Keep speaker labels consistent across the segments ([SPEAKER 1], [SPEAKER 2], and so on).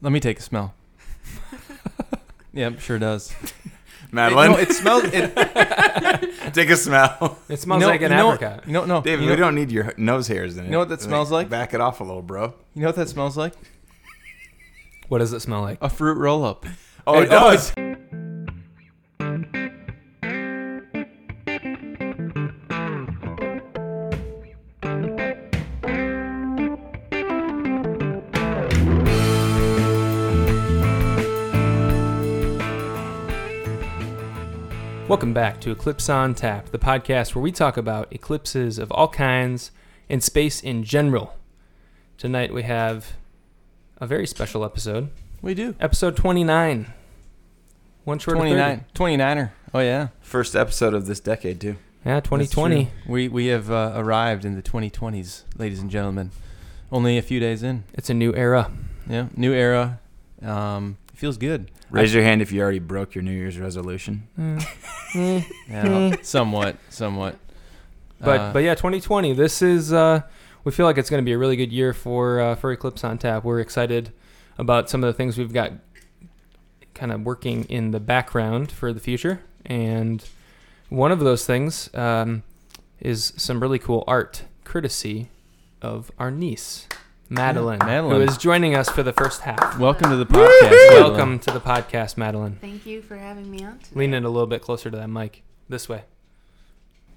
[SPEAKER 1] Let me take a smell. yeah, it sure does.
[SPEAKER 2] Madeline,
[SPEAKER 1] It, no, it smells. It,
[SPEAKER 2] take a smell.
[SPEAKER 3] It smells
[SPEAKER 1] no,
[SPEAKER 3] like an
[SPEAKER 1] you know,
[SPEAKER 3] apricot.
[SPEAKER 1] You know, no,
[SPEAKER 2] David,
[SPEAKER 1] you
[SPEAKER 2] we
[SPEAKER 1] know,
[SPEAKER 2] don't need your nose hairs in it.
[SPEAKER 1] You know what that
[SPEAKER 2] Like,
[SPEAKER 1] smells like?
[SPEAKER 2] Back it off a little, bro.
[SPEAKER 1] you know what that smells like?
[SPEAKER 3] What does it smell like?
[SPEAKER 1] A fruit roll up.
[SPEAKER 2] Oh, it,
[SPEAKER 1] It- oh,
[SPEAKER 2] does.
[SPEAKER 3] Welcome back to Eclipse on Tap, the podcast where we talk about eclipses of all kinds and space in general. Tonight we have a very special episode,
[SPEAKER 1] We do.
[SPEAKER 3] episode 29. One short of 30.
[SPEAKER 1] 29. 29er. Oh, yeah.
[SPEAKER 2] First episode of this decade, too.
[SPEAKER 3] Yeah, 2020.
[SPEAKER 1] We, we have uh, arrived in the 2020s, ladies and gentlemen. Only a few days in.
[SPEAKER 3] It's a new era.
[SPEAKER 1] Yeah. New era. Um, feels good.
[SPEAKER 2] Raise your hand if you already broke your New Year's resolution.
[SPEAKER 3] Eh.
[SPEAKER 1] Yeah, somewhat. Somewhat.
[SPEAKER 3] But
[SPEAKER 1] Uh,
[SPEAKER 3] but yeah, 2020. This is uh, we feel like it's going to be a really good year for uh, for Eclipse on Tap. We're excited about some of the things we've got kind of working in the background for the future, and one of those things um, is some really cool art, courtesy of our niece Madeline,
[SPEAKER 1] Madeline.
[SPEAKER 3] who is joining us for the first half.
[SPEAKER 1] welcome to the podcast.
[SPEAKER 3] Welcome to the podcast, Madeline.
[SPEAKER 4] Thank you for having me on today.
[SPEAKER 3] Lean in a little bit closer to that mic. This way.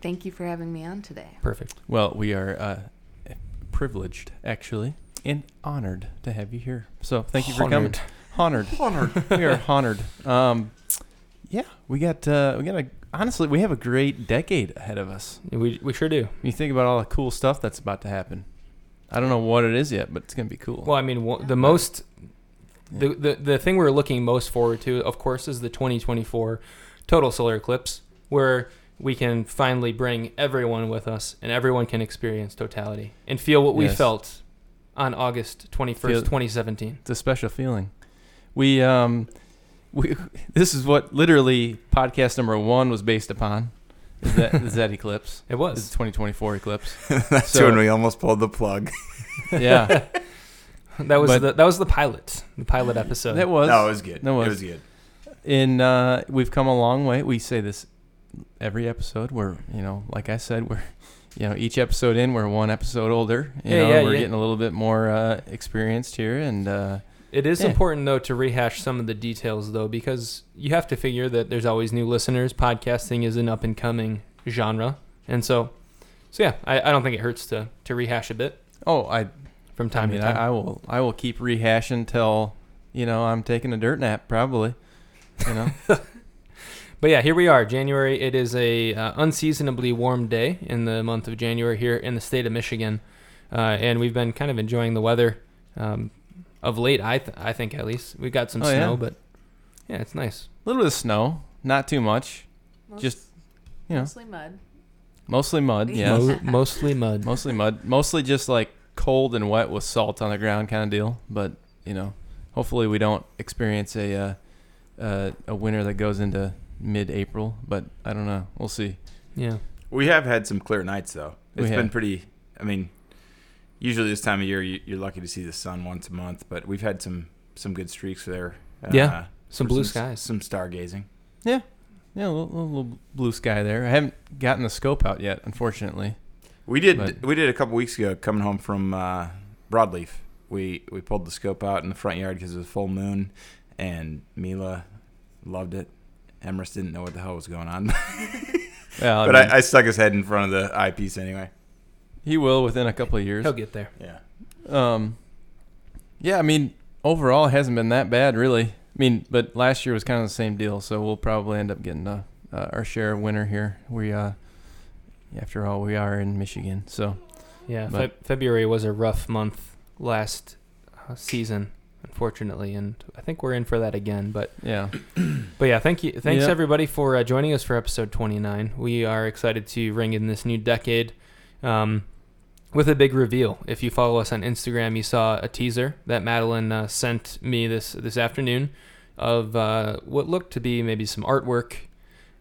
[SPEAKER 4] Thank you for having me on today.
[SPEAKER 3] Perfect.
[SPEAKER 1] Well, we are uh, privileged, actually, and honored to have you here. So thank you for coming. Honored.
[SPEAKER 2] Honored.
[SPEAKER 1] we are honored. Um, yeah, we got uh, we got a honestly we have a great decade ahead of us.
[SPEAKER 3] We, we sure do.
[SPEAKER 1] When you think about all the cool stuff that's about to happen. I don't know what it is yet, but it's gonna be cool.
[SPEAKER 3] Well, I mean, wha- the most, the, the the thing we're looking most forward to, of course, is the 2024 total solar eclipse, where we can finally bring everyone with us, and everyone can experience totality and feel what we
[SPEAKER 1] Yes.
[SPEAKER 3] felt on August 21st,
[SPEAKER 1] Feel-
[SPEAKER 3] 2017.
[SPEAKER 1] It's a special feeling. We um, we this is what literally podcast number one was based upon. Is that is that eclipse?
[SPEAKER 3] It
[SPEAKER 1] This is
[SPEAKER 3] was.
[SPEAKER 1] 2024 eclipse.
[SPEAKER 2] That's
[SPEAKER 1] So-
[SPEAKER 2] when we almost pulled the plug.
[SPEAKER 1] Yeah,
[SPEAKER 3] That was
[SPEAKER 1] but-
[SPEAKER 3] the that was the pilot, the pilot episode.
[SPEAKER 1] that was.
[SPEAKER 2] no, it was good.
[SPEAKER 1] That was-
[SPEAKER 2] It was good.
[SPEAKER 1] in uh, we've come a long way. We say this every episode. We're you know, like I said, we're you know each episode in, we're one episode older. You
[SPEAKER 3] Yeah,
[SPEAKER 1] know,
[SPEAKER 3] yeah,
[SPEAKER 1] we're
[SPEAKER 3] yeah.
[SPEAKER 1] getting a little bit more uh, experienced here, and uh,
[SPEAKER 3] It is
[SPEAKER 1] Yeah.
[SPEAKER 3] important though to rehash some of the details though because you have to figure that there's always new listeners. Podcasting is an up and coming genre, and so, so yeah, I, I don't think it hurts to to rehash a bit
[SPEAKER 1] oh, I
[SPEAKER 3] from
[SPEAKER 1] I
[SPEAKER 3] time
[SPEAKER 1] mean,
[SPEAKER 3] to time.
[SPEAKER 1] I, I will I will keep rehashing till you know I'm taking a dirt nap probably. You know,
[SPEAKER 3] but yeah, here we are, January. It is a uh, unseasonably warm day in the month of January here in the state of Michigan, uh, and we've been kind of enjoying the weather um, of late. I th- I think at least we've got some
[SPEAKER 1] Oh, yeah.
[SPEAKER 3] snow, but yeah, it's nice.
[SPEAKER 1] a little bit of snow, not too much, Just, you know,
[SPEAKER 4] mostly mud.
[SPEAKER 1] mostly mud. Yeah,
[SPEAKER 3] Mo- mostly mud.
[SPEAKER 1] mostly mud, mostly just like cold and wet with salt on the ground kind of deal. But you know, hopefully we don't experience a uh, uh, a winter that goes into mid-April. But I don't know. We'll see.
[SPEAKER 3] Yeah.
[SPEAKER 2] We have had some clear nights, though.
[SPEAKER 1] We
[SPEAKER 2] It's been
[SPEAKER 1] have.
[SPEAKER 2] pretty. I mean, usually this time of year, you- you're lucky to see the sun once a month, but we've had some some good streaks there. Uh,
[SPEAKER 3] Yeah. Some
[SPEAKER 2] for
[SPEAKER 3] blue
[SPEAKER 2] s-
[SPEAKER 3] skies.
[SPEAKER 2] Some stargazing.
[SPEAKER 1] Yeah, a little, little- little blue sky there. I haven't gotten the scope out yet, unfortunately.
[SPEAKER 2] We did.
[SPEAKER 1] But-
[SPEAKER 2] we did a couple weeks ago. Coming home from uh, Broadleaf, we we pulled the scope out in the front yard because it was full moon, and Mila loved it. Emerus didn't know what the hell was going on,
[SPEAKER 1] Well, I
[SPEAKER 2] but
[SPEAKER 1] mean,
[SPEAKER 2] I, I stuck his head in front of the eyepiece anyway.
[SPEAKER 1] he will within a couple of years.
[SPEAKER 3] He'll get there.
[SPEAKER 2] Yeah.
[SPEAKER 1] Um, yeah, I mean, overall, it hasn't been that bad, really. I mean, but last year was kind of the same deal, so we'll probably end up getting uh, uh, our share of winter here. We, uh, after all, we are in Michigan, so
[SPEAKER 3] Yeah, Feb
[SPEAKER 1] But-
[SPEAKER 3] February was a rough month last uh, season, unfortunately, and I think we're in for that again. But
[SPEAKER 1] yeah,
[SPEAKER 3] but yeah, thank you, thanks
[SPEAKER 1] Yeah.
[SPEAKER 3] everybody for uh, joining us for episode 29. We are excited to ring in this new decade um, with a big reveal. If you follow us on Instagram, you saw a teaser that Madeline uh, sent me this this afternoon of uh, what looked to be maybe some artwork.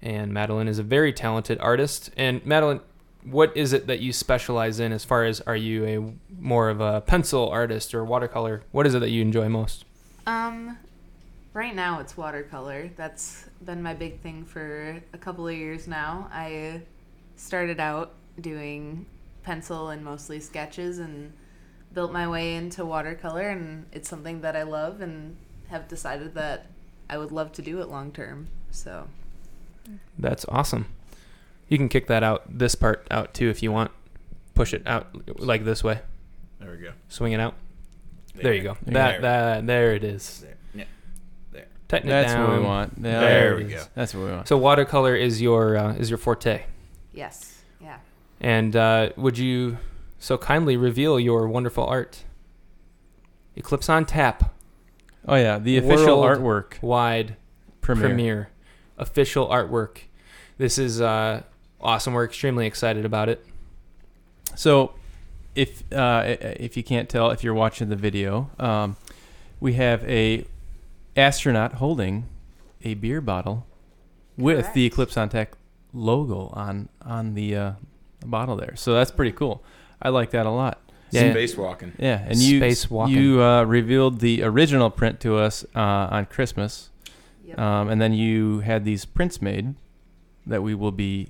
[SPEAKER 3] And Madeline is a very talented artist. And Madeline, what is it that you specialize in? As far as are you a more of a pencil artist or watercolor? What is it that you enjoy most?
[SPEAKER 4] Um, right now it's watercolor. That's been my big thing for a couple of years now. I started out doing pencil and mostly sketches and built my way into watercolor and it's something that I love and have decided that I would love to do it long term. So,
[SPEAKER 3] That's awesome. You can kick that out, this part out too, if you want. Push it out like this way.
[SPEAKER 2] There we go.
[SPEAKER 3] Swing it out. There you go.
[SPEAKER 1] There.
[SPEAKER 3] That that there it is.
[SPEAKER 2] There. Yeah.
[SPEAKER 3] Tighten it
[SPEAKER 1] That's
[SPEAKER 3] down.
[SPEAKER 1] what we want. Yeah,
[SPEAKER 2] There
[SPEAKER 1] it
[SPEAKER 2] we
[SPEAKER 1] is.
[SPEAKER 2] go.
[SPEAKER 1] That's what we want.
[SPEAKER 3] So watercolor is your uh, is your forte.
[SPEAKER 4] yes. Yeah.
[SPEAKER 3] And uh, would you so kindly reveal your wonderful art? Eclipse on tap,
[SPEAKER 1] Oh yeah, the official
[SPEAKER 3] World
[SPEAKER 1] artwork
[SPEAKER 3] wide
[SPEAKER 1] premiere.
[SPEAKER 3] premiere. official artwork. This is uh, awesome. We're extremely excited about it.
[SPEAKER 1] So, if uh, if you can't tell, if you're watching the video, um, we have a astronaut holding a beer bottle with the
[SPEAKER 4] Correct.
[SPEAKER 1] Eclipse on Tech logo on on the uh, bottle there. So that's pretty cool. I like that a lot.
[SPEAKER 3] Yeah.
[SPEAKER 2] Spacewalking.
[SPEAKER 1] Yeah, and you
[SPEAKER 3] Space walking.
[SPEAKER 1] you uh, revealed the original print to us uh, on Christmas,
[SPEAKER 4] Yep.
[SPEAKER 1] um, and then you had these prints made that we will be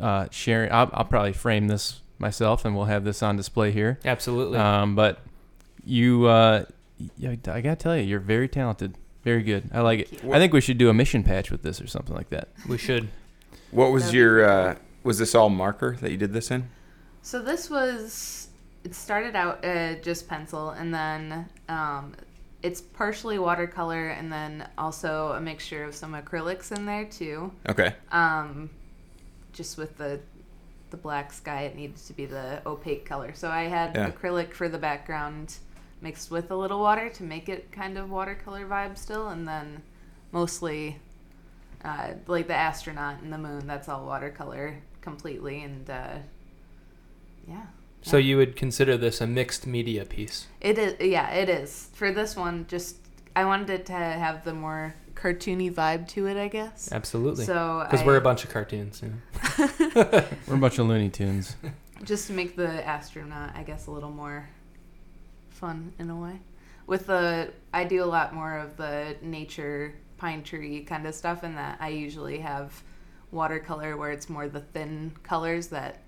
[SPEAKER 1] uh, sharing. I'll, I'll probably frame this myself, and we'll have this on display here.
[SPEAKER 3] Absolutely.
[SPEAKER 1] Um, but you, uh, y- I gotta tell you, you're very talented, very good. I like it.
[SPEAKER 4] Thank
[SPEAKER 2] you.
[SPEAKER 1] I think we should do a mission patch with this or something like that.
[SPEAKER 3] we should.
[SPEAKER 2] What was
[SPEAKER 4] That-
[SPEAKER 2] your? Uh, was this all marker that you did this in?
[SPEAKER 4] So this was it started out uh, just pencil, and then um, it's partially watercolor, and then also a mixture of some acrylics in there too.
[SPEAKER 2] Okay.
[SPEAKER 4] Um, just with the the black sky, it needed to be the opaque color. So I had
[SPEAKER 2] Yeah.
[SPEAKER 4] acrylic for the background mixed with a little water to make it kind of watercolor vibe still, and then mostly uh, like the astronaut and the moon. That's all watercolor completely, and uh, yeah.
[SPEAKER 3] So you would consider this a mixed media piece.
[SPEAKER 4] It is, yeah, it is. For this one, just I wanted it to have the more cartoony vibe to it, I guess.
[SPEAKER 3] Absolutely.
[SPEAKER 4] So
[SPEAKER 3] Because
[SPEAKER 4] I-
[SPEAKER 3] we're a bunch of cartoons. You know?
[SPEAKER 1] We're a bunch of Looney Tunes.
[SPEAKER 4] just to make the astronaut, I guess, a little more fun in a way. With the, I do a lot more of the nature pine tree kind of stuff, and that I usually have watercolor where it's more the thin colors that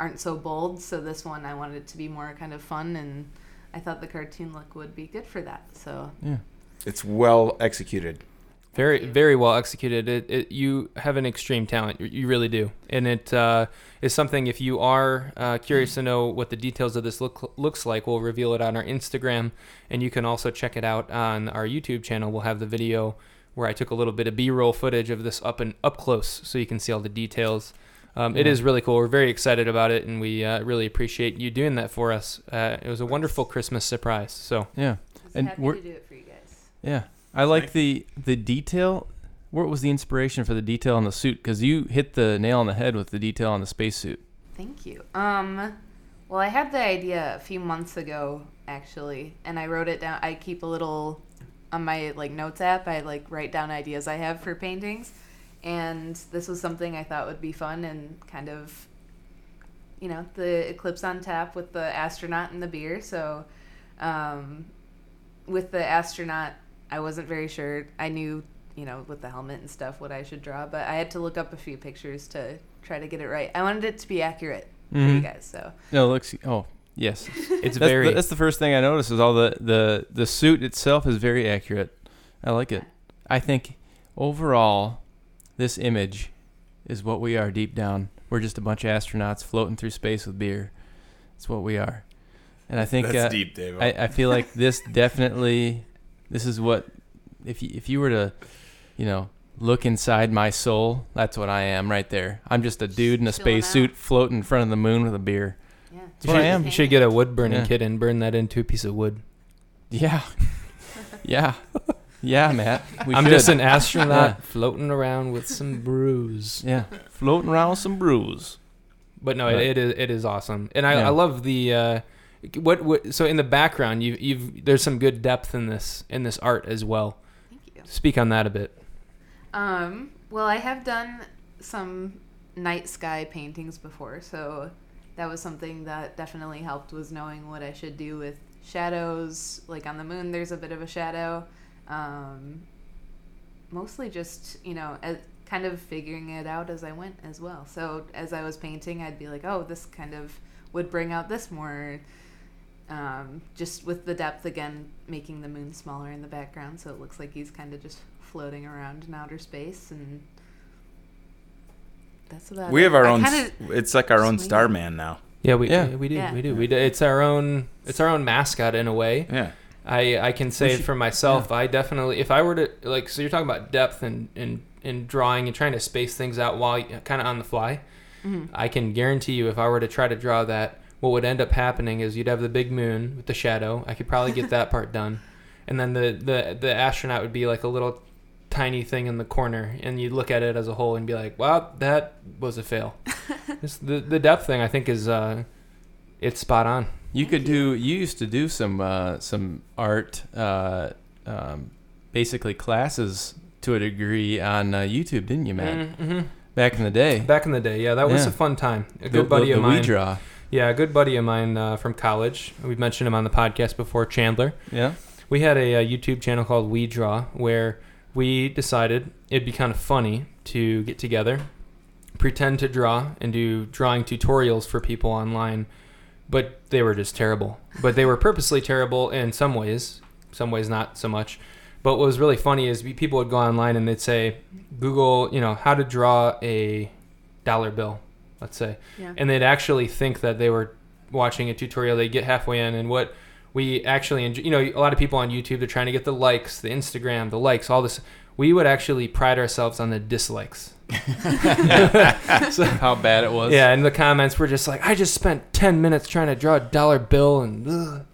[SPEAKER 4] aren't so bold. So this one, I wanted it to be more kind of fun, and I thought the cartoon look would be good for that. So
[SPEAKER 1] Yeah.
[SPEAKER 2] It's well executed.
[SPEAKER 3] Very,
[SPEAKER 4] Thank you.
[SPEAKER 3] very well executed. It, it, you have an extreme talent. You- You really do, and it uh, is something. If you are uh, curious to know what the details of this look looks like, we'll reveal it on our Instagram, and you can also check it out on our YouTube channel. We'll have the video where I took a little bit of B-roll footage of this up and up close, so you can see all the details. Um, It
[SPEAKER 1] Yeah.
[SPEAKER 3] is really cool. We're very excited about it, and we uh, really appreciate you doing that for us. Uh, it was a wonderful Christmas surprise. So
[SPEAKER 1] Yeah.
[SPEAKER 4] I was
[SPEAKER 1] And
[SPEAKER 4] happy
[SPEAKER 1] we're-
[SPEAKER 4] to do it for you guys.
[SPEAKER 1] Yeah, I like the the detail. What was the inspiration for the detail on the suit? Because you hit the nail on the head with the detail on the spacesuit.
[SPEAKER 4] Thank you. Um, well, I had the idea a few months ago, actually, and I wrote it down. I keep a little on my like notes app. I like write down ideas I have for paintings, and this was something I thought would be fun and kind of, you know, the eclipse on tap with the astronaut and the beer. So, um, with the astronaut, I wasn't very sure. I knew, you know, with the helmet and stuff, what I should draw, but I had to look up a few pictures to try to get it right. I wanted it to be accurate for you
[SPEAKER 1] Mhm.
[SPEAKER 4] guys, so
[SPEAKER 1] No, it looks. Oh, yes.
[SPEAKER 3] it's
[SPEAKER 1] That's,
[SPEAKER 3] very.
[SPEAKER 1] the, that's the first thing I noticed is all the the the suit itself is very accurate. I like it. I think overall, this image is what we are deep down. We're just a bunch of astronauts floating through space with beer. It's what we are, and I think uh,
[SPEAKER 2] deep, Dave.
[SPEAKER 1] I, I feel like this definitely this is what if you, if you were to you know look inside my soul that's what I am right there I'm just a dude in a
[SPEAKER 4] Chilling out.
[SPEAKER 1] spacesuit floating in front of the moon with a beer
[SPEAKER 4] yeah.
[SPEAKER 1] That's what I am.
[SPEAKER 3] You should get a wood burning
[SPEAKER 1] Yeah.
[SPEAKER 3] kit and burn that into a piece of wood.
[SPEAKER 1] yeah yeah yeah Matt we
[SPEAKER 3] I'm
[SPEAKER 1] should.
[SPEAKER 3] just an astronaut
[SPEAKER 1] Yeah.
[SPEAKER 3] floating around with some brews.
[SPEAKER 1] yeah floating around with some brews
[SPEAKER 3] But no,
[SPEAKER 1] But-
[SPEAKER 3] it, it is it is awesome, and I,
[SPEAKER 1] Yeah.
[SPEAKER 3] I love the uh, what what. So in the background, you you've there's some good depth in this in this art as well.
[SPEAKER 4] Thank you.
[SPEAKER 3] Speak on that a bit.
[SPEAKER 4] Um, well, I have done some night sky paintings before, so that was something that definitely helped was knowing what I should do with shadows. Like on the moon, there's a bit of a shadow. um, mostly just you know as, kind of figuring it out as I went as well. So as I was painting, I'd be like, oh, this kind of would bring out this more. Um, just with the depth again, making the moon smaller in the background, so it looks like he's kind of just floating around in outer space, and that's about.
[SPEAKER 2] We
[SPEAKER 4] it.
[SPEAKER 2] have our
[SPEAKER 4] I
[SPEAKER 2] own.
[SPEAKER 4] kinda-
[SPEAKER 2] s- it's like our own
[SPEAKER 4] Sweet.
[SPEAKER 2] Starman now.
[SPEAKER 3] Yeah, we
[SPEAKER 1] Yeah.
[SPEAKER 3] we, do
[SPEAKER 4] Yeah.
[SPEAKER 3] we do we do. It's our own it's our own mascot in a way.
[SPEAKER 2] Yeah.
[SPEAKER 3] I I can say
[SPEAKER 2] should-
[SPEAKER 3] for myself, I definitely if I were to like so you're talking about depth and and and drawing and trying to space things out while kind of on the fly.
[SPEAKER 4] Mm-hmm.
[SPEAKER 3] I can guarantee you if I were to try to draw that, what would end up happening is you'd have the big moon with the shadow. I could probably get that part done. And then the the the astronaut would be like a little tiny thing in the corner and you'd look at it as a whole and be like, "Wow, that was a fail." This- the the depth thing I think is uh it's spot on.
[SPEAKER 1] You
[SPEAKER 4] Thank
[SPEAKER 1] could do. You used to do some uh, some art, uh, um, basically classes to a degree on uh, YouTube, didn't you, Matt?
[SPEAKER 3] Mhm.
[SPEAKER 1] Back in the day,
[SPEAKER 3] Back in the day, yeah, that was
[SPEAKER 1] Yeah.
[SPEAKER 3] a fun time. A
[SPEAKER 1] The-
[SPEAKER 3] good buddy
[SPEAKER 1] the,
[SPEAKER 3] of
[SPEAKER 1] the
[SPEAKER 3] mine.
[SPEAKER 1] We draw.
[SPEAKER 3] Yeah, a good buddy of mine uh, from college. We've mentioned him on the podcast before, Chandler.
[SPEAKER 1] Yeah.
[SPEAKER 3] We had a, uh YouTube channel called We Draw where we decided it'd be kind of funny to get together, pretend to draw, and do drawing tutorials for people online. But they were just terrible. But they were purposely terrible in some ways, some ways not so much. But what was really funny is we- people would go online and they'd say, Google, you know, how to draw a dollar bill, let's say
[SPEAKER 4] Yeah.
[SPEAKER 3] and they'd actually think that they were watching a tutorial. They'd get halfway in, and what we actually, enjoy, you know, a lot of people on YouTube, they're trying to get the likes, the Instagram, the likes, all this. We would actually pride ourselves on the dislikes.
[SPEAKER 1] How bad it was.
[SPEAKER 3] Yeah, and the comments were just like, I just spent 10 minutes trying to draw a dollar bill, and ugh.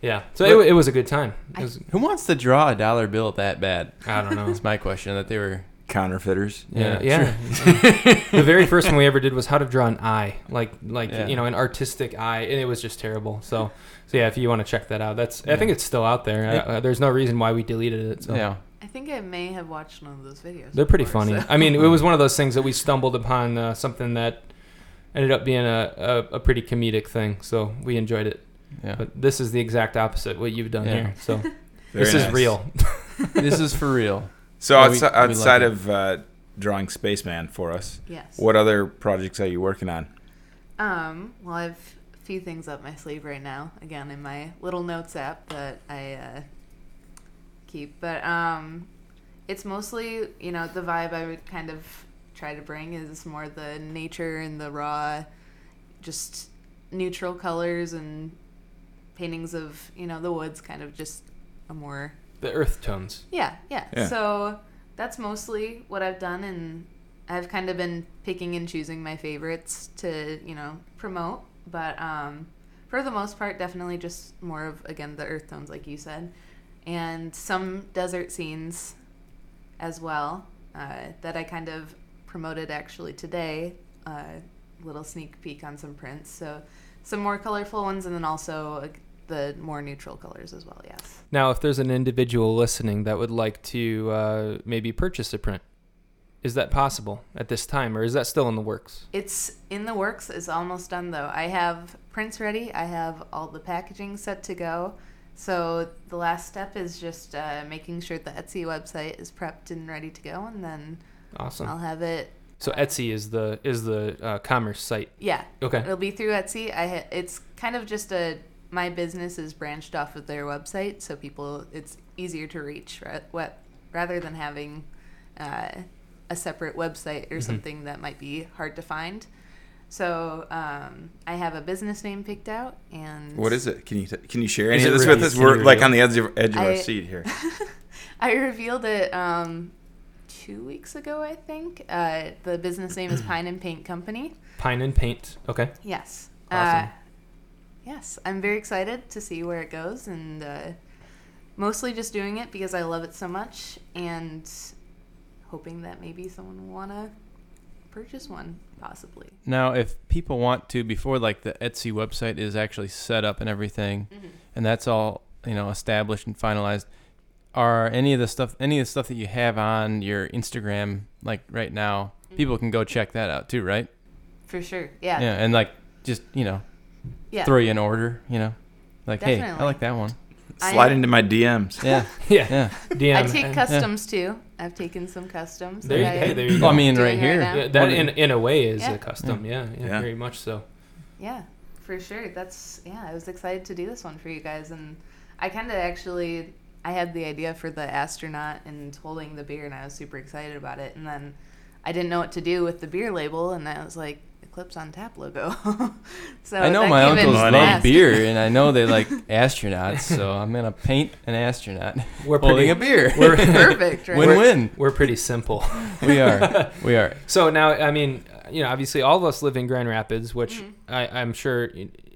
[SPEAKER 3] yeah. So it, wa- it was a good time. It was,
[SPEAKER 1] Who wants to draw a dollar bill that bad?
[SPEAKER 3] I don't know.
[SPEAKER 1] That's my question. That they were.
[SPEAKER 2] Counterfeiters.
[SPEAKER 3] Yeah,
[SPEAKER 1] sure.
[SPEAKER 3] yeah. the very first one we ever did was how to draw an eye, like like
[SPEAKER 1] Yeah.
[SPEAKER 3] you know an artistic eye, and it was just terrible. So, so yeah, if you want to check that out, that's I think it's still out there.
[SPEAKER 1] Yeah.
[SPEAKER 3] Uh, there's no reason why we deleted it. So.
[SPEAKER 1] Yeah.
[SPEAKER 4] I think I may have watched one of those videos.
[SPEAKER 3] They're pretty
[SPEAKER 4] before,
[SPEAKER 3] funny.
[SPEAKER 4] so-
[SPEAKER 3] I mean, it was one of those things that we stumbled upon uh, something that ended up being a, a, a pretty comedic thing. So we enjoyed it.
[SPEAKER 1] Yeah.
[SPEAKER 3] But this is the exact opposite what you've done
[SPEAKER 1] Yeah.
[SPEAKER 3] here. So
[SPEAKER 2] Very
[SPEAKER 3] this
[SPEAKER 2] nice.
[SPEAKER 3] is real.
[SPEAKER 1] this is for real.
[SPEAKER 2] So
[SPEAKER 1] Yeah, we-
[SPEAKER 2] outside,
[SPEAKER 1] we love
[SPEAKER 2] outside
[SPEAKER 1] it.
[SPEAKER 2] of uh, drawing Spaceman for us,
[SPEAKER 4] Yes.
[SPEAKER 2] what other projects are you working on?
[SPEAKER 4] Um, well, I have a few things up my sleeve right now. Again, in my little notes app that I uh, keep, but um, it's mostly you know the vibe I would kind of try to bring is more the nature and the raw, just neutral colors and paintings of you know the woods, kind of just a more
[SPEAKER 3] the earth tones.
[SPEAKER 4] yeah, yeah,
[SPEAKER 2] Yeah.
[SPEAKER 4] So that's mostly what I've done, and I've kind of been picking and choosing my favorites to, you know, promote. But um, for the most part, definitely just more of, again, the earth tones, like you said, and some desert scenes as well uh, that I kind of promoted actually today. uh, little sneak peek on some prints. So some more colorful ones, and then also uh, the more neutral colors as well, yes.
[SPEAKER 3] Now, if there's an individual listening that would like to uh, maybe purchase a print, is that possible at this time, or is that still in the works?
[SPEAKER 4] It's in the works. It's almost done though. I have prints ready. I have all the packaging set to go. So the last step is just uh, making sure the Etsy website is prepped and ready to go, and then
[SPEAKER 3] Awesome.
[SPEAKER 4] I'll have it.
[SPEAKER 3] So Etsy is the is the uh, commerce site.
[SPEAKER 4] Yeah,
[SPEAKER 3] Okay.
[SPEAKER 4] it'll be through Etsy. I ha- it's kind of just a my business is branched off of their website, so people it's easier to reach. Ra- what rather than having uh, a separate website
[SPEAKER 2] Mm-hmm.
[SPEAKER 4] or something that might be hard to find. So um, I have a business name picked out, and
[SPEAKER 2] What is it? Can you t- can you share any
[SPEAKER 3] Is
[SPEAKER 2] of
[SPEAKER 3] it
[SPEAKER 2] this
[SPEAKER 3] really-
[SPEAKER 2] with us?
[SPEAKER 3] can
[SPEAKER 2] We're
[SPEAKER 3] you
[SPEAKER 2] like
[SPEAKER 3] reveal?
[SPEAKER 2] on the edge of, edge of our
[SPEAKER 4] I-
[SPEAKER 2] seat here.
[SPEAKER 4] I revealed it um, two weeks ago, I think. Uh, the business name is Pine and Paint Company.
[SPEAKER 3] Pine and paint. Okay.
[SPEAKER 4] Yes.
[SPEAKER 3] Awesome.
[SPEAKER 4] Uh, yes, I'm very excited to see where it goes, and uh, mostly just doing it because I love it so much, and hoping that maybe someone will wanna purchase one, possibly.
[SPEAKER 1] Now, if people want to, before like the Etsy website is actually set up and everything, and that's all you know established and finalized, are any of the stuff, any of the stuff that you have on your Instagram, like right now, people can go check that out too, right?
[SPEAKER 4] For sure. Mm-hmm. Yeah. Yeah.
[SPEAKER 1] Yeah, and like just you know, throw you an order, you know, like hey, I
[SPEAKER 4] Definitely.
[SPEAKER 1] like that one.
[SPEAKER 2] Slide into my DMs.
[SPEAKER 1] Yeah,
[SPEAKER 3] yeah,
[SPEAKER 1] yeah.
[SPEAKER 3] DM.
[SPEAKER 4] I take customs too. I've taken some customs.
[SPEAKER 3] There
[SPEAKER 4] that
[SPEAKER 3] you-
[SPEAKER 4] I
[SPEAKER 3] hey, there you
[SPEAKER 4] am
[SPEAKER 1] Well, I mean,
[SPEAKER 4] doing
[SPEAKER 1] right here.
[SPEAKER 4] now.
[SPEAKER 3] Yeah,
[SPEAKER 4] Yeah.
[SPEAKER 3] that in in a way is
[SPEAKER 4] Yeah.
[SPEAKER 3] a custom. Yeah. Yeah,
[SPEAKER 2] Yeah.
[SPEAKER 3] very much so.
[SPEAKER 4] for sure. That's yeah. I was excited to do this one for you guys, and I kind of actually I had the idea for the astronaut and holding the beer, and I was super excited about it. And then I didn't know what to do with the beer label, and I was like. Eclipse on tap logo. so
[SPEAKER 1] I know
[SPEAKER 4] that
[SPEAKER 1] my
[SPEAKER 4] came in
[SPEAKER 1] uncles love
[SPEAKER 2] Money.
[SPEAKER 4] last.
[SPEAKER 1] beer, and I know they like astronauts, so I'm gonna paint an astronaut
[SPEAKER 3] We're
[SPEAKER 1] holding
[SPEAKER 3] pretty
[SPEAKER 1] a beer.
[SPEAKER 3] we're,
[SPEAKER 4] Perfect, right?
[SPEAKER 1] Win-win.
[SPEAKER 3] we're pretty simple.
[SPEAKER 1] we are, we are.
[SPEAKER 3] So now, I mean, you know, obviously, all of us live in Grand Rapids, which I, I'm sure,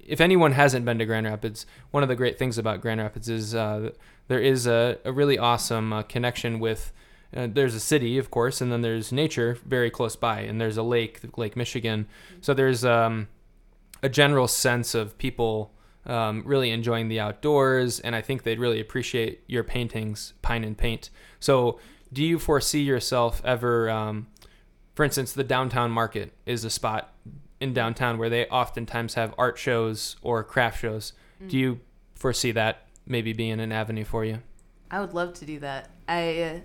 [SPEAKER 3] if anyone hasn't been to Grand Rapids, one of the great things about Grand Rapids is uh, there is a, a really awesome uh, connection with. Uh, there's a city, of course, and then there's nature very close by, and there's a lake, Lake Michigan. So there's um, a general sense of people um, really enjoying the outdoors, and I think they'd really appreciate your paintings, Pine and Paint. So, do you foresee yourself ever, um, for instance, the downtown market is a spot in downtown where they oftentimes have art shows or craft shows. Do you foresee that maybe being an avenue for you?
[SPEAKER 4] I would love to do that. I uh,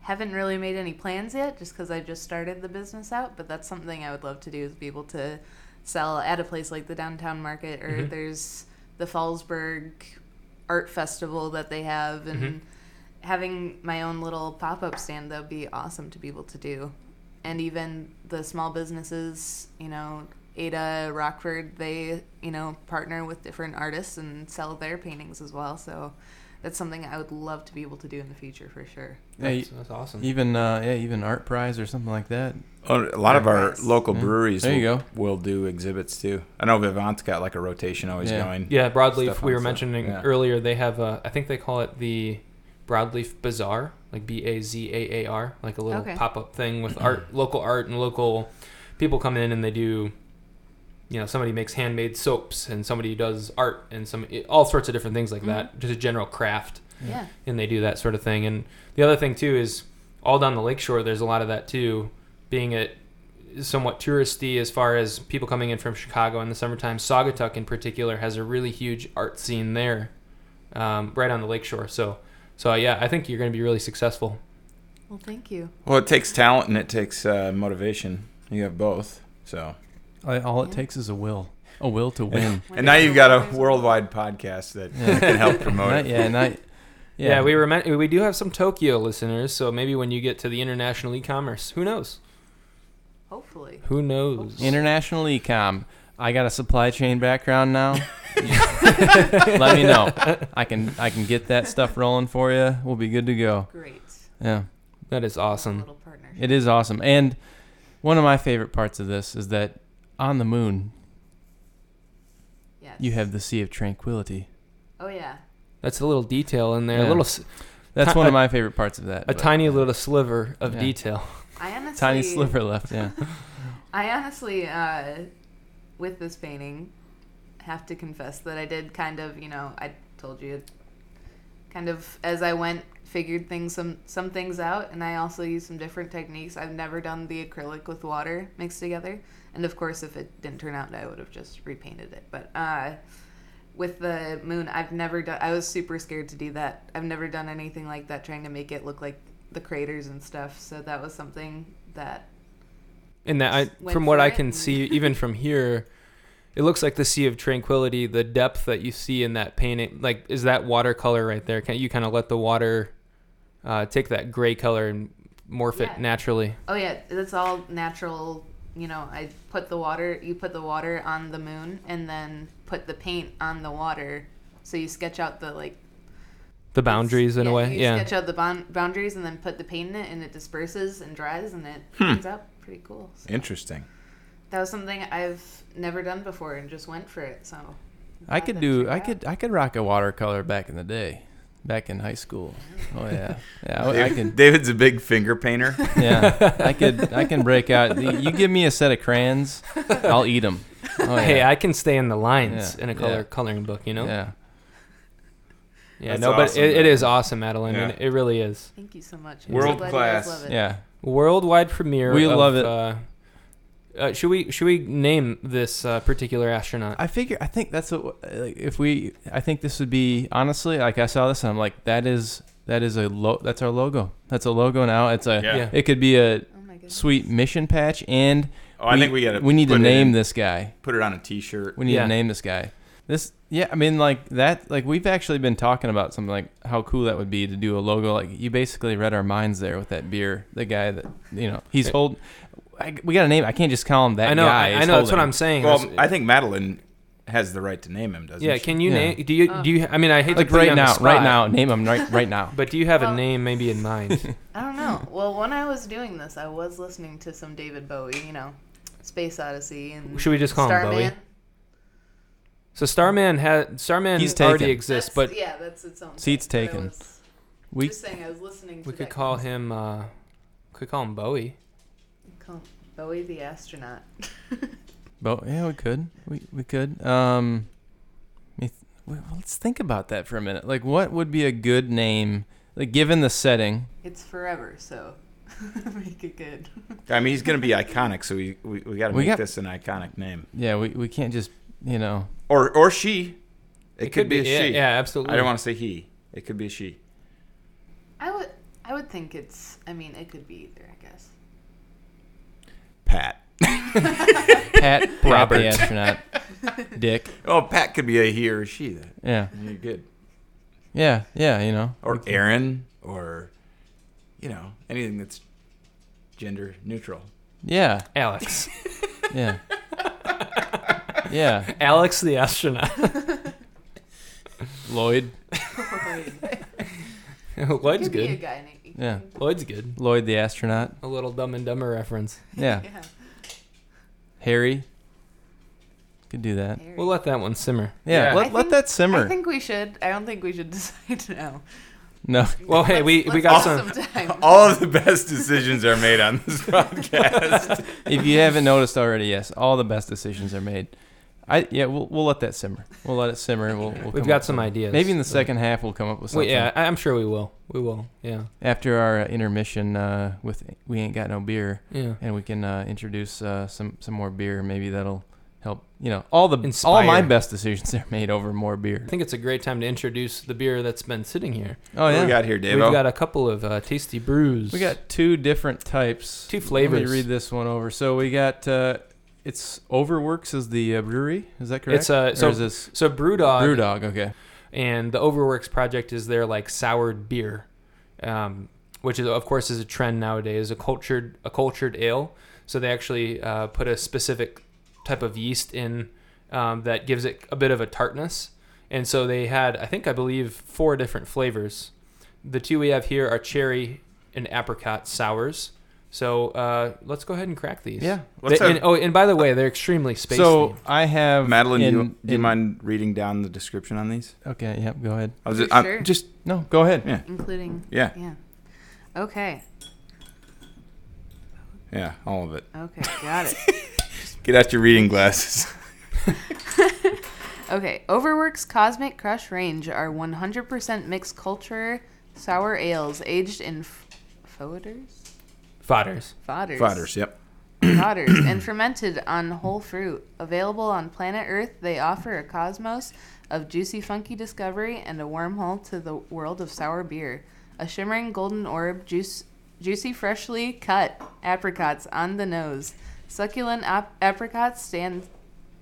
[SPEAKER 4] haven't really made any plans yet, just because I just started the business out. But that's something I would love to do is be able to sell at a place like the downtown market, or there's the Fallsburg Art Festival that they have, and having my own little pop up stand that would be awesome to be able to do. And even the small businesses, you know, Ada Rockford, they you know partner with different artists and sell their paintings as well. So that's something I would love to be able to do in the future for sure.
[SPEAKER 1] Yeah,
[SPEAKER 3] that's,
[SPEAKER 1] you-
[SPEAKER 3] that's awesome.
[SPEAKER 1] even uh, yeah, even art prize or something like that.
[SPEAKER 2] Oh, A lot of our
[SPEAKER 4] Nice.
[SPEAKER 2] local breweries
[SPEAKER 1] There you
[SPEAKER 2] will,
[SPEAKER 1] go.
[SPEAKER 2] will do exhibits too. I know Vivant's got like a rotation always
[SPEAKER 1] Yeah.
[SPEAKER 2] going.
[SPEAKER 3] yeah, broadleaf.
[SPEAKER 2] Stuff
[SPEAKER 3] We
[SPEAKER 2] on
[SPEAKER 3] were
[SPEAKER 2] sale.
[SPEAKER 3] mentioning
[SPEAKER 2] Yeah.
[SPEAKER 3] earlier they have a, I think they call it the broadleaf bazaar, like B A Z A A R, like a little
[SPEAKER 4] Okay.
[SPEAKER 3] pop up thing with art, local art, and local people come in and they do. You know, somebody makes handmade soaps, and somebody does art, and some all sorts of different things like that. Just a general craft.
[SPEAKER 4] Yeah.
[SPEAKER 3] and they do that sort of thing. And the other thing too is all down the lakeshore, there's a lot of that too, being it somewhat touristy as far as people coming in from Chicago in the summertime. Saugatuck in particular has a really huge art scene there, um, right on the lakeshore. So, so yeah, I think you're going to be really successful.
[SPEAKER 4] Well, thank you.
[SPEAKER 2] Well, it takes talent and it takes uh, motivation. You have both. So,
[SPEAKER 1] I, all it
[SPEAKER 4] Yeah.
[SPEAKER 1] takes is a will, a will to win.
[SPEAKER 4] When
[SPEAKER 2] and now
[SPEAKER 4] there's
[SPEAKER 2] you've got a
[SPEAKER 4] there's
[SPEAKER 2] worldwide podcast that
[SPEAKER 1] Yeah.
[SPEAKER 2] can help promote
[SPEAKER 1] Not-
[SPEAKER 2] it.
[SPEAKER 1] yeah, not,
[SPEAKER 3] Yeah, we were meant, we do have some Tokyo listeners, so maybe when you get to the international e-commerce, who knows?
[SPEAKER 4] Hopefully.
[SPEAKER 3] Who knows?
[SPEAKER 1] international ecom. I got a supply chain background now. Let me know. I can I can get that stuff rolling for you. We'll be good to go.
[SPEAKER 4] Great.
[SPEAKER 1] Yeah.
[SPEAKER 3] that is awesome.
[SPEAKER 4] Little partnership.
[SPEAKER 1] It is awesome. And one of my favorite parts of this is that on the moon,
[SPEAKER 4] Yes.
[SPEAKER 1] you have the Sea of Tranquility.
[SPEAKER 4] Oh yeah.
[SPEAKER 3] That's a little detail in there, a
[SPEAKER 1] Yeah.
[SPEAKER 3] little s-
[SPEAKER 1] That's
[SPEAKER 3] Ti-
[SPEAKER 1] one of
[SPEAKER 3] a-
[SPEAKER 1] my favorite parts of that.
[SPEAKER 3] a
[SPEAKER 1] but-
[SPEAKER 3] tiny little sliver of
[SPEAKER 1] Yeah.
[SPEAKER 3] detail.
[SPEAKER 4] I honestly.
[SPEAKER 1] tiny sliver left. Yeah.
[SPEAKER 4] I honestly, uh, with this painting, have to confess that I did kind of, you know, I told you, kind of as I went, figured things some some things out, and I also used some different techniques. I've never done the acrylic with water mixed together, and of course, if it didn't turn out, I would have just repainted it. But uh, with the moon, I've never done. I was super scared to do that. I've never done anything like that, trying to make it look like the craters and stuff. So that was something that
[SPEAKER 3] And that I,
[SPEAKER 4] went
[SPEAKER 3] from what
[SPEAKER 4] for
[SPEAKER 3] I
[SPEAKER 4] it
[SPEAKER 3] can
[SPEAKER 4] and-
[SPEAKER 3] see, even from here, it looks like the Sea of Tranquility. The depth that you see in that painting, like, is that watercolor right there? Can you kind of let the water uh, take that gray color and morph
[SPEAKER 4] Yeah.
[SPEAKER 3] it naturally?
[SPEAKER 4] Oh yeah, that's all natural. You know, I put the water. You put the water on the moon, and then put the paint on the water. So you sketch out the like
[SPEAKER 3] The boundaries, in a way,
[SPEAKER 4] You
[SPEAKER 3] yeah.
[SPEAKER 4] sketch out the bon- boundaries, and then put the paint in it, and it disperses and dries, and it comes up pretty cool. So
[SPEAKER 2] Interesting.
[SPEAKER 4] that was something I've never done before, and just went for it. So
[SPEAKER 1] I
[SPEAKER 4] glad
[SPEAKER 1] could
[SPEAKER 4] that
[SPEAKER 1] do.
[SPEAKER 4] turned
[SPEAKER 1] I
[SPEAKER 4] out.
[SPEAKER 1] could. I could rock a watercolor back in the day, back in high school. Oh yeah, yeah. I, I could.
[SPEAKER 2] David's a big finger painter.
[SPEAKER 1] Yeah, I could. I can break out. You give me a set of crayons, I'll eat them. Oh yeah.
[SPEAKER 3] Hey, I can stay in the lines
[SPEAKER 1] Yeah,
[SPEAKER 3] in a
[SPEAKER 1] yeah.
[SPEAKER 3] color coloring book, you know. Yeah,
[SPEAKER 1] Yeah.
[SPEAKER 2] That's
[SPEAKER 3] no, but
[SPEAKER 2] awesome,
[SPEAKER 3] it, it
[SPEAKER 2] man.
[SPEAKER 3] is awesome, Madeline.
[SPEAKER 2] Yeah.
[SPEAKER 3] It, it really is
[SPEAKER 4] Thank you so much.
[SPEAKER 2] World
[SPEAKER 4] glad you guys
[SPEAKER 2] class.
[SPEAKER 4] love it.
[SPEAKER 1] Yeah.
[SPEAKER 3] worldwide premiere.
[SPEAKER 1] We
[SPEAKER 3] of,
[SPEAKER 1] love it.
[SPEAKER 3] Uh, Uh, should we should we name this uh, particular astronaut?
[SPEAKER 1] I figure I think that's what like, if we I think this would be honestly like I saw this and I'm like that is that is a lo- that's our logo that's a logo now it's a
[SPEAKER 2] Yeah.
[SPEAKER 3] Yeah.
[SPEAKER 1] it could be a
[SPEAKER 4] Oh my goodness.
[SPEAKER 1] sweet mission patch and
[SPEAKER 2] Oh, I think we gotta
[SPEAKER 1] we need to
[SPEAKER 2] put it
[SPEAKER 1] name
[SPEAKER 2] in.
[SPEAKER 1] this guy
[SPEAKER 2] Put it on a T-shirt.
[SPEAKER 1] we need
[SPEAKER 3] Yeah.
[SPEAKER 1] to name this guy this yeah I mean like that like we've actually been talking about something like how cool that would be to do a logo like you basically read our minds there with that beer the guy that you know he's hold I, we got to name I can't just call him that
[SPEAKER 3] I know
[SPEAKER 1] guy
[SPEAKER 3] I, I
[SPEAKER 1] He's
[SPEAKER 3] know that's what
[SPEAKER 1] holding.
[SPEAKER 3] I'm saying.
[SPEAKER 2] Well,
[SPEAKER 3] That's-
[SPEAKER 2] I think Madeline has the right to name him, doesn't
[SPEAKER 3] yeah,
[SPEAKER 2] she?
[SPEAKER 3] can you
[SPEAKER 1] Yeah.
[SPEAKER 3] name? Do you
[SPEAKER 4] Uh.
[SPEAKER 3] do you? I mean, I hate
[SPEAKER 1] like
[SPEAKER 3] to put you
[SPEAKER 1] right
[SPEAKER 3] on the
[SPEAKER 1] now right
[SPEAKER 3] spot,
[SPEAKER 1] now name him right right now
[SPEAKER 3] But do you have
[SPEAKER 4] Well-
[SPEAKER 3] a name maybe in mind?
[SPEAKER 4] I don't know. Well, when I was doing this, I was listening to some David Bowie, you know, Space Odyssey and
[SPEAKER 3] Should we just call him
[SPEAKER 4] Starman.
[SPEAKER 3] Bowie? so Starman had Starman
[SPEAKER 1] He's
[SPEAKER 3] already
[SPEAKER 1] taken.
[SPEAKER 3] exists,
[SPEAKER 4] That's-
[SPEAKER 3] but
[SPEAKER 4] yeah, that's its own.
[SPEAKER 1] Seat's
[SPEAKER 4] thing, but I
[SPEAKER 1] taken.
[SPEAKER 4] was
[SPEAKER 1] we
[SPEAKER 4] just saying I was listening. To
[SPEAKER 3] we could
[SPEAKER 4] that
[SPEAKER 3] call him uh, could call him Bowie.
[SPEAKER 4] Call Bowie the astronaut.
[SPEAKER 1] Bo- yeah, we could. We we could. Um, let me th- well, let's think about that for a minute. Like, what would be a good name? Like, given the setting,
[SPEAKER 4] it's forever, so make it good.
[SPEAKER 2] I mean, he's going to be iconic, so we we, we got to
[SPEAKER 1] We
[SPEAKER 2] make
[SPEAKER 1] got-
[SPEAKER 2] this an iconic name.
[SPEAKER 1] yeah, we, we can't just you know.
[SPEAKER 2] Or or she. It, could, be, a
[SPEAKER 3] yeah,
[SPEAKER 2] she.
[SPEAKER 3] Yeah, absolutely.
[SPEAKER 2] I don't want to say he. It could be a she.
[SPEAKER 4] I would, I would think it's. I mean, it could be either. I guess.
[SPEAKER 2] Pat.
[SPEAKER 1] Pat, Pat
[SPEAKER 2] Robert.
[SPEAKER 1] the astronaut, Dick.
[SPEAKER 2] Oh, Pat could be a he or a she. Then
[SPEAKER 1] Yeah,
[SPEAKER 2] you're good.
[SPEAKER 1] yeah, yeah. You know,
[SPEAKER 2] Or Aaron, or you know anything that's gender neutral.
[SPEAKER 1] yeah,
[SPEAKER 3] Alex.
[SPEAKER 1] yeah, yeah.
[SPEAKER 3] Alex the astronaut.
[SPEAKER 1] Lloyd,
[SPEAKER 4] Lloyd. It
[SPEAKER 3] Lloyd's
[SPEAKER 4] could be a
[SPEAKER 3] good.
[SPEAKER 4] guy named.
[SPEAKER 1] Yeah.
[SPEAKER 3] Lloyd's good.
[SPEAKER 1] Lloyd the astronaut.
[SPEAKER 3] A little Dumb and Dumber reference.
[SPEAKER 1] Yeah,
[SPEAKER 4] Yeah.
[SPEAKER 1] Harry. Could do that.
[SPEAKER 4] Harry.
[SPEAKER 3] We'll let that one simmer.
[SPEAKER 1] Yeah,
[SPEAKER 2] Yeah.
[SPEAKER 1] let,
[SPEAKER 4] I
[SPEAKER 1] let
[SPEAKER 4] think-
[SPEAKER 1] that simmer.
[SPEAKER 4] I think we should. I don't think we should decide now.
[SPEAKER 1] no,
[SPEAKER 3] Well, hey, we,
[SPEAKER 4] Let's
[SPEAKER 3] we got
[SPEAKER 4] give
[SPEAKER 3] some.
[SPEAKER 4] us time.
[SPEAKER 2] All of the best decisions are made on this podcast.
[SPEAKER 1] if you haven't noticed already, yes, all the best decisions are made. I yeah, we'll we'll let that simmer. We'll let it simmer. We'll, we'll
[SPEAKER 3] We've
[SPEAKER 1] come
[SPEAKER 3] got
[SPEAKER 1] up
[SPEAKER 3] some
[SPEAKER 1] with-
[SPEAKER 3] ideas.
[SPEAKER 1] Maybe in the second half we'll come up with
[SPEAKER 3] Well,
[SPEAKER 1] something.
[SPEAKER 3] yeah, I- I'm sure we will. We will. Yeah.
[SPEAKER 1] After our uh, intermission uh, with we ain't got no beer,
[SPEAKER 3] Yeah.
[SPEAKER 1] and we can uh, introduce uh, some some more beer. Maybe that'll help. You know, all the all
[SPEAKER 3] Inspire.
[SPEAKER 1] my best decisions are made over more
[SPEAKER 3] I
[SPEAKER 1] beer.
[SPEAKER 3] think it's a great time to introduce the beer that's been sitting here.
[SPEAKER 1] Oh
[SPEAKER 2] What
[SPEAKER 1] yeah,
[SPEAKER 2] we got here,
[SPEAKER 3] We've
[SPEAKER 2] Davo?
[SPEAKER 3] got a couple of uh, tasty brews.
[SPEAKER 1] We got two different types.
[SPEAKER 3] Two
[SPEAKER 1] Let
[SPEAKER 3] flavors.
[SPEAKER 1] me read this one over. So we got uh, it's Overworks is the uh, brewery. Is that correct?
[SPEAKER 3] It's, uh,
[SPEAKER 1] Or
[SPEAKER 3] so-
[SPEAKER 1] is this
[SPEAKER 3] so Brewdog,
[SPEAKER 1] Brewdog? Okay.
[SPEAKER 3] and the Overworks Project is their like soured beer, um, which is of course is a trend nowadays. A cultured a cultured ale. So they actually uh, put a specific type of yeast in um, that gives it a bit of a tartness. And so they had I think I believe four different flavors. The two we have here are cherry and apricot sours. So uh, let's go ahead and crack these.
[SPEAKER 1] Yeah.
[SPEAKER 2] Let's
[SPEAKER 3] They-
[SPEAKER 2] have-
[SPEAKER 3] and, oh, and by the way, they're extremely spacey.
[SPEAKER 1] So I have
[SPEAKER 2] Madeline, do, you,
[SPEAKER 1] in-
[SPEAKER 2] do you
[SPEAKER 1] in-
[SPEAKER 2] mind reading down the description on these?
[SPEAKER 1] Okay, yep. Go ahead.
[SPEAKER 2] I was
[SPEAKER 4] Sure,
[SPEAKER 2] just, I'm-
[SPEAKER 4] sure.
[SPEAKER 2] just
[SPEAKER 1] No, go ahead.
[SPEAKER 2] yeah,
[SPEAKER 4] Including.
[SPEAKER 2] yeah,
[SPEAKER 4] Yeah. Okay.
[SPEAKER 2] yeah, all of it.
[SPEAKER 4] Okay. Got it.
[SPEAKER 2] Get out your reading glasses.
[SPEAKER 4] Okay, Overworks Cosmic Crush range are 100% mixed culture sour ales aged in f- fodders?
[SPEAKER 3] Fodders.
[SPEAKER 4] Fodders.
[SPEAKER 2] Fodders, yep.
[SPEAKER 4] Fodders and fermented on whole fruit. Available on planet Earth, they offer a cosmos of juicy, funky discovery and a wormhole to the world of sour beer. A shimmering golden orb, juice, juicy, freshly cut apricots on the nose. Succulent ap- apricots stand,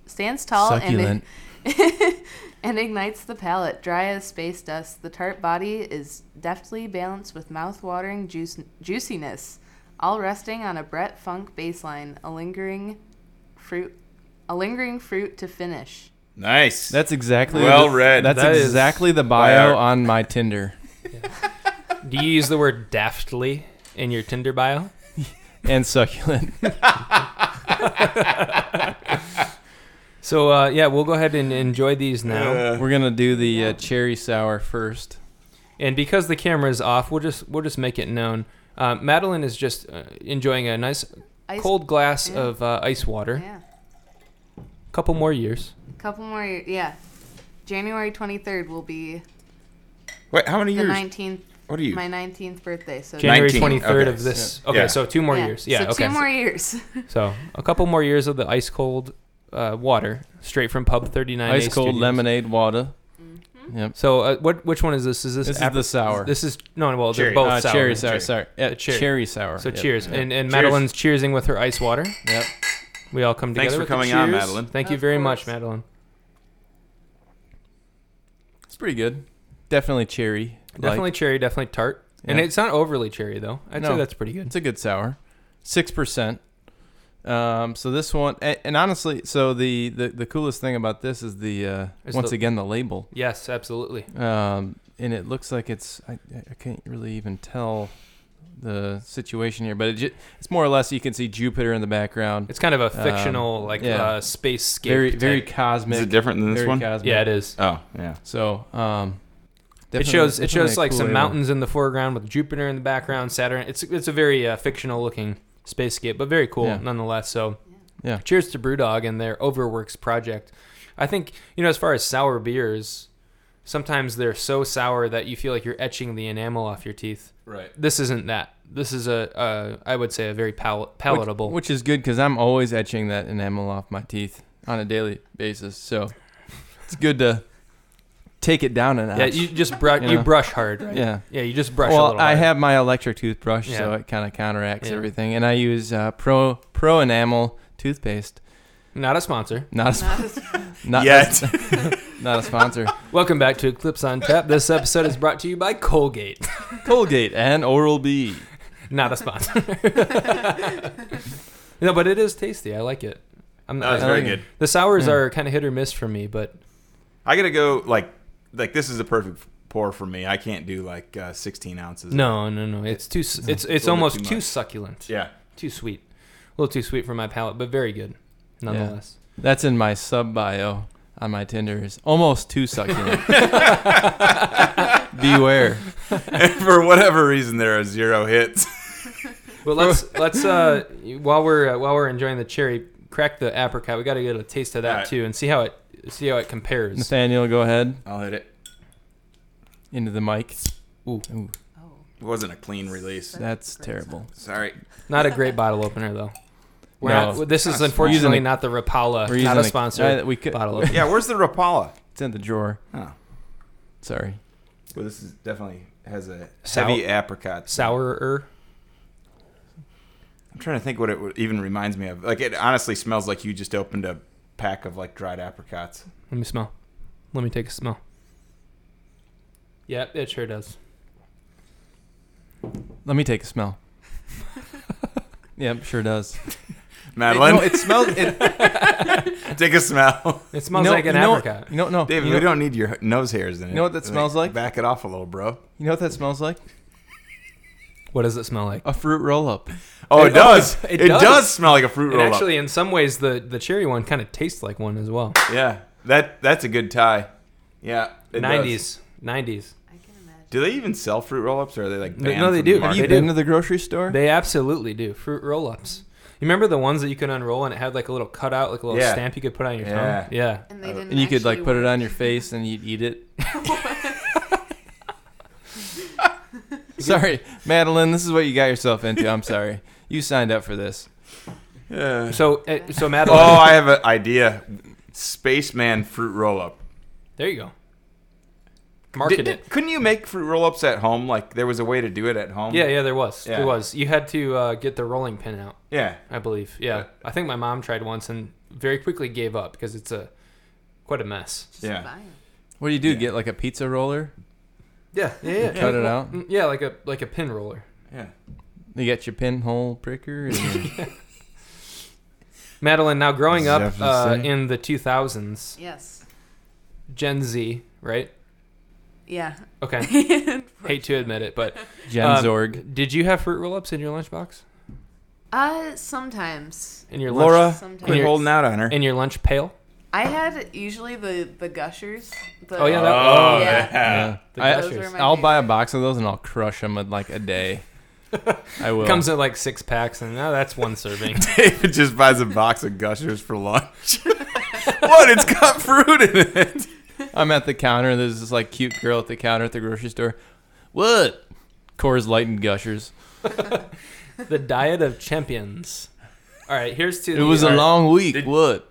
[SPEAKER 4] stands tall and.
[SPEAKER 1] Succulent.
[SPEAKER 4] and ignites the palate, dry as space dust. The tart body is deftly balanced with mouth-watering juice- juiciness, all resting on a Brett Funk baseline, a lingering fruit, a lingering fruit to finish.
[SPEAKER 2] Nice.
[SPEAKER 1] That's exactly
[SPEAKER 2] Well
[SPEAKER 1] the,
[SPEAKER 2] read.
[SPEAKER 1] That's
[SPEAKER 3] That is
[SPEAKER 1] exactly the
[SPEAKER 2] by
[SPEAKER 1] bio
[SPEAKER 2] our-
[SPEAKER 1] on my Tinder
[SPEAKER 3] Do you use the word daftly in your Tinder bio?
[SPEAKER 1] and succulent.
[SPEAKER 3] So uh, yeah, we'll go ahead and enjoy these now.
[SPEAKER 2] Uh,
[SPEAKER 1] We're gonna do the uh, cherry sour first.
[SPEAKER 3] and because the camera is off, we'll just we'll just make it known. Uh, Madeline is just uh, enjoying a nice
[SPEAKER 4] Ice-
[SPEAKER 3] cold glass
[SPEAKER 4] yeah.
[SPEAKER 3] of uh, ice water.
[SPEAKER 4] Yeah,
[SPEAKER 3] Couple more years.
[SPEAKER 4] a couple more. ye- Yeah, January twenty-third will be
[SPEAKER 2] wait, how many
[SPEAKER 4] the
[SPEAKER 2] years?
[SPEAKER 4] nineteenth
[SPEAKER 2] What are you?
[SPEAKER 4] my 19th birthday. So
[SPEAKER 3] January
[SPEAKER 2] 19,
[SPEAKER 3] 23rd
[SPEAKER 2] okay.
[SPEAKER 3] of this.
[SPEAKER 1] Yeah.
[SPEAKER 3] Okay,
[SPEAKER 2] Yeah.
[SPEAKER 3] so two more years. Yeah,
[SPEAKER 4] so
[SPEAKER 3] okay.
[SPEAKER 4] two more years.
[SPEAKER 3] So a couple more years of the ice cold uh, water straight from Pub 39.
[SPEAKER 1] Ice cold lemonade water. Yep.
[SPEAKER 3] So uh, what? Which one is this? Is this?
[SPEAKER 1] This is
[SPEAKER 3] apple-
[SPEAKER 1] the sour.
[SPEAKER 3] This is no. Well,
[SPEAKER 2] Cherry.
[SPEAKER 3] they're both
[SPEAKER 1] Uh,
[SPEAKER 3] sour.
[SPEAKER 1] cherry sour.
[SPEAKER 2] Cherry.
[SPEAKER 1] Sorry. Yeah,
[SPEAKER 3] The cherry.
[SPEAKER 1] cherry. sour.
[SPEAKER 3] So
[SPEAKER 1] Yep.
[SPEAKER 3] cheers, and and
[SPEAKER 2] Cheers.
[SPEAKER 3] Madeline's cheersing with her ice water.
[SPEAKER 1] Yep.
[SPEAKER 3] We all come together.
[SPEAKER 2] Thanks for
[SPEAKER 3] with the
[SPEAKER 2] coming on,
[SPEAKER 3] cheers.
[SPEAKER 2] Madeline.
[SPEAKER 3] Thank you
[SPEAKER 4] Of
[SPEAKER 3] very much,
[SPEAKER 4] course.
[SPEAKER 3] Madeline.
[SPEAKER 1] It's pretty good. Definitely cherry.
[SPEAKER 3] Definitely cherry, definitely tart, and
[SPEAKER 1] Yeah.
[SPEAKER 3] it's not overly cherry though. I'd say
[SPEAKER 1] No.
[SPEAKER 3] that's pretty good.
[SPEAKER 1] It's a good sour, six percent. Um, so this one, and, and honestly, so the, the the coolest thing about this is the uh,
[SPEAKER 3] Is
[SPEAKER 1] once
[SPEAKER 3] the-
[SPEAKER 1] again the label,
[SPEAKER 3] Yes, absolutely.
[SPEAKER 1] um, and it looks like it's I, I can't really even tell the situation here, but it ju- it's more or less you can see Jupiter in the background,
[SPEAKER 3] It's kind of a
[SPEAKER 1] Um,
[SPEAKER 3] fictional like
[SPEAKER 1] yeah.
[SPEAKER 3] uh, space scape.
[SPEAKER 1] very
[SPEAKER 3] type.
[SPEAKER 1] very cosmic.
[SPEAKER 2] Is it different than this
[SPEAKER 1] very
[SPEAKER 2] one?
[SPEAKER 1] Cosmic.
[SPEAKER 3] yeah, it is.
[SPEAKER 2] Oh, yeah.
[SPEAKER 1] So um,
[SPEAKER 3] It
[SPEAKER 1] definitely-
[SPEAKER 3] shows it
[SPEAKER 1] definitely
[SPEAKER 3] shows
[SPEAKER 1] a
[SPEAKER 3] like
[SPEAKER 1] cool
[SPEAKER 3] some
[SPEAKER 1] label.
[SPEAKER 3] mountains in the foreground with Jupiter in the background, Saturn. It's it's a very uh, fictional looking spacescape, but very cool
[SPEAKER 1] Yeah.
[SPEAKER 3] nonetheless. So,
[SPEAKER 1] Yeah.
[SPEAKER 3] cheers to BrewDog and their Overworks project. I think you know as far as sour beers, sometimes they're so sour that you feel like you're etching the enamel off your teeth.
[SPEAKER 2] Right.
[SPEAKER 3] This isn't that. This is a uh, I would say a very pal-
[SPEAKER 1] Which-
[SPEAKER 3] palatable.
[SPEAKER 1] which, is good because I'm always etching that enamel off my teeth on a daily basis. So it's good to take it down a notch.
[SPEAKER 3] yeah, you just brush
[SPEAKER 1] You
[SPEAKER 3] you
[SPEAKER 1] know.
[SPEAKER 3] brush hard, right?
[SPEAKER 1] yeah.
[SPEAKER 3] Yeah, you just brush. a
[SPEAKER 1] well,
[SPEAKER 3] little
[SPEAKER 1] I
[SPEAKER 3] harder.
[SPEAKER 1] have my electric toothbrush, so
[SPEAKER 3] Yeah.
[SPEAKER 1] it kind of counteracts
[SPEAKER 3] Yeah.
[SPEAKER 1] everything. And I use uh, pro pro enamel toothpaste.
[SPEAKER 3] not a sponsor.
[SPEAKER 1] Not a sp-
[SPEAKER 4] Not as-
[SPEAKER 1] not
[SPEAKER 2] Yet.
[SPEAKER 1] not a sponsor.
[SPEAKER 3] Welcome back to Eclipse on Tap. This episode is brought to you by Colgate.
[SPEAKER 1] Colgate and Oral B.
[SPEAKER 3] Not a sponsor. no, but it is tasty. I like it. I'm
[SPEAKER 2] That was
[SPEAKER 1] I
[SPEAKER 2] Oh, very
[SPEAKER 1] like it.
[SPEAKER 2] good.
[SPEAKER 3] The sours
[SPEAKER 1] Yeah.
[SPEAKER 3] are kind of hit or miss for me, but
[SPEAKER 2] I gotta go like like this is the perfect pour for me. I can't do like uh, 16 ounces.
[SPEAKER 3] no, no, no. It's too. s it's it's
[SPEAKER 2] a little
[SPEAKER 3] almost
[SPEAKER 2] too
[SPEAKER 3] too
[SPEAKER 2] much.
[SPEAKER 3] succulent,
[SPEAKER 2] Yeah.
[SPEAKER 3] too sweet, a little too sweet for my palate, but very good, nonetheless.
[SPEAKER 1] That's in my sub bio on my Tinder. Is almost too succulent. Beware.
[SPEAKER 2] for whatever reason, there are zero hits.
[SPEAKER 3] But let's let's uh while we're uh, while we're enjoying the cherry, crack the apricot. We got to get a taste of that
[SPEAKER 2] Alright.
[SPEAKER 3] too, and see how it see how it compares.
[SPEAKER 1] Nathaniel, go ahead
[SPEAKER 2] I'll hit it.
[SPEAKER 1] into the mic.
[SPEAKER 3] Ooh.
[SPEAKER 1] Ooh.
[SPEAKER 4] oh,
[SPEAKER 2] It wasn't a clean release.
[SPEAKER 1] That's
[SPEAKER 4] Great sound.
[SPEAKER 1] terrible.
[SPEAKER 2] Sorry.
[SPEAKER 3] Not a great bottle opener though. We're
[SPEAKER 1] No.
[SPEAKER 3] not, this
[SPEAKER 2] We're
[SPEAKER 3] is
[SPEAKER 2] using
[SPEAKER 3] unfortunately
[SPEAKER 1] a-
[SPEAKER 3] not the Rapala,
[SPEAKER 1] We're using
[SPEAKER 3] not a sponsor.
[SPEAKER 1] uh, we could,
[SPEAKER 3] bottle opener.
[SPEAKER 2] Yeah, where's the Rapala?
[SPEAKER 1] It's in the drawer.
[SPEAKER 2] Oh.
[SPEAKER 1] Sorry.
[SPEAKER 2] Well, this is definitely has a
[SPEAKER 3] Sour-
[SPEAKER 2] heavy apricot.
[SPEAKER 3] Sourer.
[SPEAKER 2] I'm trying to think what it would- even reminds me of. Like it honestly smells like you just opened a pack of like dried apricots.
[SPEAKER 3] Let me smell. Let me take a smell. Yep, it sure does.
[SPEAKER 1] Let me take a smell. yep, sure does.
[SPEAKER 2] Madeline,
[SPEAKER 1] No, it smells. It
[SPEAKER 2] take a smell.
[SPEAKER 3] It smells
[SPEAKER 1] you know-
[SPEAKER 3] like an
[SPEAKER 1] you know,
[SPEAKER 3] apricot.
[SPEAKER 1] You know, no,
[SPEAKER 2] David,
[SPEAKER 1] you know,
[SPEAKER 2] we don't need your nose hairs in it.
[SPEAKER 1] You know what that
[SPEAKER 2] Like,
[SPEAKER 1] smells like?
[SPEAKER 2] Back it off a little, bro.
[SPEAKER 1] You know what that smells like?
[SPEAKER 3] What does it smell like?
[SPEAKER 1] A fruit roll up.
[SPEAKER 2] Oh, it,
[SPEAKER 3] It-
[SPEAKER 2] does.
[SPEAKER 3] oh,
[SPEAKER 2] It,
[SPEAKER 3] it- it
[SPEAKER 2] does.
[SPEAKER 3] does.
[SPEAKER 2] smell like a fruit
[SPEAKER 3] And
[SPEAKER 2] roll up.
[SPEAKER 3] actually, in some ways, the, the cherry one kind of tastes like one as well.
[SPEAKER 2] Yeah, that that's a good tie. Yeah, it does.
[SPEAKER 3] 90s. 90s.
[SPEAKER 4] I can imagine.
[SPEAKER 2] Do they even sell fruit roll ups, or are they like
[SPEAKER 3] No,
[SPEAKER 2] banned
[SPEAKER 3] no, they
[SPEAKER 2] from
[SPEAKER 3] do.
[SPEAKER 2] the
[SPEAKER 3] Have
[SPEAKER 1] Have
[SPEAKER 2] market?
[SPEAKER 1] you
[SPEAKER 3] They
[SPEAKER 1] been
[SPEAKER 3] do.
[SPEAKER 1] to the grocery store?
[SPEAKER 3] They absolutely do. Fruit roll ups. You remember the ones that you could unroll and it had like a little cutout, like a little
[SPEAKER 2] Yeah.
[SPEAKER 3] stamp you could put on your
[SPEAKER 2] Yeah.
[SPEAKER 3] tongue? Yeah.
[SPEAKER 4] And they
[SPEAKER 2] Oh.
[SPEAKER 4] didn't.
[SPEAKER 1] Uh, and you could like
[SPEAKER 4] actually
[SPEAKER 1] put it
[SPEAKER 4] work.
[SPEAKER 1] on your face and you'd eat it. sorry, Madeline. This is what you got yourself into. I'm sorry. You signed up for this.
[SPEAKER 2] Yeah.
[SPEAKER 3] So, uh, so Madeline.
[SPEAKER 2] Oh, I have an idea. Spaceman fruit roll up.
[SPEAKER 3] There you go. Market it.
[SPEAKER 2] Couldn't you make fruit roll ups at home? Like there was a way to do it at home.
[SPEAKER 3] Yeah, yeah, there was.
[SPEAKER 2] Yeah.
[SPEAKER 3] There was. You had to uh, get the rolling pin out,
[SPEAKER 2] yeah.
[SPEAKER 3] I believe. Yeah. I think my mom tried once and very quickly gave up because it's a quite a mess.
[SPEAKER 4] Just
[SPEAKER 2] Yeah.
[SPEAKER 4] buy 'em.
[SPEAKER 1] What do you do?
[SPEAKER 2] Yeah.
[SPEAKER 1] Get like a pizza roller?
[SPEAKER 3] Yeah, yeah, yeah.
[SPEAKER 1] Cut it out?
[SPEAKER 3] Mm, Yeah, like a like a pin roller.
[SPEAKER 2] Yeah.
[SPEAKER 1] You get your pinhole pricker? And
[SPEAKER 3] Um, Madeline, now growing up
[SPEAKER 2] Jefferson.
[SPEAKER 3] uh, in the 2000s,
[SPEAKER 4] Yes.
[SPEAKER 3] Gen Z, right?
[SPEAKER 4] Yeah.
[SPEAKER 3] Okay. Hate to admit it, but
[SPEAKER 1] Gen
[SPEAKER 3] um,
[SPEAKER 1] Zorg.
[SPEAKER 3] Did you have fruit roll-ups in your lunchbox?
[SPEAKER 4] Uh, sometimes.
[SPEAKER 3] In your
[SPEAKER 2] Laura,
[SPEAKER 3] lunch,
[SPEAKER 4] Sometimes.
[SPEAKER 2] quit holding out on her.
[SPEAKER 3] in your lunch pail?
[SPEAKER 4] I had usually the the gushers. The,
[SPEAKER 3] Oh, yeah, that-
[SPEAKER 2] Oh,
[SPEAKER 4] yeah.
[SPEAKER 1] Yeah.
[SPEAKER 3] The
[SPEAKER 1] I,
[SPEAKER 4] Those were my
[SPEAKER 1] I'll buy a box of those and I'll crush them in like a day. I will.
[SPEAKER 3] Comes in like six packs, and now that's one serving.
[SPEAKER 2] David just buys a box of gushers for lunch. what? It's got fruit in it.
[SPEAKER 1] I'm at the counter. There's this like cute girl at the counter at the grocery store. What? Coors Light and Gushers.
[SPEAKER 3] the Diet of Champions. All right, here's to
[SPEAKER 1] It
[SPEAKER 3] the-
[SPEAKER 1] was a
[SPEAKER 3] all right.
[SPEAKER 1] long week.
[SPEAKER 2] Did-
[SPEAKER 1] what?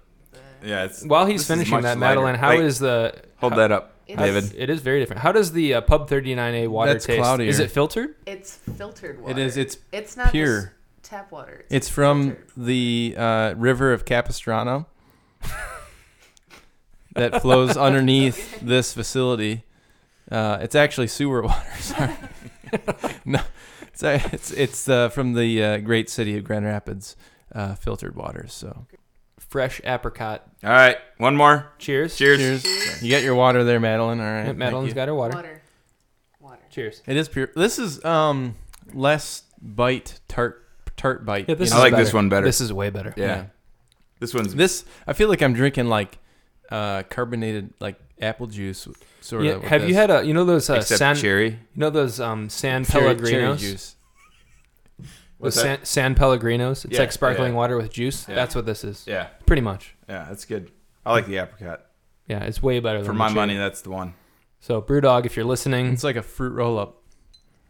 [SPEAKER 2] Yeah, it's
[SPEAKER 3] While
[SPEAKER 2] This
[SPEAKER 3] he's
[SPEAKER 2] is
[SPEAKER 3] finishing
[SPEAKER 2] much
[SPEAKER 3] that,
[SPEAKER 2] lighter.
[SPEAKER 3] Madeline, how is
[SPEAKER 2] Wait,
[SPEAKER 3] the
[SPEAKER 2] hold
[SPEAKER 3] how-
[SPEAKER 2] that up,
[SPEAKER 4] It's-
[SPEAKER 2] David.
[SPEAKER 3] It is very different. How does the uh, Pub 39A water
[SPEAKER 1] That's
[SPEAKER 3] taste?
[SPEAKER 1] cloudier.
[SPEAKER 3] Is it filtered?
[SPEAKER 4] It's filtered water.
[SPEAKER 1] It is. It's
[SPEAKER 4] It's not
[SPEAKER 1] pure.
[SPEAKER 4] just tap water.
[SPEAKER 1] It's from
[SPEAKER 4] filtered.
[SPEAKER 1] the uh, river of Capistrano that flows underneath this facility. Uh, it's actually sewer water. Sorry. no, it's it's, it's uh, from the uh, great city of Grand Rapids, uh, filtered waters. So
[SPEAKER 3] Fresh apricot.
[SPEAKER 2] All right, one more.
[SPEAKER 3] Cheers.
[SPEAKER 2] Cheers.
[SPEAKER 1] you got your water there, Madeline. All right,
[SPEAKER 3] Yeah,
[SPEAKER 1] thank
[SPEAKER 3] Madeline's
[SPEAKER 1] you.
[SPEAKER 3] got her water.
[SPEAKER 4] water. Water.
[SPEAKER 3] Cheers.
[SPEAKER 1] It is pure. This is um less bite tart tart bite.
[SPEAKER 3] Yeah, this
[SPEAKER 2] I
[SPEAKER 3] is
[SPEAKER 2] like
[SPEAKER 3] better.
[SPEAKER 2] this one better.
[SPEAKER 3] This is way better.
[SPEAKER 2] yeah. this one's
[SPEAKER 1] This I feel like I'm drinking like uh, carbonated like apple juice sort
[SPEAKER 3] Yeah,
[SPEAKER 1] of. with
[SPEAKER 3] Have you
[SPEAKER 1] this.
[SPEAKER 3] had a you know those uh,
[SPEAKER 2] except
[SPEAKER 3] San
[SPEAKER 2] cherry.
[SPEAKER 3] you know those um San
[SPEAKER 1] Cherry-
[SPEAKER 3] Pellegrinos?
[SPEAKER 1] cherry juice?
[SPEAKER 3] Those
[SPEAKER 2] What's
[SPEAKER 3] San, San Pellegrinos. It's
[SPEAKER 2] Yeah,
[SPEAKER 3] like sparkling
[SPEAKER 2] yeah.
[SPEAKER 3] water with juice.
[SPEAKER 2] Yeah.
[SPEAKER 3] That's what this is.
[SPEAKER 2] Yeah,
[SPEAKER 3] Pretty much.
[SPEAKER 2] yeah, that's good. I like the apricot.
[SPEAKER 3] Yeah, it's way better than
[SPEAKER 2] For
[SPEAKER 3] the
[SPEAKER 2] my
[SPEAKER 3] cherry.
[SPEAKER 2] money, that's the one.
[SPEAKER 3] So BrewDog, if you're listening,
[SPEAKER 1] It's like a fruit roll up.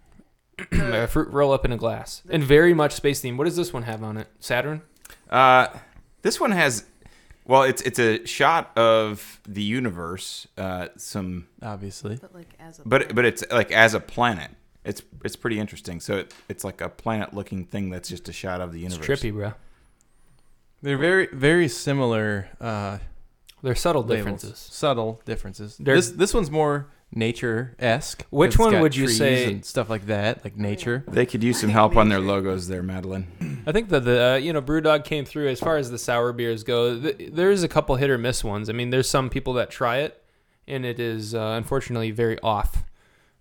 [SPEAKER 3] a fruit roll up in a glass, and very much space theme. What does this one have on it? Saturn.
[SPEAKER 2] Uh, this one has, well, it's it's a shot of the universe. Uh, some,
[SPEAKER 1] Obviously,
[SPEAKER 4] But like as a
[SPEAKER 2] but but it's like as a planet. It's it's pretty interesting. So it, it's like a planet looking thing that's just a shot of the
[SPEAKER 3] It's
[SPEAKER 2] universe.
[SPEAKER 3] trippy, bro.
[SPEAKER 1] they're very very similar uh,
[SPEAKER 3] They're subtle
[SPEAKER 1] labels.
[SPEAKER 3] differences.
[SPEAKER 1] subtle differences.
[SPEAKER 3] They're-
[SPEAKER 1] this this one's more nature esque.
[SPEAKER 3] Which one would you say-
[SPEAKER 1] and stuff like that, like nature?
[SPEAKER 2] They could use some help on their logos there, Madeline.
[SPEAKER 3] I think that the uh, you know BrewDog came through as far as the sour beers go. Th- there's a couple hit or miss ones. I mean, there's some people that try it, and it is uh, unfortunately very off.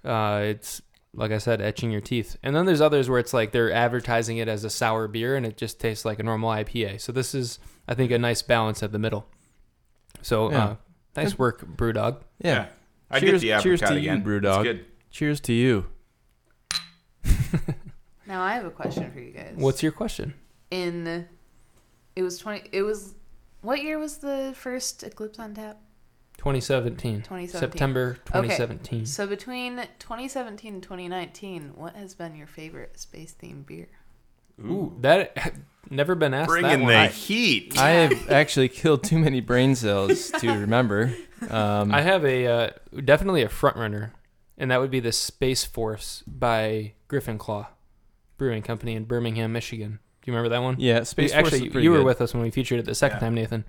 [SPEAKER 3] Uh, it's like I said, etching your teeth. And then there's others where it's like they're advertising it as a sour beer, and it just tastes like a normal IPA. So this is, I think, a nice balance at the middle. So uh,
[SPEAKER 1] Yeah.
[SPEAKER 3] nice work, BrewDog.
[SPEAKER 1] Yeah.
[SPEAKER 2] I get
[SPEAKER 1] Cheers-
[SPEAKER 2] the apricot
[SPEAKER 1] cheers to you,
[SPEAKER 2] again. It's
[SPEAKER 1] Brewdog.
[SPEAKER 2] good.
[SPEAKER 1] Cheers to you.
[SPEAKER 4] now I have a question for you guys.
[SPEAKER 3] What's your question?
[SPEAKER 4] in? It was twenty. It was what year was the first Eclipse on Tap?
[SPEAKER 3] 2017.
[SPEAKER 4] 2017.
[SPEAKER 3] September
[SPEAKER 1] Hmm?
[SPEAKER 3] 2017.
[SPEAKER 4] So between 2017 and 2019, what has been your favorite space themed beer?
[SPEAKER 3] Ooh, that never been asked.
[SPEAKER 2] Bring
[SPEAKER 3] that
[SPEAKER 2] in
[SPEAKER 3] one.
[SPEAKER 2] the heat.
[SPEAKER 1] I have actually killed too many brain cells to remember. Um,
[SPEAKER 3] I have a uh, definitely a front runner, and that would be the Space Force by Griffin Claw Brewing Company in Birmingham, Michigan. Do you remember that one?
[SPEAKER 1] yeah, space
[SPEAKER 3] You- actually,
[SPEAKER 1] Force is pretty
[SPEAKER 3] you were
[SPEAKER 1] good.
[SPEAKER 3] with us when we featured it the second
[SPEAKER 2] Yeah.
[SPEAKER 3] time, Nathan.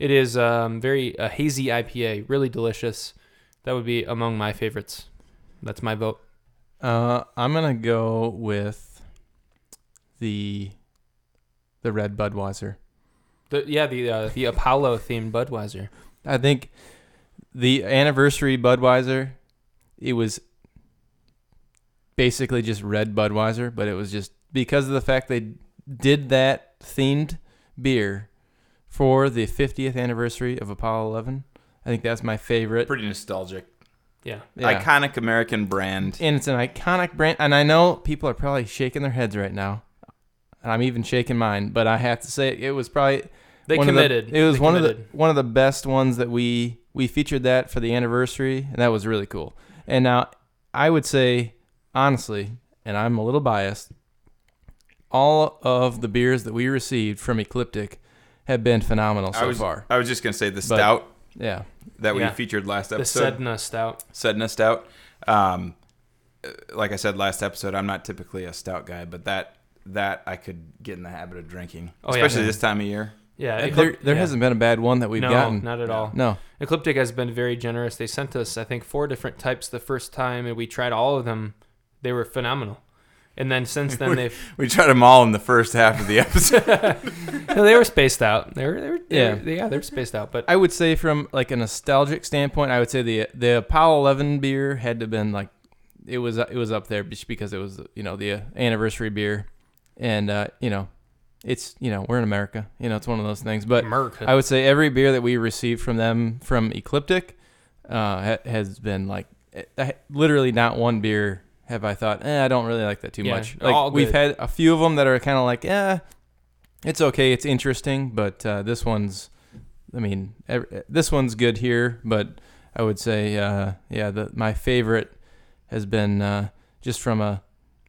[SPEAKER 3] It is um, very a hazy IPA, really delicious. That would be among my favorites. That's my vote.
[SPEAKER 1] Uh, I'm gonna go with the the red Budweiser.
[SPEAKER 3] The, yeah, the uh, the Apollo themed Budweiser.
[SPEAKER 1] I think the anniversary Budweiser, it was basically just red Budweiser, but it was just because of the fact they did that themed beer for the 50th anniversary of Apollo 11. I think that's my favorite.
[SPEAKER 2] Pretty nostalgic.
[SPEAKER 3] Yeah,
[SPEAKER 1] Yeah.
[SPEAKER 2] Iconic American brand.
[SPEAKER 1] and it's an iconic brand. And I know people are probably shaking their heads right now, and I'm even shaking mine. But I have to say, it was probably
[SPEAKER 3] they
[SPEAKER 1] one of the-
[SPEAKER 3] committed.
[SPEAKER 1] it was
[SPEAKER 3] They
[SPEAKER 1] one of
[SPEAKER 3] committed.
[SPEAKER 1] the one of the best ones that we we featured that for the anniversary, and that was really cool. And now I would say honestly, and I'm a little biased, all of the beers that we received from Ecliptic have been phenomenal
[SPEAKER 2] I
[SPEAKER 1] so
[SPEAKER 2] was
[SPEAKER 1] far.
[SPEAKER 2] I was just gonna say the stout
[SPEAKER 1] Yeah,
[SPEAKER 2] that we
[SPEAKER 3] Yeah.
[SPEAKER 2] featured last
[SPEAKER 3] the
[SPEAKER 2] episode.
[SPEAKER 3] Sedna Stout.
[SPEAKER 2] Sedna stout. Um, uh, like I said last episode, I'm not typically a stout guy, but that that I could get in the habit of drinking,
[SPEAKER 3] Oh, yeah.
[SPEAKER 2] especially this time of year.
[SPEAKER 3] Yeah,
[SPEAKER 1] there there
[SPEAKER 3] Uh, yeah.
[SPEAKER 1] hasn't been a bad one that we've
[SPEAKER 3] no,
[SPEAKER 1] gotten.
[SPEAKER 3] not at all.
[SPEAKER 1] No,
[SPEAKER 3] Ecliptic has been very generous. They sent us, I think, four different types the first time, and we tried all of them. They were phenomenal. And then since then, they've
[SPEAKER 2] We tried them all in the first half of the episode.
[SPEAKER 3] no, they were spaced out. They were, they were they
[SPEAKER 1] Yeah.
[SPEAKER 3] were- yeah, they were spaced out. But
[SPEAKER 1] I would say from like a nostalgic standpoint, I would say the the Apollo 11 beer had to been like it was it was up there just because it was you know the uh, anniversary beer, and uh, you know it's you know we're in America, you know it's one of those things. But
[SPEAKER 3] America.
[SPEAKER 1] I would say every beer that we received from them from Ecliptic uh, ha- has been like eh, I- literally not one beer have I thought eh, I don't really like that too
[SPEAKER 3] Yeah,
[SPEAKER 1] much. Like
[SPEAKER 3] all
[SPEAKER 1] we've
[SPEAKER 3] good.
[SPEAKER 1] had a few of them that are kind of like eh, it's okay, it's interesting, but uh, this one's I mean ev eh, this one's good here, but I would say uh, yeah the, my favorite has been uh, just from a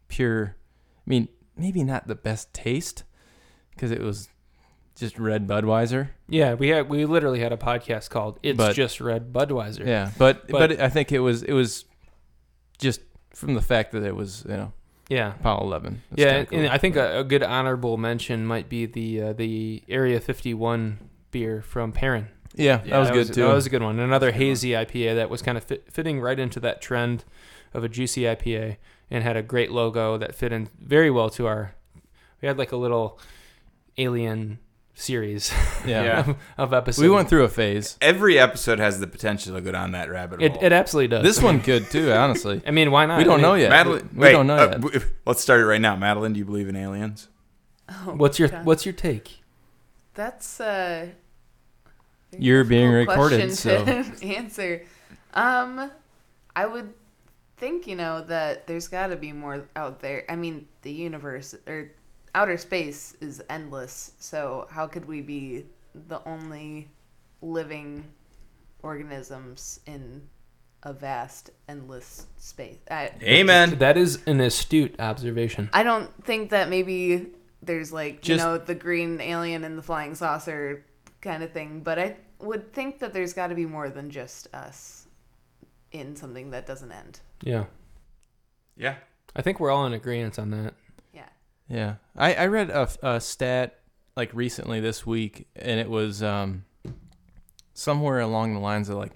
[SPEAKER 1] pure. I mean, maybe not the best taste because it was just red Budweiser.
[SPEAKER 3] Yeah, we had we literally had a podcast called "It's
[SPEAKER 1] But-
[SPEAKER 3] Just Red Budweiser."
[SPEAKER 1] Yeah, but,
[SPEAKER 3] But-
[SPEAKER 1] but I think it was it was just from the fact that it was you know
[SPEAKER 3] yeah,
[SPEAKER 1] Apollo Eleven. It's
[SPEAKER 3] yeah.
[SPEAKER 1] kinda
[SPEAKER 3] And,
[SPEAKER 1] cool.
[SPEAKER 3] and I think a, a good honorable mention might be the uh, the Area 51 beer from Perrin.
[SPEAKER 1] yeah, that was good too.
[SPEAKER 3] That was a good one. Another
[SPEAKER 2] That's a good
[SPEAKER 3] hazy IPA that was kind of fit, fitting right into that trend of a juicy IPA and had a great logo that fit in very well to our. We had like a little alien series
[SPEAKER 1] yeah.
[SPEAKER 2] Yeah.
[SPEAKER 3] of, of episodes.
[SPEAKER 1] we went through a phase.
[SPEAKER 2] Every episode has the potential to go down that rabbit
[SPEAKER 3] It,
[SPEAKER 2] hole.
[SPEAKER 3] it absolutely does.
[SPEAKER 1] This one could too, honestly.
[SPEAKER 3] I mean, why not?
[SPEAKER 1] We
[SPEAKER 3] I
[SPEAKER 1] don't know
[SPEAKER 3] mean,
[SPEAKER 1] yet.
[SPEAKER 2] Madeline,
[SPEAKER 1] we, we
[SPEAKER 2] wait,
[SPEAKER 1] don't know
[SPEAKER 2] uh,
[SPEAKER 1] yet.
[SPEAKER 2] w- let's start it right now. Madeline, do you believe in aliens?
[SPEAKER 4] Oh,
[SPEAKER 3] What's your
[SPEAKER 4] God.
[SPEAKER 3] What's your take?
[SPEAKER 4] That's uh. very
[SPEAKER 1] You're being
[SPEAKER 4] difficult
[SPEAKER 1] recorded,
[SPEAKER 4] question to answer. Um, I would think you know that there's got to be more out there. I mean, the universe or outer space is endless. So how could we be the only living organisms in a vast, endless space? I,
[SPEAKER 2] Amen.
[SPEAKER 3] That is an astute observation.
[SPEAKER 4] I don't think that maybe there's like you
[SPEAKER 1] Just-
[SPEAKER 4] know the green alien and the flying saucer kind of thing, but I would think that there's got to be more than just us in something that doesn't end.
[SPEAKER 3] Yeah,
[SPEAKER 2] Yeah.
[SPEAKER 3] I think we're all in agreement on that.
[SPEAKER 4] Yeah.
[SPEAKER 1] Yeah, I I read a, f- a stat like recently this week, and it was um somewhere along the lines of like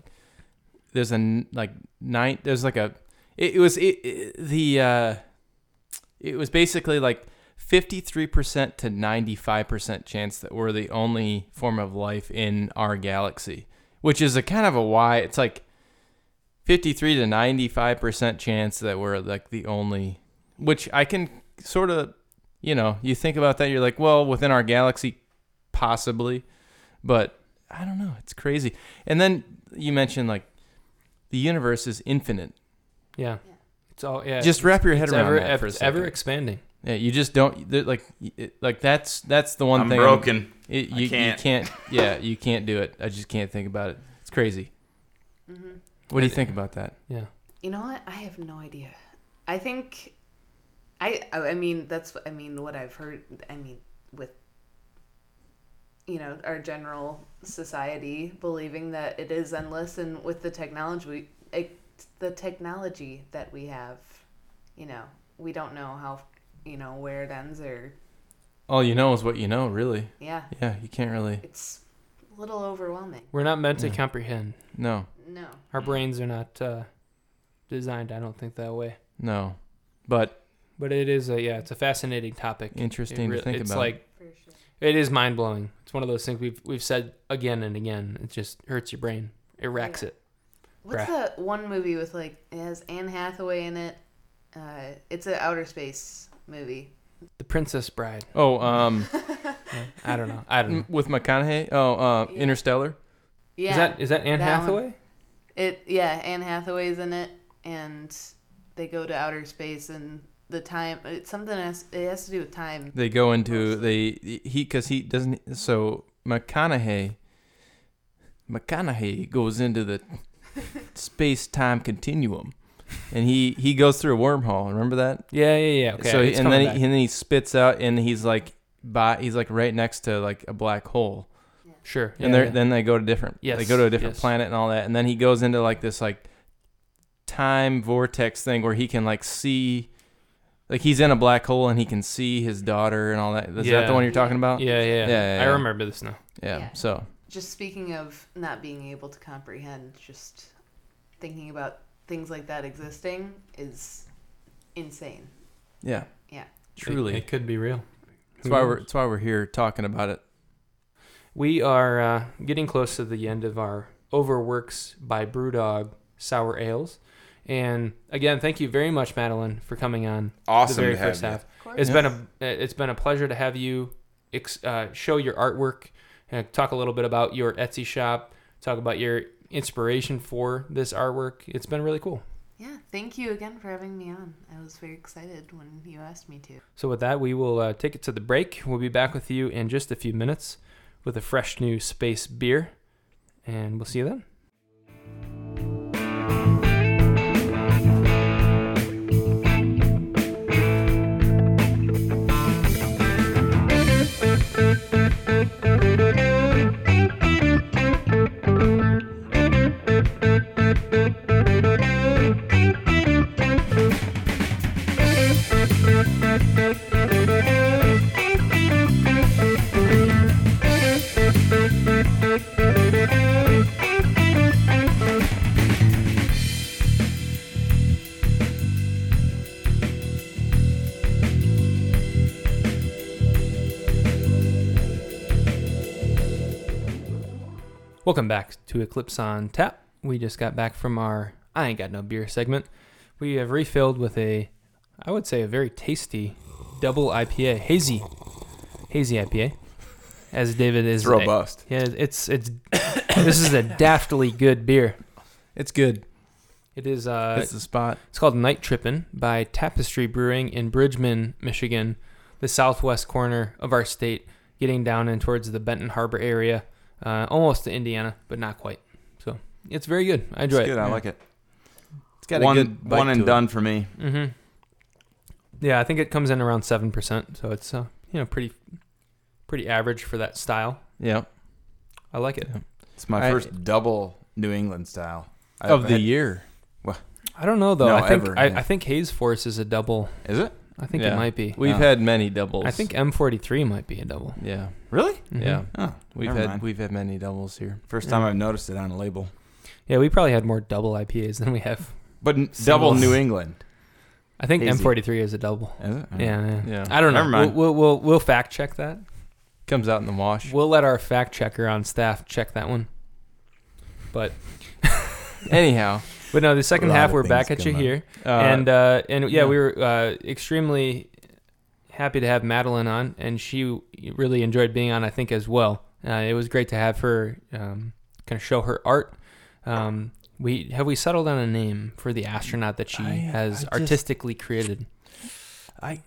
[SPEAKER 1] there's a n- like nine there's like a it, it was it, it the uh it was basically like 53% to 95% chance that we're the only form of life in our galaxy which is a kind of a why it's like 53 to 95% chance that we're like the only which I can sort of, you know, you think about that, you're like, well, within our galaxy, possibly, but I don't know, it's crazy. And then you mentioned like the universe is infinite.
[SPEAKER 3] Yeah,
[SPEAKER 4] Yeah.
[SPEAKER 3] it's all yeah.
[SPEAKER 1] just wrap your head
[SPEAKER 3] it's
[SPEAKER 1] around
[SPEAKER 3] ever
[SPEAKER 1] that for a
[SPEAKER 3] it's ever
[SPEAKER 1] second.
[SPEAKER 3] expanding.
[SPEAKER 1] yeah, you just don't they're like it, like that's that's the one
[SPEAKER 2] I'm
[SPEAKER 1] thing
[SPEAKER 2] broken.
[SPEAKER 1] It,
[SPEAKER 2] I
[SPEAKER 1] you
[SPEAKER 2] can't.
[SPEAKER 1] you can't yeah you can't do it. I just can't think about it. It's crazy.
[SPEAKER 3] Mm-hmm.
[SPEAKER 4] hmm
[SPEAKER 1] What do you think about that?
[SPEAKER 3] Yeah,
[SPEAKER 4] You know what? I have no idea. I think, I I I mean that's I mean what I've heard. I mean with you know our general society believing that it is endless, and with the technology we it, the technology that we have, you know, we don't know how you know where it ends or
[SPEAKER 1] All you know is what you know, really.
[SPEAKER 4] yeah,
[SPEAKER 1] Yeah, you can't really
[SPEAKER 4] it's a little overwhelming.
[SPEAKER 3] we're not meant to
[SPEAKER 1] Yeah.
[SPEAKER 3] comprehend.
[SPEAKER 1] no
[SPEAKER 4] No,
[SPEAKER 3] Our brains are not uh, designed, I don't think, that way.
[SPEAKER 1] no, but
[SPEAKER 3] But it is a yeah, it's a fascinating topic. It
[SPEAKER 1] interesting
[SPEAKER 3] re-
[SPEAKER 1] to think
[SPEAKER 3] it's
[SPEAKER 1] about.
[SPEAKER 3] like
[SPEAKER 4] for sure.
[SPEAKER 3] it is mind blowing. It's one of those things we've we've said again and again. It just hurts your brain. It racks
[SPEAKER 4] Yeah.
[SPEAKER 3] it.
[SPEAKER 4] What's
[SPEAKER 3] Breath.
[SPEAKER 4] that one movie with like it has Anne Hathaway in it? Uh, it's an outer space movie.
[SPEAKER 3] The Princess Bride.
[SPEAKER 1] oh um.
[SPEAKER 3] I don't know. I don't know.
[SPEAKER 1] M- Mm, with McConaughey. Oh, uh,
[SPEAKER 4] Yeah.
[SPEAKER 1] Interstellar.
[SPEAKER 4] Yeah,
[SPEAKER 3] Is that is that Anne
[SPEAKER 4] that one.
[SPEAKER 3] Hathaway?
[SPEAKER 4] it. Yeah, Anne Hathaway's in it, and they go to outer space, and the time it's something has it has to do with time.
[SPEAKER 1] They go into they he because he doesn't. So McConaughey. McConaughey goes into the space time continuum, and he he goes through a wormhole. Remember that?
[SPEAKER 3] Yeah, yeah, yeah. Okay.
[SPEAKER 1] So
[SPEAKER 3] it's
[SPEAKER 1] and
[SPEAKER 3] coming
[SPEAKER 1] then he,
[SPEAKER 3] back.
[SPEAKER 1] and then he spits out, and he's like by he's like right next to like a black hole,
[SPEAKER 3] sure.
[SPEAKER 1] and
[SPEAKER 3] yeah,
[SPEAKER 1] they're,
[SPEAKER 3] yeah.
[SPEAKER 1] then they go to different
[SPEAKER 3] Yes,
[SPEAKER 1] they go to a different
[SPEAKER 3] yes.
[SPEAKER 1] planet and all that, and then he goes into like this like time vortex thing where he can like see like he's in a black hole and he can see his daughter and all that. Is that
[SPEAKER 3] Yeah.
[SPEAKER 1] the one you're talking about?
[SPEAKER 3] yeah, yeah,
[SPEAKER 1] oh. Yeah, yeah,
[SPEAKER 3] I
[SPEAKER 1] yeah.
[SPEAKER 3] remember this now.
[SPEAKER 1] Yeah.
[SPEAKER 4] Yeah.
[SPEAKER 1] So
[SPEAKER 4] Just speaking of not being able to comprehend, just thinking about things like that existing is insane.
[SPEAKER 1] yeah.
[SPEAKER 4] Yeah.
[SPEAKER 1] Truly.
[SPEAKER 3] it, it could be real.
[SPEAKER 1] that's why we're that's why we're here talking about it.
[SPEAKER 3] We are uh, getting close to the end of our Overworks by Brewdog sour ales. And again, thank you very much, Madeline, for coming on the
[SPEAKER 2] Awesome
[SPEAKER 3] very
[SPEAKER 2] to have
[SPEAKER 3] first
[SPEAKER 2] you.
[SPEAKER 3] half.
[SPEAKER 4] Of course.
[SPEAKER 3] It's been a uh, it's been a pleasure to have you ex- uh, show your artwork, uh, talk a little bit about your Etsy shop, talk about your inspiration for this artwork. It's been really cool.
[SPEAKER 4] yeah. Thank you again for having me on. I was very excited when you asked me to.
[SPEAKER 3] So with that, we will uh, take it to the break. We'll be back with you in just a few minutes with a fresh new space beer, and we'll see you then. Welcome back to Eclipse on Tap. We just got back from our I Ain't Got No Beer segment. We have refilled with a, I would say, a very tasty double IPA, hazy, hazy IPA, as David is.
[SPEAKER 2] It's robust.
[SPEAKER 3] Yeah, it's it's. this is a daftly good beer.
[SPEAKER 1] It's good.
[SPEAKER 3] It is. Uh,
[SPEAKER 1] it's the spot.
[SPEAKER 3] it's called Night Trippin' by Tapestry Brewing in Bridgman, Michigan, the southwest corner of our state, getting down in towards the Benton Harbor area, uh, almost to Indiana, but not quite. So it's very good. I enjoy
[SPEAKER 2] It's
[SPEAKER 3] it.
[SPEAKER 2] good. I
[SPEAKER 1] Yeah.
[SPEAKER 2] like it.
[SPEAKER 1] It's got
[SPEAKER 2] one,
[SPEAKER 1] a good bite
[SPEAKER 2] one and
[SPEAKER 1] to it.
[SPEAKER 2] done for me.
[SPEAKER 3] Mm-hmm. Yeah, I think it comes in around seven percent, so it's uh, you know pretty pretty average for that style.
[SPEAKER 1] Yeah.
[SPEAKER 3] I like it.
[SPEAKER 2] It's my
[SPEAKER 1] I-
[SPEAKER 2] first double New England style I've
[SPEAKER 1] of the
[SPEAKER 2] had-
[SPEAKER 1] year.
[SPEAKER 3] I don't know though.
[SPEAKER 2] No,
[SPEAKER 3] I think
[SPEAKER 2] ever,
[SPEAKER 3] I,
[SPEAKER 2] yeah.
[SPEAKER 3] I think Hayes Force is a double.
[SPEAKER 2] Is it
[SPEAKER 3] I think
[SPEAKER 1] Yeah.
[SPEAKER 3] it might be.
[SPEAKER 1] We've
[SPEAKER 2] Oh.
[SPEAKER 1] had many doubles.
[SPEAKER 3] I think M43 might be a double.
[SPEAKER 1] Yeah.
[SPEAKER 2] really?
[SPEAKER 3] Mhm.
[SPEAKER 1] Yeah.
[SPEAKER 2] Oh,
[SPEAKER 1] We've
[SPEAKER 2] never
[SPEAKER 1] had
[SPEAKER 2] mind.
[SPEAKER 1] we've had many doubles here.
[SPEAKER 2] First time I've noticed it on a label.
[SPEAKER 3] Yeah, we probably had more double IPAs than we have.
[SPEAKER 2] But n- double
[SPEAKER 3] Singles.
[SPEAKER 2] New England.
[SPEAKER 3] I think
[SPEAKER 2] Hazy.
[SPEAKER 3] M43 is a double.
[SPEAKER 2] Is it? All right.
[SPEAKER 3] Yeah, yeah.
[SPEAKER 1] Yeah.
[SPEAKER 3] I don't know.
[SPEAKER 2] Never mind.
[SPEAKER 3] We'll, we'll we'll we'll fact check that.
[SPEAKER 1] Comes out in the wash.
[SPEAKER 3] We'll let our fact checker on staff check that one. But
[SPEAKER 1] Anyhow,
[SPEAKER 3] but no, the second
[SPEAKER 2] lot
[SPEAKER 3] half
[SPEAKER 2] of
[SPEAKER 3] we're
[SPEAKER 2] things
[SPEAKER 3] back at you
[SPEAKER 2] come up.
[SPEAKER 3] here,
[SPEAKER 1] uh,
[SPEAKER 3] and uh, and yeah,
[SPEAKER 1] yeah.
[SPEAKER 3] we were uh, extremely happy to have Madeline on, and she really enjoyed being on. I think as well. Uh, it was great to have her um, kind of show her art. Um, we have we settled on a name for the astronaut that she
[SPEAKER 1] I-
[SPEAKER 3] has
[SPEAKER 1] I just-
[SPEAKER 3] artistically created.
[SPEAKER 1] I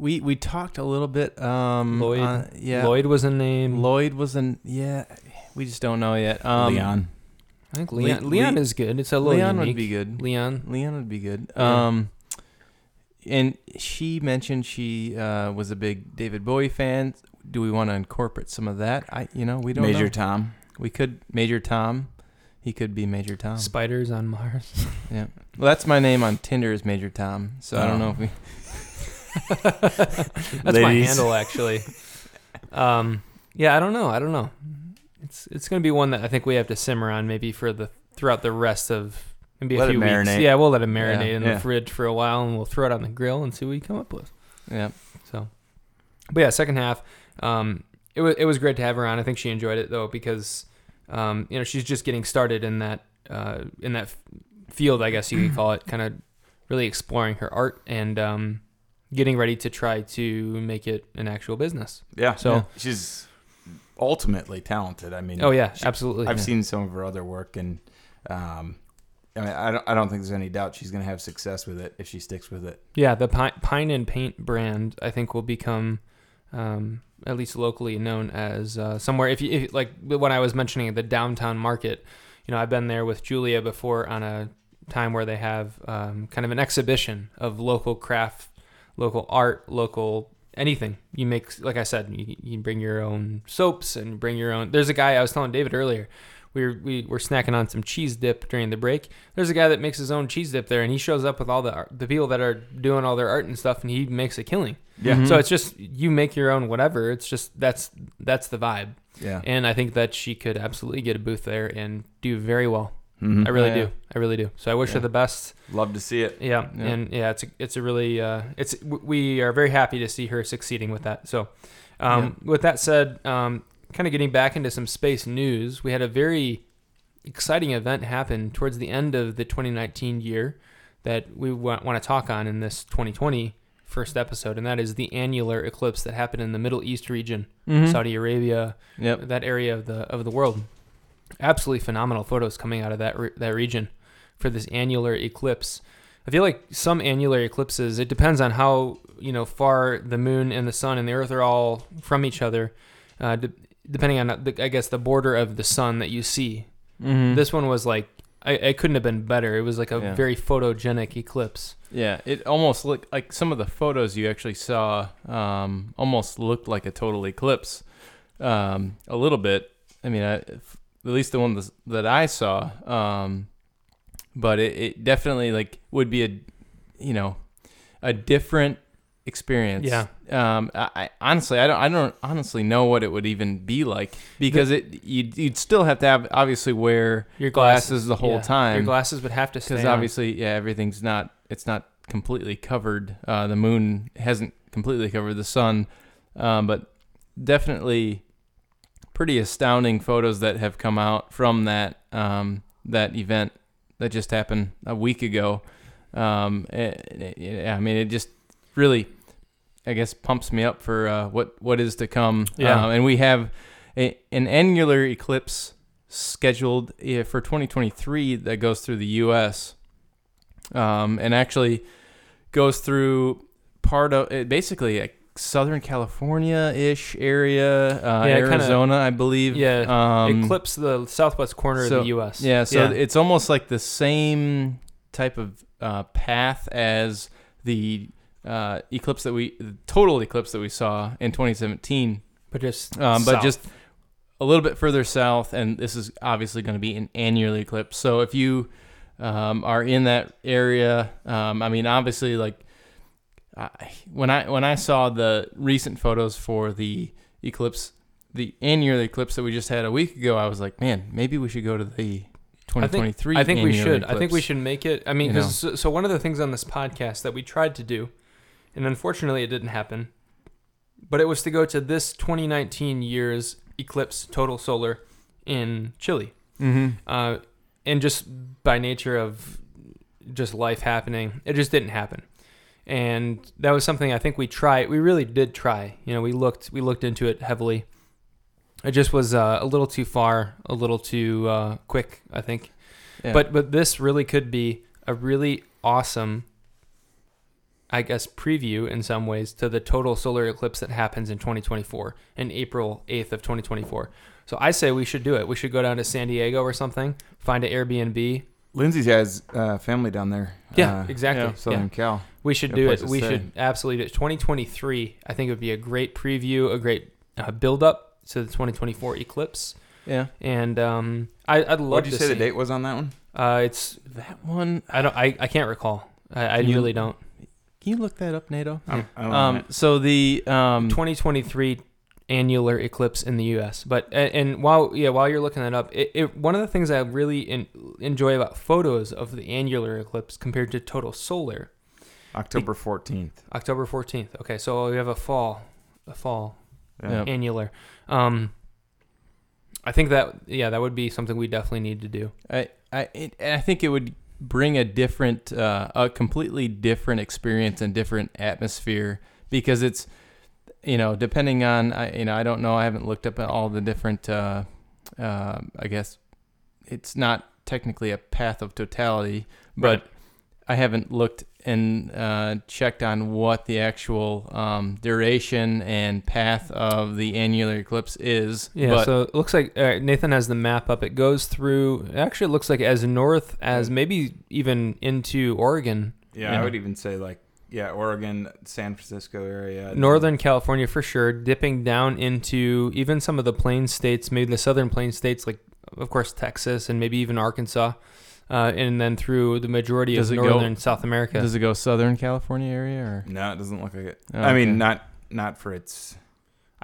[SPEAKER 1] we we talked a little bit. Um,
[SPEAKER 3] Lloyd.
[SPEAKER 1] uh, yeah.
[SPEAKER 3] Lloyd was a name.
[SPEAKER 1] Lloyd was an yeah. We just don't know yet. Um,
[SPEAKER 2] Uh, Leon.
[SPEAKER 3] I think
[SPEAKER 1] Le-
[SPEAKER 3] Leon.
[SPEAKER 1] Le-
[SPEAKER 3] Leon is good. It's a little
[SPEAKER 1] Leon
[SPEAKER 3] unique.
[SPEAKER 1] would be good.
[SPEAKER 3] Leon.
[SPEAKER 1] Leon would be good.
[SPEAKER 3] Yeah.
[SPEAKER 1] Um, and she mentioned she uh, was a big David Bowie fan. Do we want to incorporate some of that? I, you know, we don't
[SPEAKER 2] Major
[SPEAKER 1] know.
[SPEAKER 2] Tom.
[SPEAKER 1] we could Major Tom. He could be Major Tom.
[SPEAKER 3] Spiders on Mars.
[SPEAKER 1] well, that's my name on Tinder is Major Tom. So I don't know
[SPEAKER 2] Oh.
[SPEAKER 1] if we.
[SPEAKER 3] That's my
[SPEAKER 2] Ladies.
[SPEAKER 3] handle actually. Um, yeah, I don't know. I don't know. It's it's gonna be one that I think we have to simmer on maybe for the throughout the rest of maybe a
[SPEAKER 2] Let it
[SPEAKER 3] few weeks.
[SPEAKER 2] marinate.
[SPEAKER 3] Yeah, we'll let it marinate
[SPEAKER 1] Yeah,
[SPEAKER 3] in
[SPEAKER 2] yeah.
[SPEAKER 3] the fridge for a while, and we'll throw it on the grill and see what we come up with.
[SPEAKER 1] Yeah.
[SPEAKER 3] So, but yeah, second half. Um, it was it was great to have her on. I think she enjoyed it though because, um, you know, she's just getting started in that uh, in that f- field, I guess you could call it, kind of really exploring her art and um, getting ready to try to make it an actual business.
[SPEAKER 2] Yeah.
[SPEAKER 3] So,
[SPEAKER 1] Yeah.
[SPEAKER 2] she's ultimately talented. I mean,
[SPEAKER 3] oh yeah, absolutely.
[SPEAKER 2] I've
[SPEAKER 1] yeah.
[SPEAKER 2] seen some of her other work, and um, I mean, I don't, I don't think there's any doubt she's going to have success with it if she sticks with it.
[SPEAKER 3] Yeah, the pine, pine and paint brand I think will become um, at least locally known as uh, somewhere. If you if, like when I was mentioning the downtown market, you know I've been there with Julia before on a time where they have um, kind of an exhibition of local craft, local art, local anything you make. Like I said, you, you bring your own soaps and bring your own. There's a guy I was telling David earlier. We were, we were snacking on some cheese dip during the break, there's a guy that makes his own cheese dip there, and he shows up with all the art, the people that are doing all their art and stuff, and he makes a killing.
[SPEAKER 2] Yeah.
[SPEAKER 1] Mm-hmm.
[SPEAKER 3] So it's just you make your own whatever. It's just that's that's the vibe,
[SPEAKER 2] Yeah.
[SPEAKER 3] and I think that she could absolutely get a booth there and do very well.
[SPEAKER 2] Mhm.
[SPEAKER 3] I really
[SPEAKER 1] Mm-hmm. Oh, Yeah.
[SPEAKER 3] do. I really do. So I wish her
[SPEAKER 1] Yeah.
[SPEAKER 3] the best.
[SPEAKER 2] Love to see it.
[SPEAKER 3] Yeah.
[SPEAKER 1] Yeah.
[SPEAKER 3] and yeah, it's a, it's a really uh, it's w- we are very happy to see her succeeding with that. So, um, with that said, um, kind of getting back into some space news, we had a very exciting event happen towards the end of the 2019 year that we want, want to talk on in this 2020 first episode, and that is the annular eclipse that happened in the Middle East region,
[SPEAKER 1] Mm-hmm.
[SPEAKER 3] Saudi Arabia,
[SPEAKER 1] Yep.
[SPEAKER 3] that area of the of the world. Absolutely phenomenal photos coming out of that re- that region for this annular eclipse. I feel like some annular eclipses. It depends on how you know far the moon and the sun and the earth are all from each other, uh, de- depending on the, I guess the border of the sun that you see.
[SPEAKER 1] Mm-hmm.
[SPEAKER 3] This one was like I, it couldn't have been better. It was like a
[SPEAKER 1] Yeah.
[SPEAKER 3] very photogenic eclipse.
[SPEAKER 1] Yeah, it almost looked like some of the photos you actually saw um, almost looked like a total eclipse, um, a little bit. I mean, I, if- at least the one that's- that I saw. Um, but it, it definitely like would be a, you know, a different experience.
[SPEAKER 3] Yeah.
[SPEAKER 1] Um, I, I honestly, I don't, I don't honestly know what it would even be like because it you'd, you'd still have to have obviously wear
[SPEAKER 3] Your glasses
[SPEAKER 1] glasses the whole
[SPEAKER 3] yeah, Your
[SPEAKER 1] time
[SPEAKER 3] glasses would have to stay.
[SPEAKER 1] because
[SPEAKER 3] on.
[SPEAKER 1] obviously, yeah, everything's not it's not completely covered. Uh, the moon hasn't completely covered the sun, um, but definitely pretty astounding photos that have come out from that um, that event that just happened a week ago. Um, it- it- yeah, I mean, it just really, I guess, pumps me up for uh, what what is to come.
[SPEAKER 3] Yeah.
[SPEAKER 1] Um, and we have a, an annular eclipse scheduled eh, for 2023 that goes through the U.S. Um, and actually goes through part of it basically a Southern California ish area, uh,
[SPEAKER 3] Yeah, it kinda-
[SPEAKER 1] Arizona, I believe.
[SPEAKER 3] Yeah,
[SPEAKER 1] um,
[SPEAKER 3] Eclipse the southwest corner
[SPEAKER 1] so-
[SPEAKER 3] of the U.S.
[SPEAKER 1] Yeah, so it's almost like the same type of uh, path as the uh, eclipse that we, the total eclipse that we saw in 2017,
[SPEAKER 3] but just
[SPEAKER 1] um, but
[SPEAKER 3] south.
[SPEAKER 1] just a little bit further south. And this is obviously going to be an annual eclipse. So if you um, are in that area, um, I mean, obviously, like I, when I when I saw the recent photos for the eclipse, the annual eclipse that we just had a week ago, I was like, man, maybe we should go to the 2023.
[SPEAKER 3] I think we
[SPEAKER 1] annular
[SPEAKER 3] should. I think
[SPEAKER 1] eclipse."
[SPEAKER 3] we should make it. I mean,
[SPEAKER 1] You
[SPEAKER 3] 'cause so- so one of the things on this podcast that we tried to do, and unfortunately it didn't happen, but it was to go to this 2019 year's eclipse total solar in Chile, uh, and just by nature of just life happening, it just didn't happen. And that was something I think we tried. We really did try. You know, we looked we looked into it heavily. It just was uh, a little too far, a little too uh, quick, I think.
[SPEAKER 1] Yeah.
[SPEAKER 3] But but this really could be a really awesome, I guess, preview in some ways to the total solar eclipse that happens in 2024, in April 8th of 2024. So I say we should do it. We should go down to San Diego or something, find an Airbnb.
[SPEAKER 2] Lindsay's has uh, family down there.
[SPEAKER 3] Yeah,
[SPEAKER 2] uh,
[SPEAKER 3] exactly.
[SPEAKER 1] yeah,
[SPEAKER 3] yeah.
[SPEAKER 2] Southern Cal.
[SPEAKER 3] We should
[SPEAKER 2] Good
[SPEAKER 3] do
[SPEAKER 2] place
[SPEAKER 3] it.
[SPEAKER 2] to
[SPEAKER 3] We
[SPEAKER 2] stay.
[SPEAKER 3] should absolutely do it. 2023, I think it would be a great preview, a great uh, build up to the 2024 eclipse.
[SPEAKER 1] Yeah,
[SPEAKER 3] And um, I, I'd love
[SPEAKER 2] What did
[SPEAKER 3] to
[SPEAKER 2] you say the
[SPEAKER 3] see-
[SPEAKER 2] date was on that one?
[SPEAKER 3] Uh, it's
[SPEAKER 1] that one.
[SPEAKER 3] I don't I, I can't recall. I, I
[SPEAKER 1] Can you-
[SPEAKER 3] really don't.
[SPEAKER 1] Can you look that up, NATO?
[SPEAKER 3] Yeah.
[SPEAKER 2] I don't know.
[SPEAKER 1] Um, so the um,
[SPEAKER 3] 2023 annular eclipse in the U.S. But and, and while yeah while you're looking that up, it, it one of the things I really in, enjoy about photos of the annular eclipse compared to total solar
[SPEAKER 2] October 14th.
[SPEAKER 3] October 14th. Okay, so we have a fall, a fall
[SPEAKER 1] Yeah.
[SPEAKER 3] annular. Um, I think that yeah that would be something we definitely need to do.
[SPEAKER 1] I I it, and I think it would bring a different, uh, a completely different experience and different atmosphere because it's, you know, depending on I you know I don't know I haven't looked up at all the different, uh, uh, I guess, it's not technically a path of totality, but
[SPEAKER 3] Right.
[SPEAKER 1] I haven't looked and uh, checked on what the actual um, duration and path of the annular eclipse is.
[SPEAKER 3] Yeah,
[SPEAKER 1] but
[SPEAKER 3] so it looks like uh, Nathan has the map up. It goes through. Actually, it looks like as north as maybe even into Oregon,
[SPEAKER 2] Yeah,
[SPEAKER 1] Yeah.
[SPEAKER 2] I would even say like yeah, Oregon, San Francisco area,
[SPEAKER 3] northern California for sure, dipping down into even some of the plain states, maybe the southern plain states, like of course Texas and maybe even Arkansas, uh, and then through the majority
[SPEAKER 1] Does it
[SPEAKER 3] of
[SPEAKER 1] go-
[SPEAKER 3] northern South America.
[SPEAKER 1] does it go Southern California area or?
[SPEAKER 2] No, it doesn't look like it.
[SPEAKER 1] Oh,
[SPEAKER 2] I mean,
[SPEAKER 1] okay.
[SPEAKER 2] not not for its.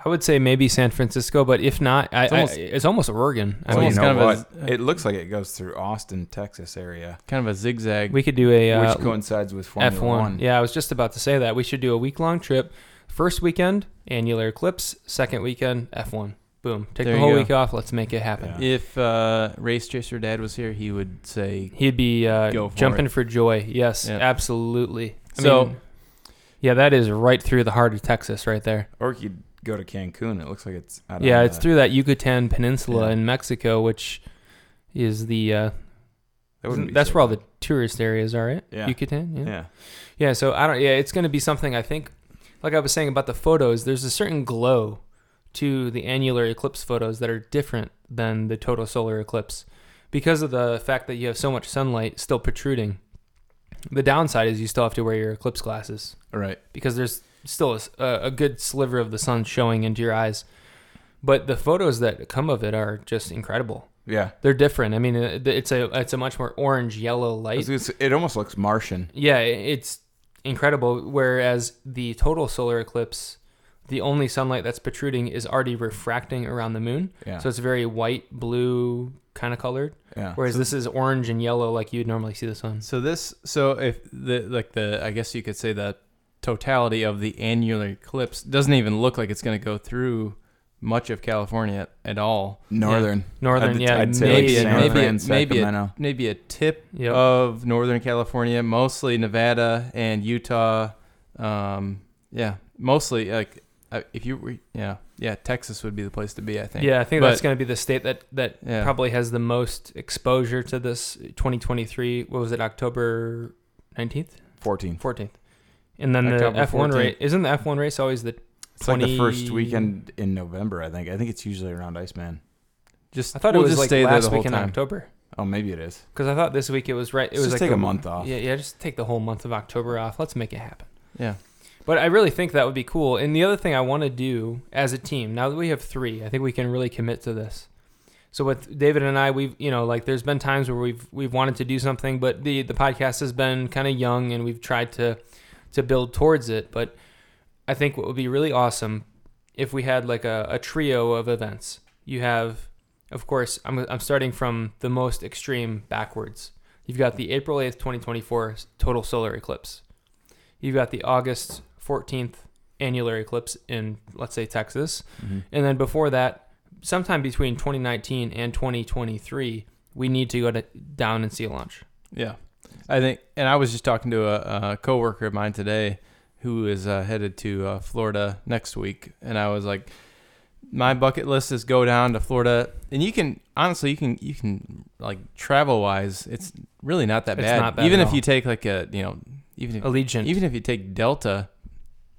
[SPEAKER 3] I would say maybe San Francisco, but if not, I,
[SPEAKER 1] It's
[SPEAKER 3] it's,
[SPEAKER 1] almost-
[SPEAKER 3] almost, I, it's almost Oregon. I
[SPEAKER 1] Well, you
[SPEAKER 3] mean,
[SPEAKER 2] you
[SPEAKER 1] it's
[SPEAKER 2] know
[SPEAKER 1] kind
[SPEAKER 2] what?
[SPEAKER 1] of a-
[SPEAKER 2] it looks like it goes through Austin, Texas area,
[SPEAKER 1] kind of a zigzag.
[SPEAKER 3] we could do a uh,
[SPEAKER 2] which coincides with Formula
[SPEAKER 3] F1.
[SPEAKER 2] One.
[SPEAKER 3] Yeah, I was just about to say that. We should do a week long trip. First weekend, annular eclipse. Second weekend, F1. Boom. Take
[SPEAKER 1] There you
[SPEAKER 3] the whole
[SPEAKER 1] go.
[SPEAKER 3] week off. Let's make it happen.
[SPEAKER 2] Yeah.
[SPEAKER 1] if uh, Race Chaser Dad was here, he would say
[SPEAKER 3] He'd be
[SPEAKER 1] Go
[SPEAKER 3] uh,
[SPEAKER 1] for
[SPEAKER 3] jumping for joy. Yes,
[SPEAKER 1] Yeah.
[SPEAKER 3] absolutely. I
[SPEAKER 1] So-
[SPEAKER 3] mean, yeah, that is right through the heart of Texas, right there.
[SPEAKER 2] Or you could go to Cancun. It looks like it's. Out uh,
[SPEAKER 3] Yeah,
[SPEAKER 2] on
[SPEAKER 3] it's
[SPEAKER 2] the-
[SPEAKER 3] through that Yucatan Peninsula
[SPEAKER 2] Yeah.
[SPEAKER 3] in Mexico, which is the uh,
[SPEAKER 2] that wouldn't be
[SPEAKER 3] that's
[SPEAKER 2] so
[SPEAKER 3] where all
[SPEAKER 2] bad.
[SPEAKER 3] the tourist areas are, right?
[SPEAKER 2] Yeah.
[SPEAKER 3] Yucatan. Yeah.
[SPEAKER 2] Yeah,
[SPEAKER 3] Yeah, so I don't. Yeah, it's going to be something I think. Like I was saying about the photos, there's a certain glow to the annular eclipse photos that are different than the total solar eclipse because of the fact that you have so much sunlight still protruding. The downside is you still have to wear your eclipse glasses
[SPEAKER 2] All right.
[SPEAKER 3] because there's still a s- a, a good sliver of the sun showing into your eyes. But the photos that come of it are just incredible.
[SPEAKER 2] Yeah,
[SPEAKER 3] They're different. I mean, it- it's a it's a much more orange yellow light.
[SPEAKER 2] It's- it's- it almost looks Martian.
[SPEAKER 3] Yeah, i- it's incredible. Whereas the total solar eclipse, the only sunlight that's protruding is already refracting around the moon.
[SPEAKER 2] Yeah,
[SPEAKER 3] So it's very white, blue kind of colored.
[SPEAKER 2] yeah.
[SPEAKER 3] Whereas this is orange and yellow like you'd normally see the sun.
[SPEAKER 1] so. This so if the like the I guess you could say the totality of the annular eclipse doesn't even look like it's going to go through much of California at, at all.
[SPEAKER 2] Northern.
[SPEAKER 3] Northern,
[SPEAKER 2] I'd-
[SPEAKER 3] yeah,
[SPEAKER 2] I'd say like
[SPEAKER 3] maybe,
[SPEAKER 2] San
[SPEAKER 3] northern.
[SPEAKER 1] maybe,
[SPEAKER 2] Fran,
[SPEAKER 1] a, maybe, a,
[SPEAKER 2] Sacramento.
[SPEAKER 1] maybe a tip
[SPEAKER 3] Yep.
[SPEAKER 1] of Northern California, mostly Nevada and Utah. Um, yeah, mostly like uh, if you were, yeah, yeah, Texas would be the place to be, I think.
[SPEAKER 3] Yeah, I think
[SPEAKER 1] But-
[SPEAKER 3] that's going to be the state that that
[SPEAKER 1] Yeah.
[SPEAKER 3] probably has the most exposure to this 2023. What was it, October 19th,
[SPEAKER 2] 14.
[SPEAKER 3] 14th? And then
[SPEAKER 1] October
[SPEAKER 3] the F1 race
[SPEAKER 1] 14th.
[SPEAKER 3] isn't the F1 race always the?
[SPEAKER 2] It's like the first weekend in November, I think. I think it's usually around Iceman.
[SPEAKER 1] Just
[SPEAKER 3] I thought
[SPEAKER 1] we'll
[SPEAKER 3] it was
[SPEAKER 1] just
[SPEAKER 3] like
[SPEAKER 1] stay there
[SPEAKER 3] last
[SPEAKER 1] the whole
[SPEAKER 3] week in
[SPEAKER 1] time.
[SPEAKER 3] October
[SPEAKER 2] Oh, maybe it is.
[SPEAKER 3] because I thought this week it was right. It
[SPEAKER 2] Let's
[SPEAKER 3] was
[SPEAKER 2] just
[SPEAKER 3] like
[SPEAKER 2] take a
[SPEAKER 3] the-
[SPEAKER 2] month off.
[SPEAKER 3] Yeah, yeah, just take the whole month of October off. Let's make it happen.
[SPEAKER 1] Yeah,
[SPEAKER 3] But I really think that would be cool. And the other thing I want to do as a team, now that we have three, I think we can really commit to this. So with David and I, we've you know like there's been times where we've we've wanted to do something, but the the podcast has been kind of young, and we've tried to to build towards it. But I think what would be really awesome if we had like a, a trio of events. You have, of course, I'm I'm starting from the most extreme backwards. You've got the April 8th, 2024 total solar eclipse. You've got the August 14th annular eclipse in, let's say, Texas.
[SPEAKER 2] Mm-hmm.
[SPEAKER 3] And then before that, sometime between 2019 and 2023, we need to go to, down and see a launch.
[SPEAKER 1] yeah. I think, and I was just talking to a, a coworker of mine today who is uh, headed to uh, Florida next week, and I was like, my bucket list is go down to Florida, and you can honestly, you can you can like travel wise, it's really not that
[SPEAKER 3] It's
[SPEAKER 1] bad.
[SPEAKER 3] not bad
[SPEAKER 1] even
[SPEAKER 3] at
[SPEAKER 1] if
[SPEAKER 3] all.
[SPEAKER 1] you take like a you know, even if
[SPEAKER 3] Allegiant.
[SPEAKER 1] even if you take Delta,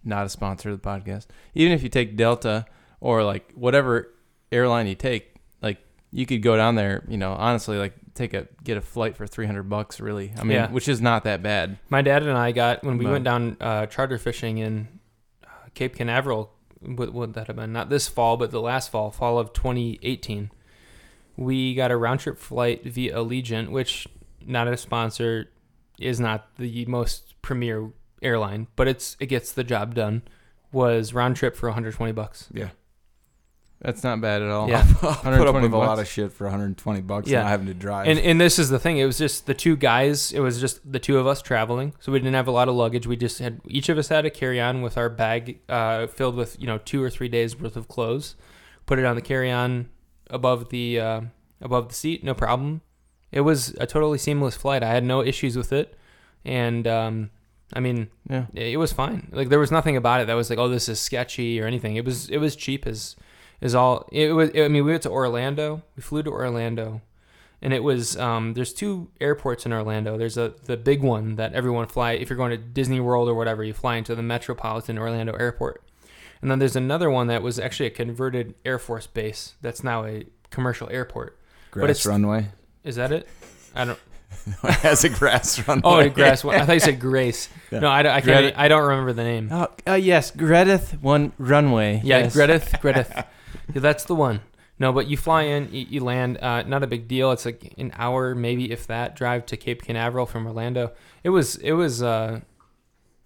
[SPEAKER 1] not a sponsor of the podcast, even if you take Delta or like whatever airline you take, like you could go down there, you know, honestly, like take a get a flight for three hundred bucks, really. I mean,
[SPEAKER 3] Yeah.
[SPEAKER 1] which is not that bad.
[SPEAKER 3] My dad and I got when we
[SPEAKER 1] No.
[SPEAKER 3] went down uh, charter fishing in uh, Cape Canaveral. What would that have been? Not this fall, but the last fall, fall of 2018. We got a round trip flight via Allegiant, which not a sponsor, is not the most premier airline, but it's it gets the job done. Was round trip for 120 bucks.
[SPEAKER 2] Yeah.
[SPEAKER 1] That's not bad at all.
[SPEAKER 3] Yeah.
[SPEAKER 2] I'll put up
[SPEAKER 1] 120
[SPEAKER 2] with a lot
[SPEAKER 1] bucks.
[SPEAKER 2] of shit for 120 bucks
[SPEAKER 3] Yeah.
[SPEAKER 2] and not having to drive.
[SPEAKER 3] And and this is the thing. It was just the two guys. It was just the two of us traveling, so we didn't have a lot of luggage. We just had each of us had a carry on with our bag uh, filled with you know two or three days worth of clothes. Put it on the carry on above the uh, above the seat, no problem. It was a totally seamless flight. I had no issues with it, and um, I mean
[SPEAKER 1] Yeah.
[SPEAKER 3] it was fine. Like there was nothing about it that was like, oh, this is sketchy or anything. It was it was cheap as is all. It was. I mean, we went to Orlando. We flew to Orlando, and it was. Um, there's two airports in Orlando. There's a the big one that everyone fly if you're going to Disney World or whatever. You fly into the Metropolitan Orlando Airport, and then there's another one that was actually a converted Air Force base that's now a commercial airport.
[SPEAKER 2] grass
[SPEAKER 3] but it's-
[SPEAKER 2] runway.
[SPEAKER 3] Is that it? I don't.
[SPEAKER 2] it has a grass runway.
[SPEAKER 3] Oh, grass. I thought you said Grace.
[SPEAKER 2] Yeah.
[SPEAKER 3] No, I, don't- I can't.
[SPEAKER 1] Greta-
[SPEAKER 3] I don't remember the name.
[SPEAKER 1] Oh uh, yes, Gredith one runway.
[SPEAKER 3] Yeah, Gredith, Gredith. yeah, that's the one. No, but you fly in, you, you land. Uh, not a big deal. It's like an hour, maybe if that, drive to Cape Canaveral from Orlando. It was, it was, uh,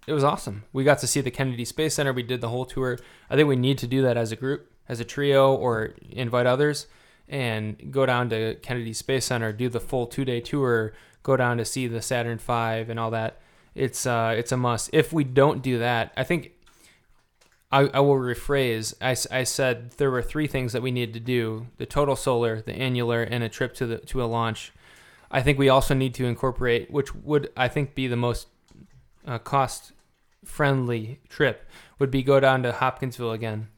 [SPEAKER 3] it was awesome. We got to see the Kennedy Space Center. We did the whole tour. I think we need to do that as a group, as a trio, or invite others and go down to Kennedy Space Center, do the full two-day tour, go down to see the Saturn V and all that. It's uh, it's a must. If we don't do that, I think I, I will rephrase. I, s- I said there were three things that we needed to do: the total solar, the annular, and a trip to the to a launch. I think we also need to incorporate, which would I think be the most uh, cost friendly trip, would be go down to Hopkinsville again,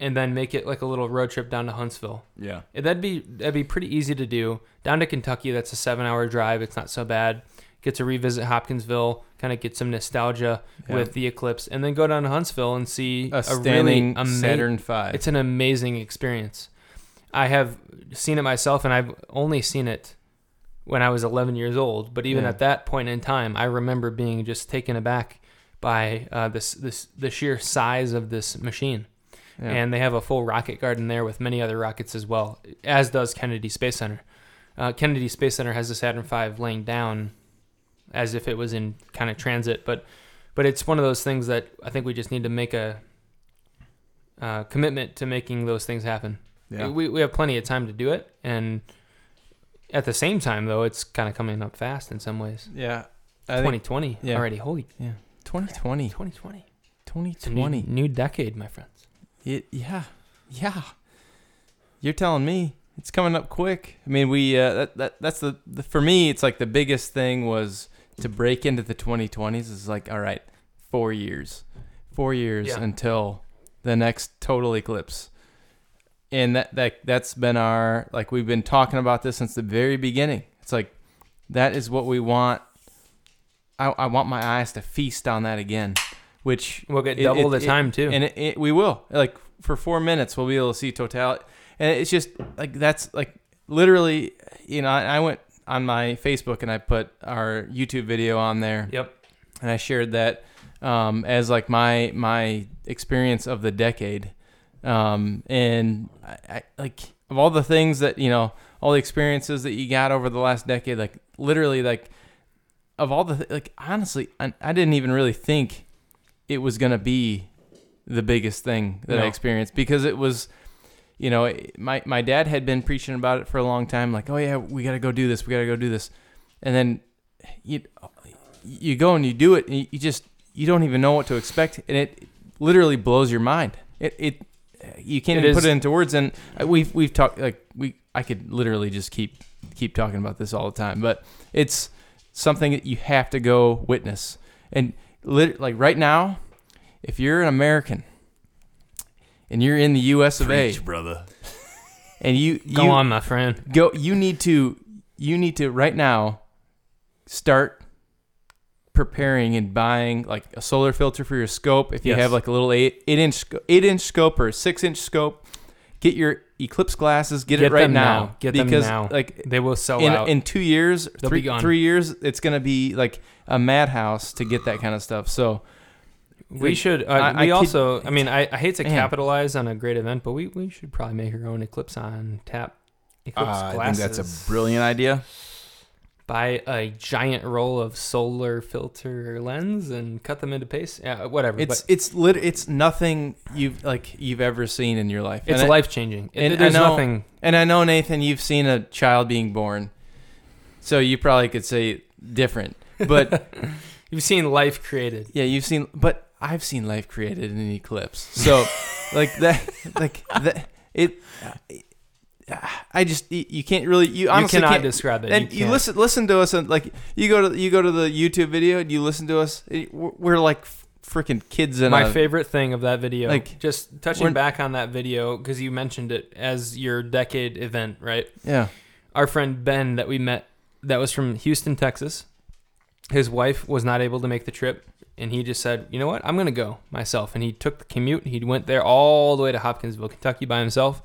[SPEAKER 3] and then make it like a little road trip down to Huntsville.
[SPEAKER 2] Yeah.
[SPEAKER 3] Yeah, That'd be that'd be pretty easy to do. Down to Kentucky, that's a seven-hour drive. It's not so bad. Get to revisit Hopkinsville, kind of get some nostalgia
[SPEAKER 1] Yeah.
[SPEAKER 3] with the eclipse, and then go down to Huntsville and see
[SPEAKER 1] A standing
[SPEAKER 3] really ama-
[SPEAKER 1] Saturn Five.
[SPEAKER 3] It's an amazing experience. I have seen it myself, and I've only seen it when I was 11 years old. But even
[SPEAKER 1] Yeah.
[SPEAKER 3] at that point in time, I remember being just taken aback by uh, this this the sheer size of this machine.
[SPEAKER 1] Yeah.
[SPEAKER 3] And they have a full rocket garden there with many other rockets as well, as does Kennedy Space Center. Uh, Kennedy Space Center has the Saturn V laying down as if it was in kind of transit, but but it's one of those things that I think we just need to make a uh, commitment to making those things happen.
[SPEAKER 2] Yeah.
[SPEAKER 3] We we have plenty of time to do it, and at the same time though, it's kind of coming up fast in some ways.
[SPEAKER 1] yeah. I think
[SPEAKER 3] 2020
[SPEAKER 1] yeah.
[SPEAKER 3] already, holy
[SPEAKER 1] 2020.
[SPEAKER 3] 2020, It's a new-
[SPEAKER 1] 2020.
[SPEAKER 3] new decade, my friends.
[SPEAKER 1] It, yeah. Yeah. You're telling me it's coming up quick. I mean, we uh, that, that that's the, the for me it's like the biggest thing was to break into the 2020s is like all right, 4 years. 4 years
[SPEAKER 3] Yeah.
[SPEAKER 1] until the next total eclipse. And that that that's been our like we've been talking about this since the very beginning. It's like that is what we want. I, I want my eyes to feast on that again, which
[SPEAKER 3] We'll get
[SPEAKER 1] It-
[SPEAKER 3] double
[SPEAKER 1] it-
[SPEAKER 3] the
[SPEAKER 1] it-
[SPEAKER 3] time too.
[SPEAKER 1] and it, it, we will like for four minutes we'll be able to see totality and it's just like that's like literally you know I, I went on my facebook and i put our youtube video on there
[SPEAKER 3] yep.
[SPEAKER 1] and i shared that um, as like my my experience of the decade um, and I, I like of all the things that you know all the experiences that you got over the last decade like literally like of all the like honestly I, I didn't even really think it was gonna be the biggest thing that i
[SPEAKER 3] No.
[SPEAKER 1] experienced because it was you know it- my, my dad had been preaching about it for a long time like oh yeah we gotta go do this we gotta go do this and then you you go and you do it and you- you just you don't even know what to expect and it literally blows your mind it, it you can't
[SPEAKER 3] It
[SPEAKER 1] even put
[SPEAKER 3] is-
[SPEAKER 1] it into words and I- we've we've talked like we I could literally just keep keep talking about this all the time but it's something that you have to go witness and lit- like right now if you're an American and you're in the US of A
[SPEAKER 2] brother.
[SPEAKER 1] and you you
[SPEAKER 3] Go on, my friend.
[SPEAKER 1] go you need to you need to right now start preparing and buying like a solar filter for your scope if you
[SPEAKER 3] Yes.
[SPEAKER 1] have like a little eight eight inch sc- eight inch scope or a six inch scope get your eclipse glasses get, it
[SPEAKER 3] Get
[SPEAKER 1] right
[SPEAKER 3] them
[SPEAKER 1] now,
[SPEAKER 3] now. Get them
[SPEAKER 1] because
[SPEAKER 3] now.
[SPEAKER 1] like
[SPEAKER 3] They will sell
[SPEAKER 1] in,
[SPEAKER 3] out.
[SPEAKER 1] in two years
[SPEAKER 3] They'll be
[SPEAKER 1] three,
[SPEAKER 3] gone.
[SPEAKER 1] three years it's gonna be like a madhouse to get that kind of stuff so
[SPEAKER 3] we
[SPEAKER 1] like,
[SPEAKER 3] should. Uh,
[SPEAKER 1] I- I
[SPEAKER 3] we
[SPEAKER 1] kid-
[SPEAKER 3] also. I mean, I, I hate to
[SPEAKER 1] Man.
[SPEAKER 3] capitalize on a great event, but we, we should probably make our own Eclipse on tap. Eclipse
[SPEAKER 2] Uh, I think that's
[SPEAKER 3] glasses.
[SPEAKER 2] a brilliant idea.
[SPEAKER 3] Buy a giant roll of solar filter lens and cut them into paste. Yeah, whatever.
[SPEAKER 1] it's
[SPEAKER 3] but
[SPEAKER 1] it's lit it's nothing you've like you've ever seen in your life
[SPEAKER 3] it's
[SPEAKER 1] And I-
[SPEAKER 3] life changing.
[SPEAKER 1] and I
[SPEAKER 3] There's
[SPEAKER 1] know-
[SPEAKER 3] nothing.
[SPEAKER 1] And I know Nathan, you've seen a child being born, so you probably could say different. But
[SPEAKER 3] You've seen life created.
[SPEAKER 1] yeah, you've seen. But I've seen life created in an eclipse. So like that, like that. It. I just you you can't really you honestly
[SPEAKER 3] you cannot
[SPEAKER 1] can't-
[SPEAKER 3] describe it.
[SPEAKER 1] and you,
[SPEAKER 3] can't.
[SPEAKER 1] listen listen to us and like you go to you go to the YouTube video and you listen to us. it- we're, we're like freaking kids in
[SPEAKER 3] My
[SPEAKER 1] a-
[SPEAKER 3] favorite thing of that video,
[SPEAKER 1] Like,
[SPEAKER 3] like just
[SPEAKER 1] we're-
[SPEAKER 3] touching back on that video because you mentioned it as your decade event, right?
[SPEAKER 1] Yeah,
[SPEAKER 3] Our friend Ben that we met, that was from Houston, Texas. His wife was not able to make the trip, and he just said, "You know what? I'm gonna go myself." And he took the commute. He went there all the way to Hopkinsville, Kentucky, by himself.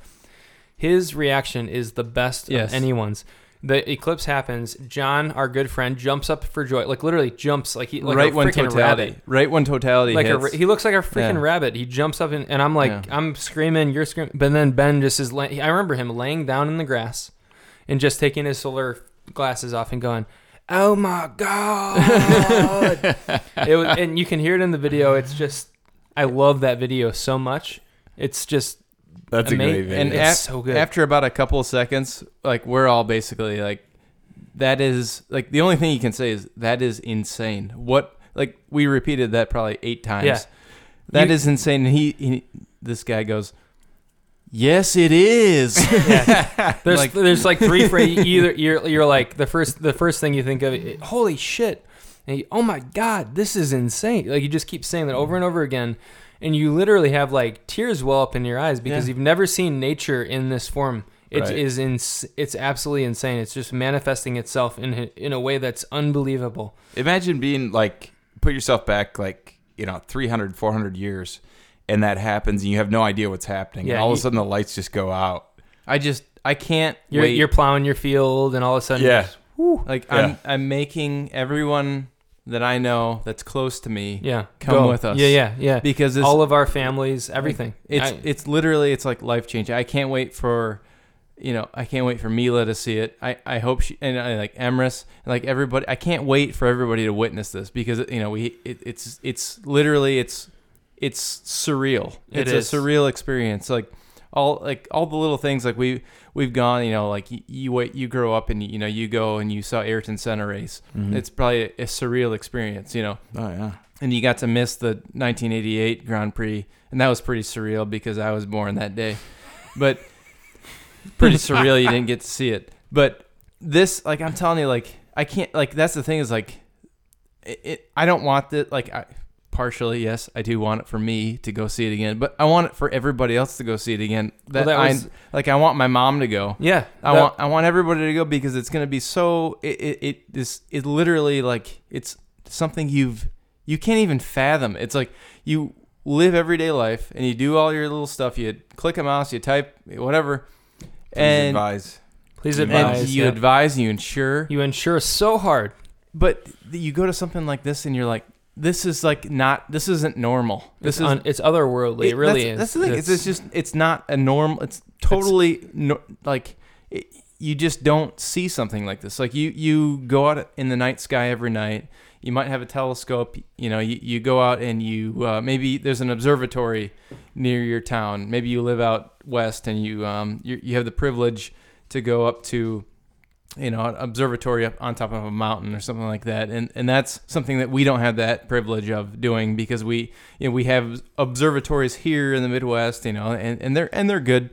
[SPEAKER 3] His reaction is the best
[SPEAKER 1] Yes.
[SPEAKER 3] of anyone's. The eclipse happens. John, our good friend, jumps up for joy, like literally jumps, like he like
[SPEAKER 1] right
[SPEAKER 3] a
[SPEAKER 1] when
[SPEAKER 3] freaking
[SPEAKER 1] totality,
[SPEAKER 3] rabbit
[SPEAKER 1] right when totality
[SPEAKER 3] like a,
[SPEAKER 1] hits.
[SPEAKER 3] ra- he looks like a freaking
[SPEAKER 1] Yeah.
[SPEAKER 3] rabbit. He jumps up and, and I'm like
[SPEAKER 1] Yeah.
[SPEAKER 3] I'm screaming, you're screaming, but then Ben just is. Lay- I remember him laying down in the grass and just taking his solar glasses off and going, "Oh my god!" it was, and you can hear it in the video. It's just I love that video so much. It's just
[SPEAKER 2] That's
[SPEAKER 3] Ama-
[SPEAKER 1] and
[SPEAKER 3] It's
[SPEAKER 1] af-
[SPEAKER 3] so good.
[SPEAKER 1] after about a couple of seconds, like we're all basically like, that is like the only thing you can say is that is insane. What like we repeated that probably eight times.
[SPEAKER 3] Yeah.
[SPEAKER 1] That is
[SPEAKER 3] You-
[SPEAKER 1] insane. And he, he, this guy goes, yes, it is.
[SPEAKER 3] yeah. there's
[SPEAKER 1] Like-
[SPEAKER 3] there's like three phrases. Either you're you're like the first the first thing you think of. It, Holy shit! And you, oh my god, this is insane! Like you just keep saying that over and over again, and you literally have like tears well up in your eyes because
[SPEAKER 1] Yeah.
[SPEAKER 3] you've never seen nature in this form. It
[SPEAKER 2] Right.
[SPEAKER 3] is ins- it's absolutely insane. It's just manifesting itself in a- in a way that's unbelievable.
[SPEAKER 2] Imagine being like, put yourself back like, you know, 300, 400 years, and that happens, and you have no idea what's happening.
[SPEAKER 3] Yeah,
[SPEAKER 2] and all of a
[SPEAKER 3] you-
[SPEAKER 2] sudden, the lights just go out.
[SPEAKER 1] I just, I can't
[SPEAKER 3] You're
[SPEAKER 1] wait.
[SPEAKER 3] you're plowing your field, and all of a sudden,
[SPEAKER 2] Yeah.
[SPEAKER 1] like
[SPEAKER 2] Yeah.
[SPEAKER 1] I'm, I'm making everyone that I know that's close to me
[SPEAKER 3] yeah,
[SPEAKER 1] come
[SPEAKER 3] Go.
[SPEAKER 1] with us.
[SPEAKER 3] Yeah, yeah, yeah.
[SPEAKER 1] because this,
[SPEAKER 3] all of our families, everything.
[SPEAKER 1] It's
[SPEAKER 3] I-
[SPEAKER 1] it's literally it's like life changing. I can't wait for, you know, I can't wait for Mila to see it. I, I hope she and I like Emrys and like everybody. I can't wait for everybody to witness this because you know we it, it's it's literally it's it's surreal.
[SPEAKER 3] It
[SPEAKER 1] it's
[SPEAKER 3] is.
[SPEAKER 1] a surreal experience. Like all like all the little things like we we've gone. You know, like you you, wait, you grow up and
[SPEAKER 3] Mm-hmm.
[SPEAKER 1] you know you go and you saw Ayrton Senna race. It's probably a, a surreal experience. You know,
[SPEAKER 2] Mm-hmm. Oh, yeah.
[SPEAKER 1] and you got to miss the 1988 Grand Prix, and that was pretty surreal because I was born that day. But pretty surreal you didn't get to see it. But this, like, I'm telling you, like, I can't, like, that's the thing is, like, it, it I don't want it, like, I partially yes i do want it for me to go see it again but i want it for everybody else to go see it again that,
[SPEAKER 3] Well, that
[SPEAKER 1] I-
[SPEAKER 3] was-
[SPEAKER 1] like i want my mom to go
[SPEAKER 3] Yeah,
[SPEAKER 1] I
[SPEAKER 3] that-
[SPEAKER 1] want I want everybody to go because it's gonna be so it it, it this it literally like it's something you've you can't even fathom. It's like you live everyday life and you do all your little stuff. You click a mouse, you type whatever,
[SPEAKER 2] Please
[SPEAKER 1] and
[SPEAKER 2] advise.
[SPEAKER 3] Please
[SPEAKER 1] and
[SPEAKER 3] advise.
[SPEAKER 1] you
[SPEAKER 3] yeah.
[SPEAKER 1] advise, you insure,
[SPEAKER 3] you insure so hard.
[SPEAKER 1] but you go to something like this and you're like, this is like not this isn't normal. This
[SPEAKER 3] It's,
[SPEAKER 1] is
[SPEAKER 3] un, it's otherworldly. It,
[SPEAKER 1] that's,
[SPEAKER 3] really is.
[SPEAKER 1] That's the thing. It's, it's just it's not a norm. It's totally no, like it, you just don't see something like this. Like you you go out in the night sky every night. You might have a telescope. You know, you, you go out and you uh, maybe there's an observatory near your town. Maybe you live out west and you um you, you have the privilege to go up to you know an observatory up on top of a mountain or something like that and and that's something that we don't have that privilege of doing because we you know we have observatories here in the midwest you know and and they're and they're good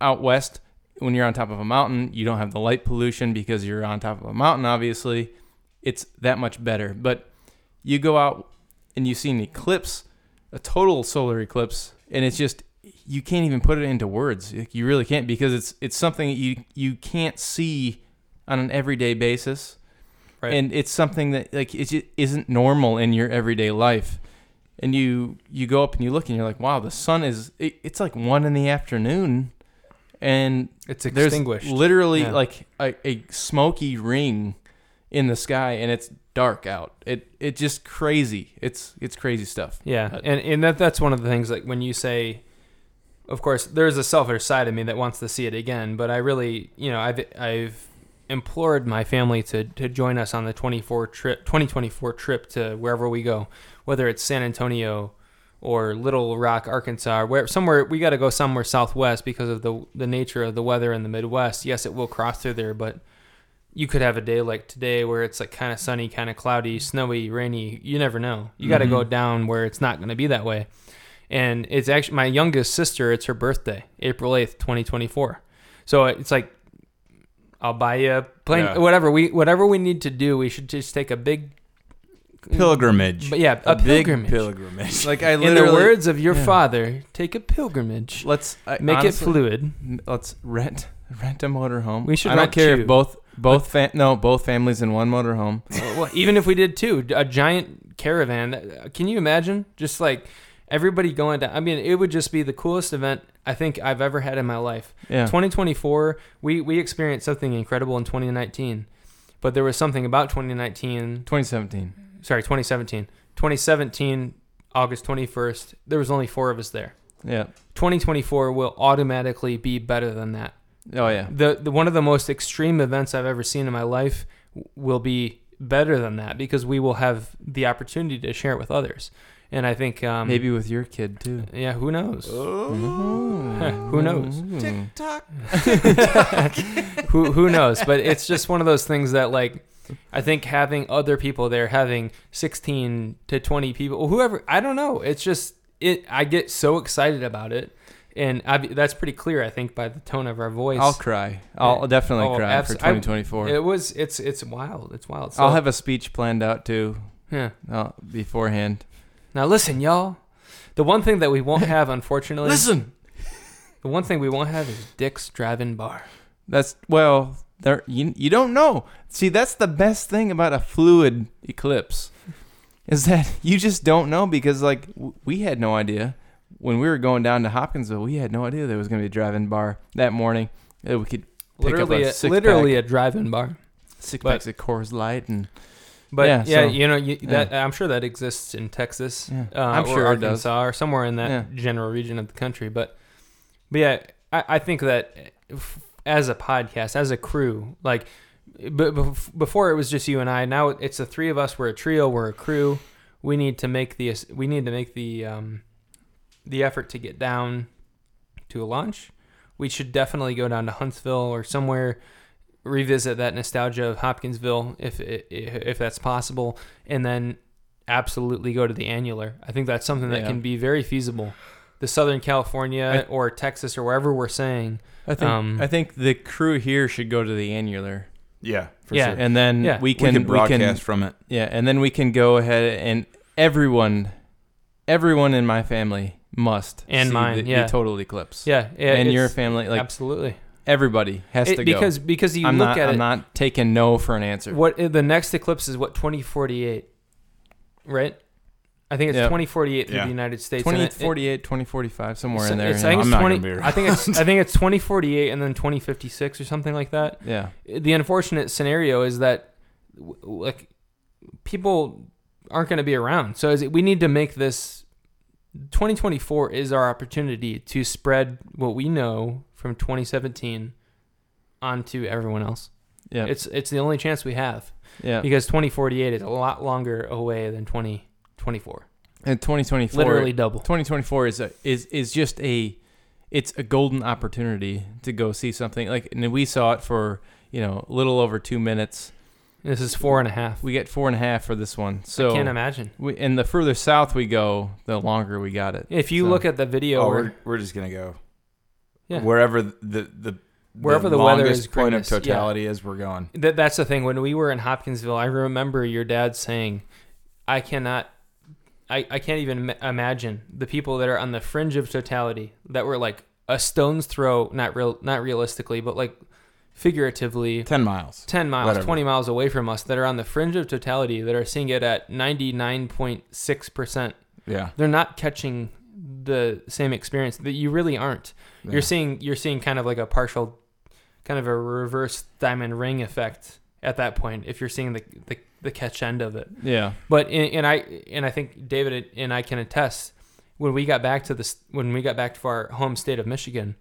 [SPEAKER 1] out west when you're on top of a mountain you don't have the light pollution because you're on top of a mountain obviously it's that much better but you go out and you see an eclipse a total solar eclipse and it's just you can't even put it into words Like, you really can't because it's it's something you you can't see on an everyday basis
[SPEAKER 3] Right.
[SPEAKER 1] and it's something that like it just isn't normal in your everyday life and you you go up and you look and you're like wow the sun is it, it's like one in the afternoon and
[SPEAKER 3] it's
[SPEAKER 1] there's
[SPEAKER 3] extinguished.
[SPEAKER 1] literally
[SPEAKER 3] Yeah.
[SPEAKER 1] like a, a smoky ring in the sky and it's dark out it it just crazy it's it's crazy stuff
[SPEAKER 3] yeah,
[SPEAKER 1] Uh,
[SPEAKER 3] and and that that's one of the things. Like when you say, of course, there's a selfish side of me that wants to see it again. But I really, you know, I've I've implored my family to to join us on the 24 trip 2024 trip to wherever we go, whether it's San Antonio or Little Rock, Arkansas, or where somewhere we got to go somewhere southwest because of the the nature of the weather in the Midwest. Yes, it will cross through there, but you could have a day like today where it's like kind of sunny, kind of cloudy, snowy, rainy. You never know. You got to go down where it's not going to be that way. And it's actually my youngest sister. It's her birthday, April eighth, twenty twenty four. So uh, it's like I'll buy you a plane,
[SPEAKER 2] Yeah.
[SPEAKER 3] whatever we whatever we need to do. We should just take a big
[SPEAKER 2] Pilgrimage.
[SPEAKER 3] But yeah, a,
[SPEAKER 2] big
[SPEAKER 3] pilgrimage.
[SPEAKER 2] Mm-hmm. pilgrimage.
[SPEAKER 1] like i
[SPEAKER 3] In the
[SPEAKER 1] literally
[SPEAKER 3] words of your
[SPEAKER 1] yeah.
[SPEAKER 3] father, take a pilgrimage.
[SPEAKER 1] let's I,
[SPEAKER 3] Make
[SPEAKER 1] honestly,
[SPEAKER 3] it fluid.
[SPEAKER 1] N- let's rent rent a motorhome.
[SPEAKER 3] We should
[SPEAKER 1] I don't
[SPEAKER 3] rent
[SPEAKER 1] care
[SPEAKER 3] two.
[SPEAKER 1] if both both fam- no both families in one motorhome.
[SPEAKER 3] Well, well, even if we did too, a giant caravan. that- Can you imagine? Just like everybody going down. I mean, it would just be the coolest event I think I've ever had in my life.
[SPEAKER 1] Yeah,
[SPEAKER 3] 2024, we we experienced something incredible in 2019, but there was something about 2019
[SPEAKER 1] 2017.
[SPEAKER 3] sorry 2017 2017 august 21st there was only four of us there
[SPEAKER 1] Yeah.
[SPEAKER 3] 2024 will automatically be better than that
[SPEAKER 1] Oh yeah.
[SPEAKER 3] the, the one of the most extreme events i've ever seen in my life w- will be better than that because we will have the opportunity to share it with others and i think um,
[SPEAKER 1] Maybe with your kid too.
[SPEAKER 3] yeah who knows
[SPEAKER 2] Oh.
[SPEAKER 1] Who
[SPEAKER 3] knows? who who knows but it's just one of those things that like i think having other people there having 16 to 20 people whoever i don't know it's just it i get so excited about it and I, that's pretty clear i think by the tone of our voice
[SPEAKER 1] I'll cry. I'll
[SPEAKER 3] Yeah.
[SPEAKER 1] definitely
[SPEAKER 3] Oh,
[SPEAKER 1] cry
[SPEAKER 3] abs-
[SPEAKER 1] for
[SPEAKER 3] I-
[SPEAKER 1] 2024.
[SPEAKER 3] it was it's it's wild it's wild so,
[SPEAKER 1] I'll have a speech planned out too
[SPEAKER 3] yeah
[SPEAKER 1] uh, beforehand.
[SPEAKER 3] now listen y'all the one thing that we won't have unfortunately
[SPEAKER 1] Listen,
[SPEAKER 3] the one thing we won't have is dick's drive-in bar
[SPEAKER 1] that's well. There, you, you don't know. See, that's the best thing about a fluid eclipse, is that you just don't know because like w- we had no idea when we were going down to Hopkinsville, we had no idea there was going to be a drive-in bar that morning that we could Pick up a
[SPEAKER 3] literally a,
[SPEAKER 1] six-pack.
[SPEAKER 3] literally a drive-in bar
[SPEAKER 1] six
[SPEAKER 3] But-
[SPEAKER 1] packs of Coors Light and
[SPEAKER 3] But yeah,
[SPEAKER 1] Yeah, so-
[SPEAKER 3] you know you, that I'm sure that exists in Texas,
[SPEAKER 1] Yeah.
[SPEAKER 3] uh,
[SPEAKER 1] I'm
[SPEAKER 3] or
[SPEAKER 1] sure it does.
[SPEAKER 3] Arkansas, or somewhere in that
[SPEAKER 1] Yeah.
[SPEAKER 3] general region of the country. But but yeah, I, I think that if- as a podcast, as a crew, like but before it was just you and I. Now it's the three of us. We're a trio. We're a crew. We need to make the we need to make the um, the effort to get down to a launch. We should definitely go down to Huntsville or somewhere revisit that nostalgia of Hopkinsville if if, if that's possible, and then absolutely go to the annular. I think that's something that
[SPEAKER 1] Yeah.
[SPEAKER 3] can be very feasible. The Southern California
[SPEAKER 1] I-
[SPEAKER 3] or Texas or wherever we're saying,
[SPEAKER 1] I think
[SPEAKER 3] Um,
[SPEAKER 1] I think the crew here should go to the annular,
[SPEAKER 2] Yeah, for
[SPEAKER 3] Yeah.
[SPEAKER 2] sure.
[SPEAKER 1] and then
[SPEAKER 3] Yeah.
[SPEAKER 1] we
[SPEAKER 2] We can,
[SPEAKER 1] can
[SPEAKER 2] broadcast
[SPEAKER 1] we can
[SPEAKER 2] from it.
[SPEAKER 1] yeah, and then we can go ahead and everyone, everyone in my family must
[SPEAKER 3] And
[SPEAKER 1] see
[SPEAKER 3] mine,
[SPEAKER 1] the,
[SPEAKER 3] yeah.
[SPEAKER 1] the total eclipse.
[SPEAKER 3] yeah, yeah
[SPEAKER 1] and your
[SPEAKER 3] it's-
[SPEAKER 1] family, like
[SPEAKER 3] absolutely
[SPEAKER 1] everybody has
[SPEAKER 3] It-
[SPEAKER 1] to go.
[SPEAKER 3] because because you
[SPEAKER 1] I'm
[SPEAKER 3] look
[SPEAKER 1] not
[SPEAKER 3] at
[SPEAKER 1] I'm
[SPEAKER 3] it.
[SPEAKER 1] not taking no for an answer.
[SPEAKER 3] What the next eclipse is? What twenty forty eight, right? I think it's
[SPEAKER 1] Yeah.
[SPEAKER 3] twenty forty eight through
[SPEAKER 2] Yeah.
[SPEAKER 3] the United States. and it- it-
[SPEAKER 1] 2048, 2045, somewhere
[SPEAKER 3] so
[SPEAKER 1] in there.
[SPEAKER 3] it's-
[SPEAKER 1] yeah.
[SPEAKER 3] I think it's
[SPEAKER 2] I'm not gonna be
[SPEAKER 3] 20
[SPEAKER 2] around.
[SPEAKER 3] I think it's I think it's twenty forty eight and then twenty fifty six or something like that.
[SPEAKER 1] yeah.
[SPEAKER 3] the unfortunate scenario is that w- like people aren't going to be around. So is it, we need to make this 2024 is our opportunity to spread what we know from 2017 onto everyone else.
[SPEAKER 1] Yeah.
[SPEAKER 3] It's it's the only chance we have
[SPEAKER 1] yeah.
[SPEAKER 3] because 2048 is a lot longer away than 2024.
[SPEAKER 1] And 2024
[SPEAKER 3] Literally double.
[SPEAKER 1] 2024 is a, is is just a it's a golden opportunity to go see something like and we saw it for you know a little over two minutes
[SPEAKER 3] This is four and a half.
[SPEAKER 1] we get four and a half for this one so
[SPEAKER 3] I can't imagine.
[SPEAKER 1] we, and the further south we go the longer we got it
[SPEAKER 3] If you
[SPEAKER 1] So-
[SPEAKER 3] look at the video,
[SPEAKER 2] Oh,
[SPEAKER 3] where-
[SPEAKER 2] we're, we're just gonna go.
[SPEAKER 3] Yeah.
[SPEAKER 2] Wherever the the,
[SPEAKER 3] Wherever the weather
[SPEAKER 2] longest
[SPEAKER 3] is
[SPEAKER 2] point
[SPEAKER 3] greatest, yeah.
[SPEAKER 2] of totality is, we're going.
[SPEAKER 3] That that's the thing. When we were in Hopkinsville, I remember your dad saying, "I cannot, I, I can't even ma- imagine the people that are on the fringe of totality that were like a stone's throw, not real, not realistically, but like figuratively."
[SPEAKER 2] Ten miles.
[SPEAKER 3] 10 miles,
[SPEAKER 2] Whatever.
[SPEAKER 3] 20 miles away from us that are on the fringe of totality that are seeing it at 99.6%.
[SPEAKER 2] Yeah.
[SPEAKER 3] They're not catching the same experience that you really aren't.
[SPEAKER 2] Yeah.
[SPEAKER 3] You're seeing you're seeing kind of like a partial, kind of a reverse diamond ring effect at that point. If you're seeing the the, the catch end of it,
[SPEAKER 1] yeah
[SPEAKER 3] but and, and I and I think David and I can attest when we got back to this when we got back to our home state of Michigan,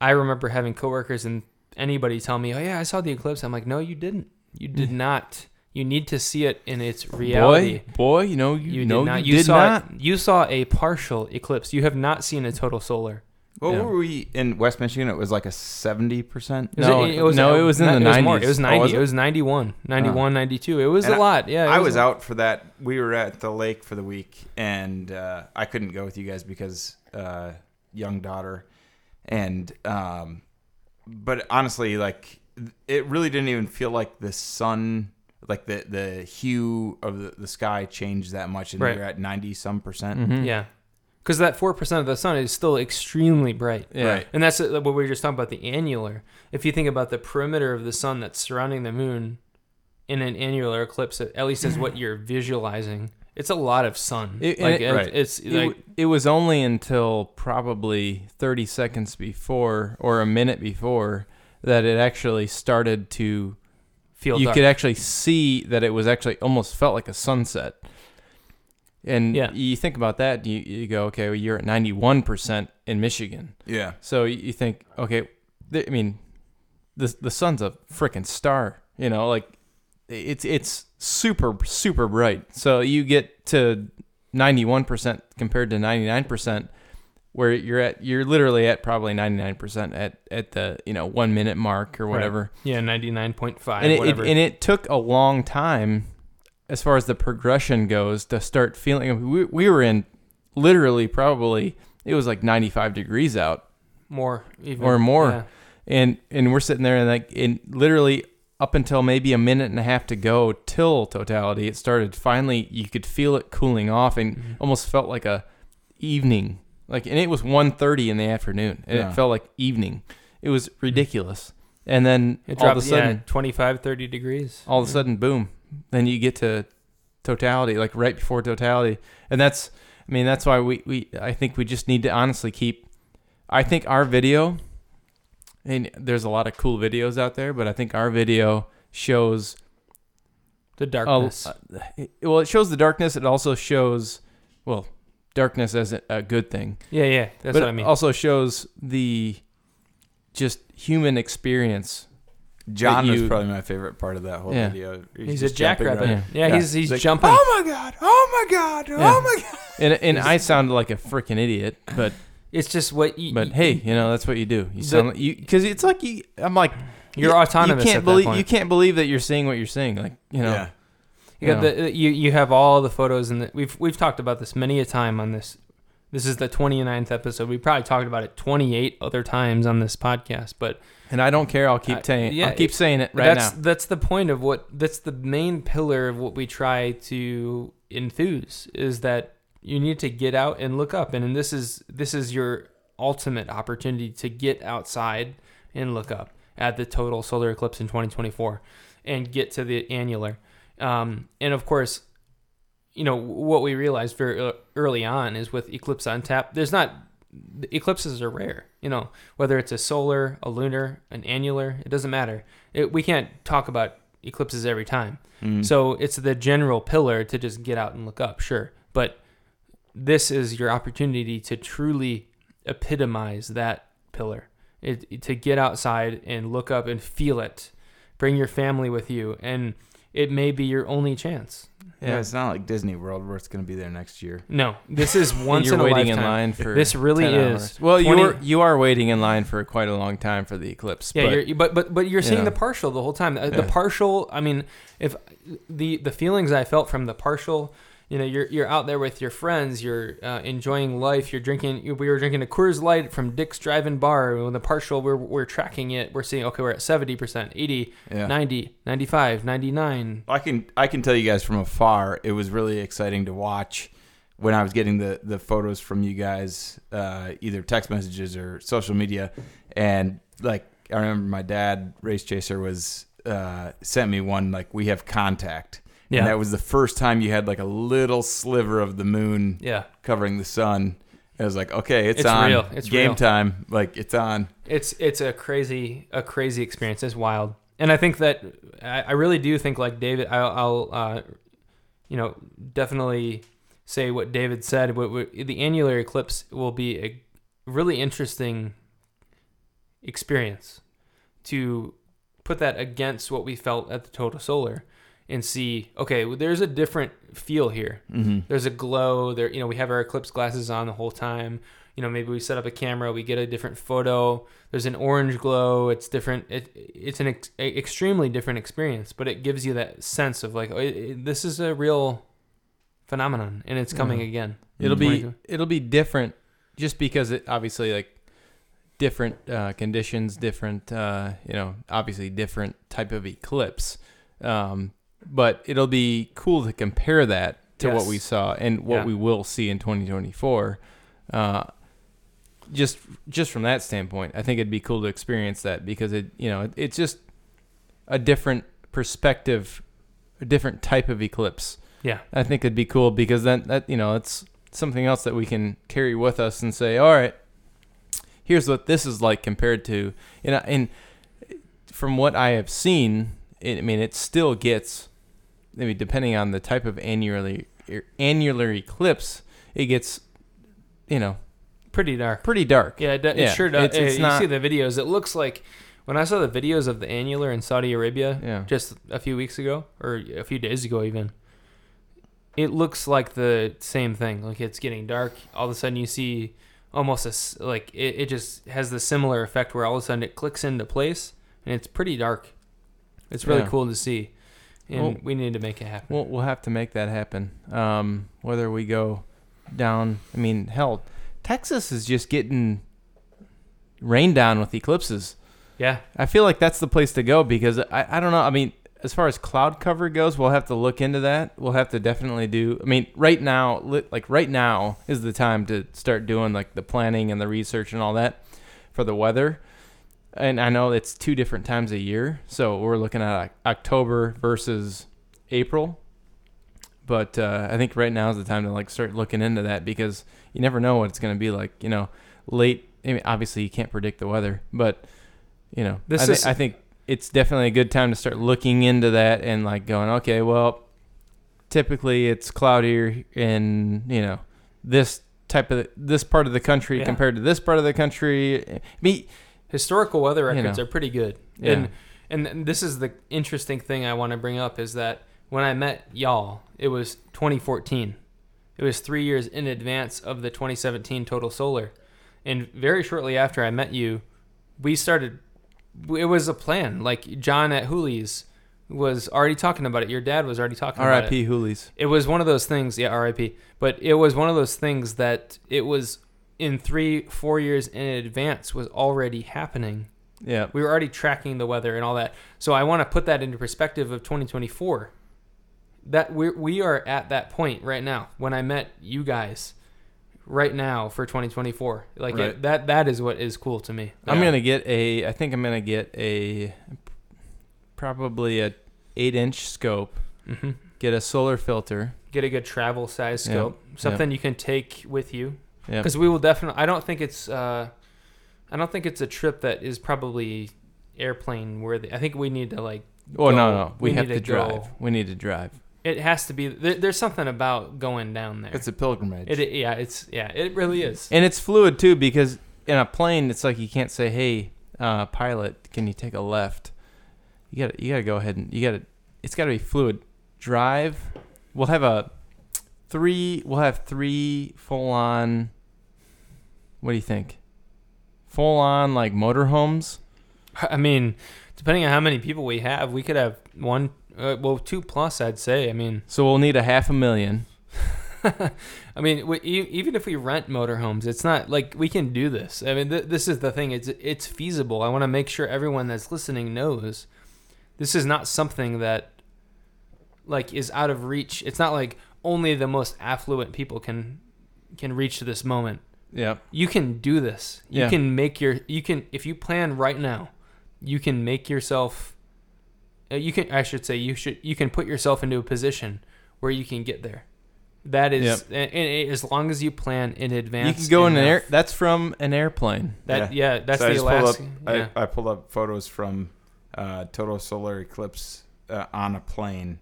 [SPEAKER 3] I remember having coworkers and anybody tell me, "Oh yeah, I saw the eclipse." I'm like, "No, you didn't. You did not. You need to see it in its reality."
[SPEAKER 1] boy boy you know you,
[SPEAKER 3] did
[SPEAKER 1] know
[SPEAKER 3] not.
[SPEAKER 1] you, did
[SPEAKER 3] saw
[SPEAKER 1] not
[SPEAKER 3] you saw a partial eclipse. You have not seen a total solar.
[SPEAKER 2] What
[SPEAKER 1] Yeah.
[SPEAKER 2] were we in West Michigan? It was like a seventy percent.
[SPEAKER 3] It was-
[SPEAKER 1] No,
[SPEAKER 3] it,
[SPEAKER 1] no, it was in the
[SPEAKER 3] it more.
[SPEAKER 1] 90s.
[SPEAKER 3] It was
[SPEAKER 2] Oh,
[SPEAKER 3] 90.
[SPEAKER 2] was
[SPEAKER 3] it? Oh.
[SPEAKER 2] it?
[SPEAKER 3] was 91, 91, 92. It was
[SPEAKER 2] And
[SPEAKER 3] a
[SPEAKER 2] I-
[SPEAKER 3] lot. Yeah, it
[SPEAKER 2] I was
[SPEAKER 3] a-
[SPEAKER 2] out for that. We were at the lake for the week, and uh, I couldn't go with you guys because uh, young daughter, and um, but honestly, like it really didn't even feel like the sun, like the the hue of the, the sky changed that much, and
[SPEAKER 3] Right. Mm-hmm.
[SPEAKER 2] we were at ninety some percent.
[SPEAKER 1] Mhm.
[SPEAKER 3] Yeah, because that four percent of the sun is still extremely bright.
[SPEAKER 1] yeah
[SPEAKER 2] Right.
[SPEAKER 3] And that's uh, what we were just talking about the annular. If you think about the perimeter of the sun that's surrounding the moon in an annular eclipse, at least is what you're visualizing. It's a lot of sun.
[SPEAKER 1] It-
[SPEAKER 3] like,
[SPEAKER 1] it-
[SPEAKER 3] it-
[SPEAKER 2] Right.
[SPEAKER 3] it's
[SPEAKER 1] It,
[SPEAKER 3] like
[SPEAKER 1] w- it was only until probably 30 seconds before or a minute before that it actually started to
[SPEAKER 3] feel
[SPEAKER 1] you
[SPEAKER 3] dark.
[SPEAKER 1] could actually see that it was actually almost felt like a sunset and
[SPEAKER 3] Yeah.
[SPEAKER 1] you think about that you, you go okay well, you're at 91% in michigan
[SPEAKER 2] Yeah,
[SPEAKER 1] so you, you think okay th- i mean the, the sun's a freaking star you know like it's it's super super bright so you get to 91% compared to 99% where you're at you're literally at probably 99% at at the you know 1 minute mark or
[SPEAKER 3] Right.
[SPEAKER 1] whatever
[SPEAKER 3] yeah, ninety nine point five.
[SPEAKER 1] and it, it
[SPEAKER 3] whatever.
[SPEAKER 1] and it took a long time as far as the progression goes to start feeling we, we were in literally probably it was like 95 degrees out
[SPEAKER 3] more even
[SPEAKER 1] or more.
[SPEAKER 3] Yeah.
[SPEAKER 1] and and we're sitting there and like in literally up until maybe a minute and a half to go till totality it started finally you could feel it cooling off and
[SPEAKER 3] Mhm.
[SPEAKER 1] almost felt like a evening like and it was 1.30 in the afternoon and
[SPEAKER 2] Yeah.
[SPEAKER 1] it felt like evening it was ridiculous and then
[SPEAKER 3] Mm-hmm. It
[SPEAKER 1] all
[SPEAKER 3] dropped
[SPEAKER 1] of a sudden
[SPEAKER 3] yeah, 25, 30 degrees.
[SPEAKER 1] all of a
[SPEAKER 3] Yeah.
[SPEAKER 1] sudden boom then you get to totality like right before totality and that's i mean that's why we, we i think we just need to honestly keep i think our video and there's a lot of cool videos out there but i think our video shows
[SPEAKER 3] the
[SPEAKER 1] a-
[SPEAKER 3] darkness.
[SPEAKER 1] it- well it shows the darkness it also shows well darkness as a- a good thing
[SPEAKER 3] yeah, yeah, that's
[SPEAKER 1] but
[SPEAKER 3] what I mean.
[SPEAKER 1] it also shows the just human experience
[SPEAKER 2] John was
[SPEAKER 1] you-
[SPEAKER 2] probably my favorite part of that whole
[SPEAKER 1] Yeah.
[SPEAKER 2] video.
[SPEAKER 3] he's a
[SPEAKER 2] just jumping
[SPEAKER 3] jackrabbit.
[SPEAKER 1] around.
[SPEAKER 3] Yeah,
[SPEAKER 2] Yeah.
[SPEAKER 3] he's he's
[SPEAKER 2] He's like,
[SPEAKER 3] jumping.
[SPEAKER 2] Oh my god! Oh my god! Oh my god!
[SPEAKER 1] and, and i sounded like a freaking idiot but
[SPEAKER 3] It's just what you.
[SPEAKER 1] But
[SPEAKER 3] you-
[SPEAKER 1] hey, you know that's what you do. You
[SPEAKER 3] The-
[SPEAKER 1] sound like you because it's like you. I'm like
[SPEAKER 3] you're
[SPEAKER 1] you-
[SPEAKER 3] autonomous
[SPEAKER 1] You can't
[SPEAKER 3] at
[SPEAKER 1] believe
[SPEAKER 3] that point.
[SPEAKER 1] you can't believe that you're seeing what you're seeing. Like you know,
[SPEAKER 2] Yeah.
[SPEAKER 3] You got
[SPEAKER 1] Yeah.
[SPEAKER 3] the you you have all the photos and the- we've we've talked about this many a time on this. This is the 29th episode. We probably talked about it 28 other times on this podcast, but
[SPEAKER 1] And I don't care. I'll keep
[SPEAKER 3] I-
[SPEAKER 1] saying.
[SPEAKER 3] yeah,
[SPEAKER 1] I'll keep
[SPEAKER 3] it-
[SPEAKER 1] saying it right
[SPEAKER 3] that's
[SPEAKER 1] now.
[SPEAKER 3] that's the point of what that's the main pillar of what we try to enthuse is that you need to get out and look up and, and this is this is your ultimate opportunity to get outside and look up at the total solar eclipse in 2024 and get to the annular um, and of course you know what we realized very ear- early on is with eclipse on tap there's not the eclipses are rare you know whether it's a solar a lunar an annular it doesn't matter it, we can't talk about eclipses every time
[SPEAKER 2] Mm-hmm.
[SPEAKER 1] Mm.
[SPEAKER 3] so it's the general pillar to just get out and look up sure but this is your opportunity to truly epitomize that pillar it, to get outside and look up and feel it bring your family with you and it may be your only chance
[SPEAKER 2] Yeah. it's not like Disney World where it's going to be there next year.
[SPEAKER 3] no, this is
[SPEAKER 1] And
[SPEAKER 3] once
[SPEAKER 1] you're
[SPEAKER 3] in a
[SPEAKER 1] waiting
[SPEAKER 3] lifetime.
[SPEAKER 1] in line for
[SPEAKER 3] This really
[SPEAKER 1] 10
[SPEAKER 3] is
[SPEAKER 1] hours. Well,
[SPEAKER 3] 20
[SPEAKER 1] you're you are waiting in line for quite a long time for the eclipse.
[SPEAKER 3] Yeah,
[SPEAKER 1] but
[SPEAKER 3] you're, but but but you're seeing
[SPEAKER 1] Yeah.
[SPEAKER 3] the partial the whole time. Uh, The
[SPEAKER 1] Yeah.
[SPEAKER 3] partial, I mean, if the the feelings I felt from the partial, you know, you're you're out there with your friends, you're uh, enjoying life, you're drinking. you- We were drinking a Coors Light from Dick's Drive-In Bar. When the partial, we're we're tracking it. We're seeing okay, we're at seventy percent, 80,
[SPEAKER 2] Yeah.
[SPEAKER 3] 90, 95, 99.
[SPEAKER 2] I can I can tell you guys from afar, it was really exciting to watch when I was getting the the photos from you guys, uh, either text messages or social media, and like I remember my dad, race chaser, was uh, sent me one like we have contact.
[SPEAKER 3] Yeah.
[SPEAKER 2] And that was the first time you had like a little sliver of the moon
[SPEAKER 3] Yeah,
[SPEAKER 2] covering the sun. I was like, okay, it's,
[SPEAKER 3] It's
[SPEAKER 2] on.
[SPEAKER 3] real. It's
[SPEAKER 2] game
[SPEAKER 3] real.
[SPEAKER 2] time. Like it's on.
[SPEAKER 3] it's it's a crazy a crazy experience. It's wild, and I think that I, I really do think like David. I'll, I'll uh, you know definitely say what David said. What, what, the annular eclipse will be a really interesting experience to put that against what we felt at the total solar and see okay well, there's a different feel here there's a glow there you know we have our eclipse glasses on the whole time you know maybe we set up a camera we get a different photo there's an orange glow it's different it, it's an ex- a- extremely different experience but it gives you that sense of like oh, it, it- this is a real phenomenon and it's
[SPEAKER 1] Mm-hmm.
[SPEAKER 3] coming again
[SPEAKER 1] it'll be
[SPEAKER 3] 22.
[SPEAKER 1] it'll be different, just because it obviously like different uh, conditions, different uh, you know, obviously different type of eclipse. Um, but it'll be cool to compare that to what
[SPEAKER 3] Yes.
[SPEAKER 1] we saw and what
[SPEAKER 3] Yeah.
[SPEAKER 1] we will see in 2024. Uh, just just from that standpoint, I think it'd be cool to experience that because it you know it, it's just a different perspective, a different type of eclipse.
[SPEAKER 3] Yeah.
[SPEAKER 1] I think it'd be cool because then that you know it's something else that we can carry with us and say, all right, here's what this is like compared to and I- and from what I have seen, it, I mean it still gets I mean depending on the type of annular annular eclipse, it gets you know
[SPEAKER 3] pretty dark
[SPEAKER 1] pretty dark.
[SPEAKER 3] Yeah, it, do- it
[SPEAKER 1] Yeah,
[SPEAKER 3] sure does.
[SPEAKER 1] it's- it's
[SPEAKER 3] you
[SPEAKER 1] not-
[SPEAKER 3] see the videos. It looks like when I saw the videos of the annular in Saudi Arabia
[SPEAKER 1] Yeah.
[SPEAKER 3] just a few weeks ago or a few days ago even. It looks like the same thing. Like it's getting dark. All of a sudden you see almost a s- like it, it just has the similar effect where all of a sudden it clicks into place and it's pretty dark. It's really
[SPEAKER 1] Yeah.
[SPEAKER 3] cool to see. And
[SPEAKER 1] Well-
[SPEAKER 3] we need to make it happen.
[SPEAKER 1] We'll, we'll have to make that happen. Um, whether we go down, I mean, hell, Texas is just getting rained down with eclipses.
[SPEAKER 3] yeah.
[SPEAKER 1] I feel like that's the place to go because I, I don't know. I mean, as far as cloud cover goes, we'll have to look into that. We'll have to definitely do. I mean, right now, li- like right now is the time to start doing like the planning and the research and all that for the weather. And I know it's two different times a year, so we're looking at Oc- October versus April. But uh, I think right now is the time to like start looking into that because you never know what it's going to be like. You know, late. I mean, obviously you can't predict the weather, but you know,
[SPEAKER 3] This
[SPEAKER 1] I, thi-
[SPEAKER 3] is-
[SPEAKER 1] I think it's definitely a good time to start looking into that and like going, okay, well, typically it's cloudier in you know this type of this part of the country
[SPEAKER 3] Yeah.
[SPEAKER 1] compared to this part of the country. I mean,
[SPEAKER 3] historical weather
[SPEAKER 1] You
[SPEAKER 3] records
[SPEAKER 1] know.
[SPEAKER 3] are pretty good.
[SPEAKER 1] Yeah.
[SPEAKER 3] And and th- this is the interesting thing I want to bring up is that when I met y'all, it was 2014. It was 3 years in advance of the 2017 total solar. And very shortly after I met you, we started it was a plan. Like John at Hooley's was already talking about it. Your dad was already talking about it.
[SPEAKER 1] R.I.P. Hoolies.
[SPEAKER 3] It was one of those things, yeah, RIP. But it was one of those things that it was in three, four years in advance was already happening.
[SPEAKER 1] Yeah.
[SPEAKER 3] We were already tracking the weather and all that. So I want to put that into perspective of 2024. That we we are at that point right now. When I met you guys, right now for 2024, like
[SPEAKER 2] Right.
[SPEAKER 3] it, that that is what is cool to me.
[SPEAKER 1] I'm
[SPEAKER 2] Yeah.
[SPEAKER 1] gonna get a. I think I'm gonna get a, probably a eight inch scope.
[SPEAKER 3] hmm
[SPEAKER 1] Get a solar filter.
[SPEAKER 3] Get a good travel size
[SPEAKER 1] Yeah.
[SPEAKER 3] scope, something you can take with you
[SPEAKER 1] Yeah.
[SPEAKER 3] because we will definitely i don't think it's uh i don't think it's a trip that is probably airplane worthy i think we need to like
[SPEAKER 1] Oh no
[SPEAKER 3] go-
[SPEAKER 1] no, we, have to,
[SPEAKER 3] go-
[SPEAKER 1] drive. We need to drive.
[SPEAKER 3] it has to be there, there's something about going down there
[SPEAKER 2] It's a pilgrimage.
[SPEAKER 3] it, yeah it's yeah it really is
[SPEAKER 1] And it's fluid too because in a plane, it's like you can't say, "Hey, uh, pilot, can you take a left?" You got to you got to go ahead and you got to. It's got to be fluid. Drive. We'll have a three. We'll have three full on. What do you think? Full on like motorhomes.
[SPEAKER 3] i mean depending on how many people we have we could have one uh, well two plus i'd say i mean
[SPEAKER 1] So we'll need a half a million.
[SPEAKER 3] I mean, we, e- even if we rent motorhomes, it's not like we can do this. I mean, th- this is the thing. It's it's feasible. I want to make sure everyone that's listening knows this is not something that like is out of reach. It's not like only the most affluent people can can reach this moment.
[SPEAKER 1] Yep.
[SPEAKER 3] You can do this. You
[SPEAKER 1] Yeah.
[SPEAKER 3] can make your you can if you plan right now, you can make yourself uh, you can I should say you should you can put yourself into a position where you can get there. That is
[SPEAKER 1] Yep.
[SPEAKER 3] a- and, and as long as you plan in
[SPEAKER 1] You
[SPEAKER 3] advance.
[SPEAKER 1] can go in an
[SPEAKER 3] enough.
[SPEAKER 1] air. That's from an airplane.
[SPEAKER 3] That yeah, that's
[SPEAKER 2] So I
[SPEAKER 3] the
[SPEAKER 2] just pulled up-
[SPEAKER 3] Alaska. yeah.
[SPEAKER 2] I, I pulled up photos from uh, total solar eclipse uh, on a plane,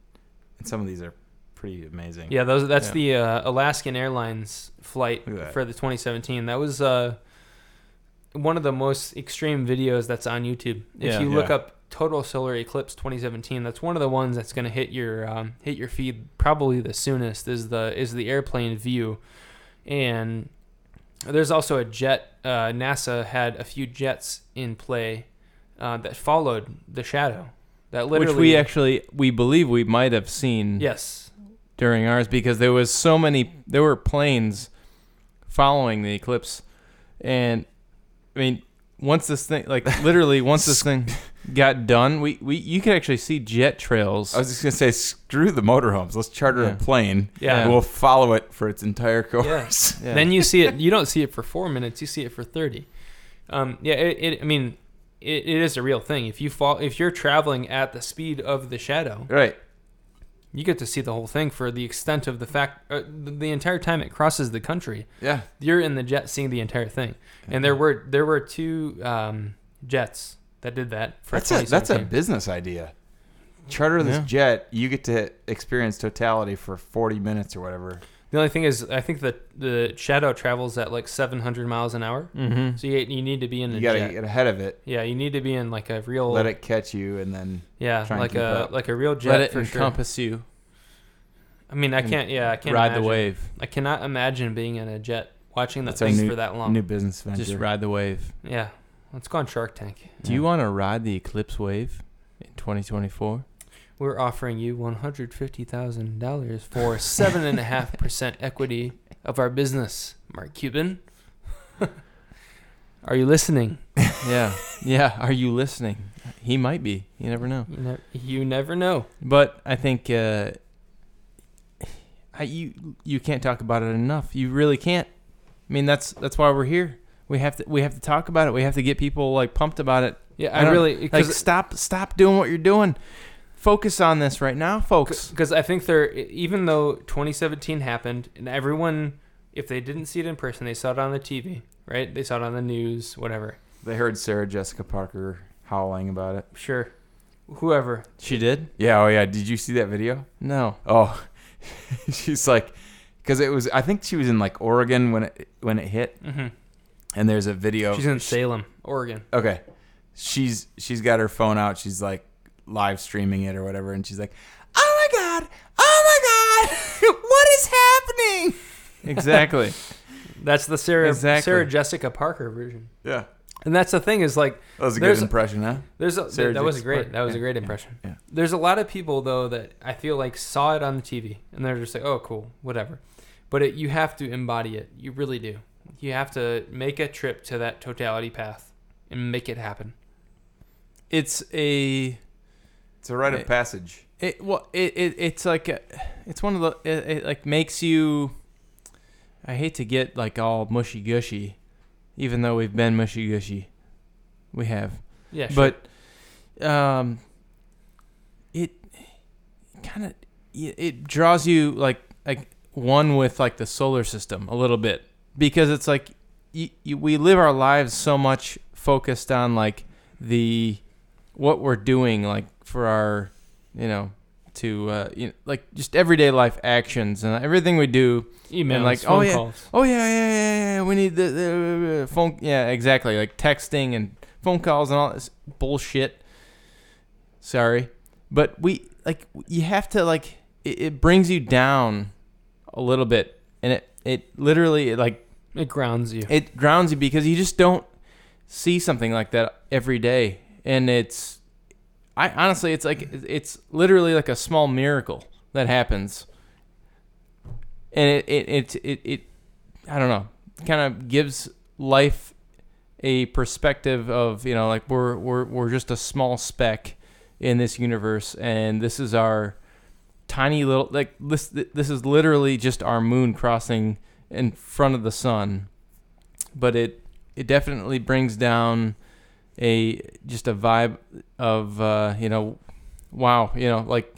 [SPEAKER 2] and some of these are pretty amazing.
[SPEAKER 3] Yeah, those that's the uh, Alaskan Airlines flight
[SPEAKER 2] Look at that.
[SPEAKER 3] for the 2017. That was uh, one of the most extreme videos that's on YouTube. If
[SPEAKER 1] Yeah.
[SPEAKER 3] you look
[SPEAKER 2] Yeah.
[SPEAKER 3] up total solar eclipse 2017, that's one of the ones that's going to hit your um, hit your feed probably the soonest. Is the is the airplane view, and there's also a jet. Uh, NASA had a few jets in play uh, that followed the shadow. That literally
[SPEAKER 1] Which we actually we believe we might have seen.
[SPEAKER 3] yes
[SPEAKER 1] during ours because there was so many there were planes following the eclipse and i mean once this thing like literally once this thing got done we, we you could actually see jet trails
[SPEAKER 2] I was just gonna say, screw the motorhomes. Let's charter
[SPEAKER 1] Yeah.
[SPEAKER 2] a plane.
[SPEAKER 3] Yeah.
[SPEAKER 2] and we'll follow it for its entire course.
[SPEAKER 1] Yeah.
[SPEAKER 3] Then you see it. You don't see it for four minutes. You see it for thirty. Um, yeah. It, it. I mean, it, it is a real thing. If you fall, if you're traveling at the speed of the shadow,
[SPEAKER 2] Right.
[SPEAKER 3] you get to see the whole thing for the extent of the fact. Uh, the, the entire time it crosses the country,
[SPEAKER 2] Yeah.
[SPEAKER 3] you're in the jet seeing the entire thing. And there were there were two um, jets that did that. For
[SPEAKER 2] That's a that's a
[SPEAKER 3] 2017.
[SPEAKER 2] business idea. Charter this
[SPEAKER 1] Yeah.
[SPEAKER 2] jet, you get to experience totality for forty minutes or whatever.
[SPEAKER 3] The only thing is, I think that the shadow travels at like 700 miles an hour.
[SPEAKER 1] mm-hmm.
[SPEAKER 3] So you, you need to be in a
[SPEAKER 2] You gotta
[SPEAKER 3] jet.
[SPEAKER 2] get ahead of it,
[SPEAKER 3] Yeah, you need to be in like a real
[SPEAKER 2] let it catch you, and then
[SPEAKER 3] Yeah,
[SPEAKER 2] try and
[SPEAKER 3] like
[SPEAKER 2] keep
[SPEAKER 3] a
[SPEAKER 2] up.
[SPEAKER 3] like a real jet
[SPEAKER 1] let it
[SPEAKER 3] for sure.
[SPEAKER 1] encompass you
[SPEAKER 3] I mean, I
[SPEAKER 1] and
[SPEAKER 3] can't. Yeah, I can't
[SPEAKER 1] ride
[SPEAKER 3] imagine-
[SPEAKER 1] the wave
[SPEAKER 3] I cannot imagine being in a jet watching that
[SPEAKER 2] That's our
[SPEAKER 3] thing for that long.
[SPEAKER 2] new business venture.
[SPEAKER 1] just ride the wave
[SPEAKER 3] Yeah, let's go on Shark Tank.
[SPEAKER 1] do you want to ride the eclipse wave in 2024
[SPEAKER 3] We're offering you one hundred fifty thousand dollars for seven and a half percent equity of our business, Mark Cuban. Are you listening?
[SPEAKER 1] yeah yeah are you listening he might be you never know
[SPEAKER 3] You, ne- you never know.
[SPEAKER 1] But I think uh, I, you you can't talk about it enough. You really can't. I mean, that's that's why we're here. We have to we have to talk about it. We have to get people like pumped about it.
[SPEAKER 3] Yeah,
[SPEAKER 1] I
[SPEAKER 3] I,
[SPEAKER 1] don't-
[SPEAKER 3] really
[SPEAKER 1] Like,
[SPEAKER 3] because
[SPEAKER 1] stop stop doing what you're doing. Focus on this right now, folks.
[SPEAKER 3] because I think they're e, even though 2017 happened and everyone, if they didn't see it in person, they saw it on the TV, right? They saw it on the news, whatever.
[SPEAKER 2] They heard Sarah Jessica Parker howling about it.
[SPEAKER 3] Sure, whoever.
[SPEAKER 1] She did.
[SPEAKER 2] Yeah, oh yeah. Did you see that video?
[SPEAKER 1] No.
[SPEAKER 2] Oh, she's like, because it was. I think she was in like Oregon when it when it hit,
[SPEAKER 3] hmm
[SPEAKER 2] and there's a video.
[SPEAKER 3] She's in Salem, Oregon.
[SPEAKER 2] okay, she's she's got her phone out. She's like live streaming it or whatever, and she's like, "Oh my god, oh my god, what is happening?"
[SPEAKER 1] Exactly.
[SPEAKER 3] That's the Sarah
[SPEAKER 1] Exactly.
[SPEAKER 3] Sarah Jessica Parker version.
[SPEAKER 2] Yeah,
[SPEAKER 3] And that's the thing is like
[SPEAKER 2] That was a
[SPEAKER 3] There's-
[SPEAKER 2] good impression, huh?
[SPEAKER 3] there's a,
[SPEAKER 2] Sarah
[SPEAKER 3] that was a
[SPEAKER 2] Jakes
[SPEAKER 3] great
[SPEAKER 2] part.
[SPEAKER 3] that was a
[SPEAKER 2] Yeah,
[SPEAKER 3] great
[SPEAKER 2] yeah,
[SPEAKER 3] impression.
[SPEAKER 2] yeah.
[SPEAKER 3] There's a lot of people though that I feel like saw it on the TV and they're just like, oh cool, whatever. But it, you have to embody it. You really do. You have to make a trip to that totality path and make it happen.
[SPEAKER 1] It's a
[SPEAKER 2] It's a rite
[SPEAKER 1] Hey.
[SPEAKER 2] of passage.
[SPEAKER 1] it well it, it it's like a, it's one of the it, it like makes you i hate to get like all mushy gushy even though we've been mushy gushy we have
[SPEAKER 3] Yeah, sure.
[SPEAKER 1] but um it kind of it draws you like like one with like the solar system a little bit because it's like you, you, we live our lives so much focused on like the what we're doing like for our you know to uh you know, like just everyday life actions and everything we do
[SPEAKER 3] emails,
[SPEAKER 1] and like, oh,
[SPEAKER 3] phone
[SPEAKER 1] yeah.
[SPEAKER 3] calls.
[SPEAKER 1] Oh yeah, yeah, yeah, yeah. We need the, the uh, phone. Yeah, exactly. Like texting and phone calls and all this bullshit. Sorry, but we like you have to like it, it brings you down a little bit, and it it literally like
[SPEAKER 3] It grounds you.
[SPEAKER 1] it grounds you because you just don't see something like that every day, and it's I honestly it's like it's literally like a small miracle that happens, and it it it it, it I don't know kind of gives life a perspective of you know like we're we're we're just a small speck in this universe, and this is our tiny little like this this is literally just our moon crossing in front of the sun but it it definitely brings down a just a vibe of uh, you know, wow, you know, like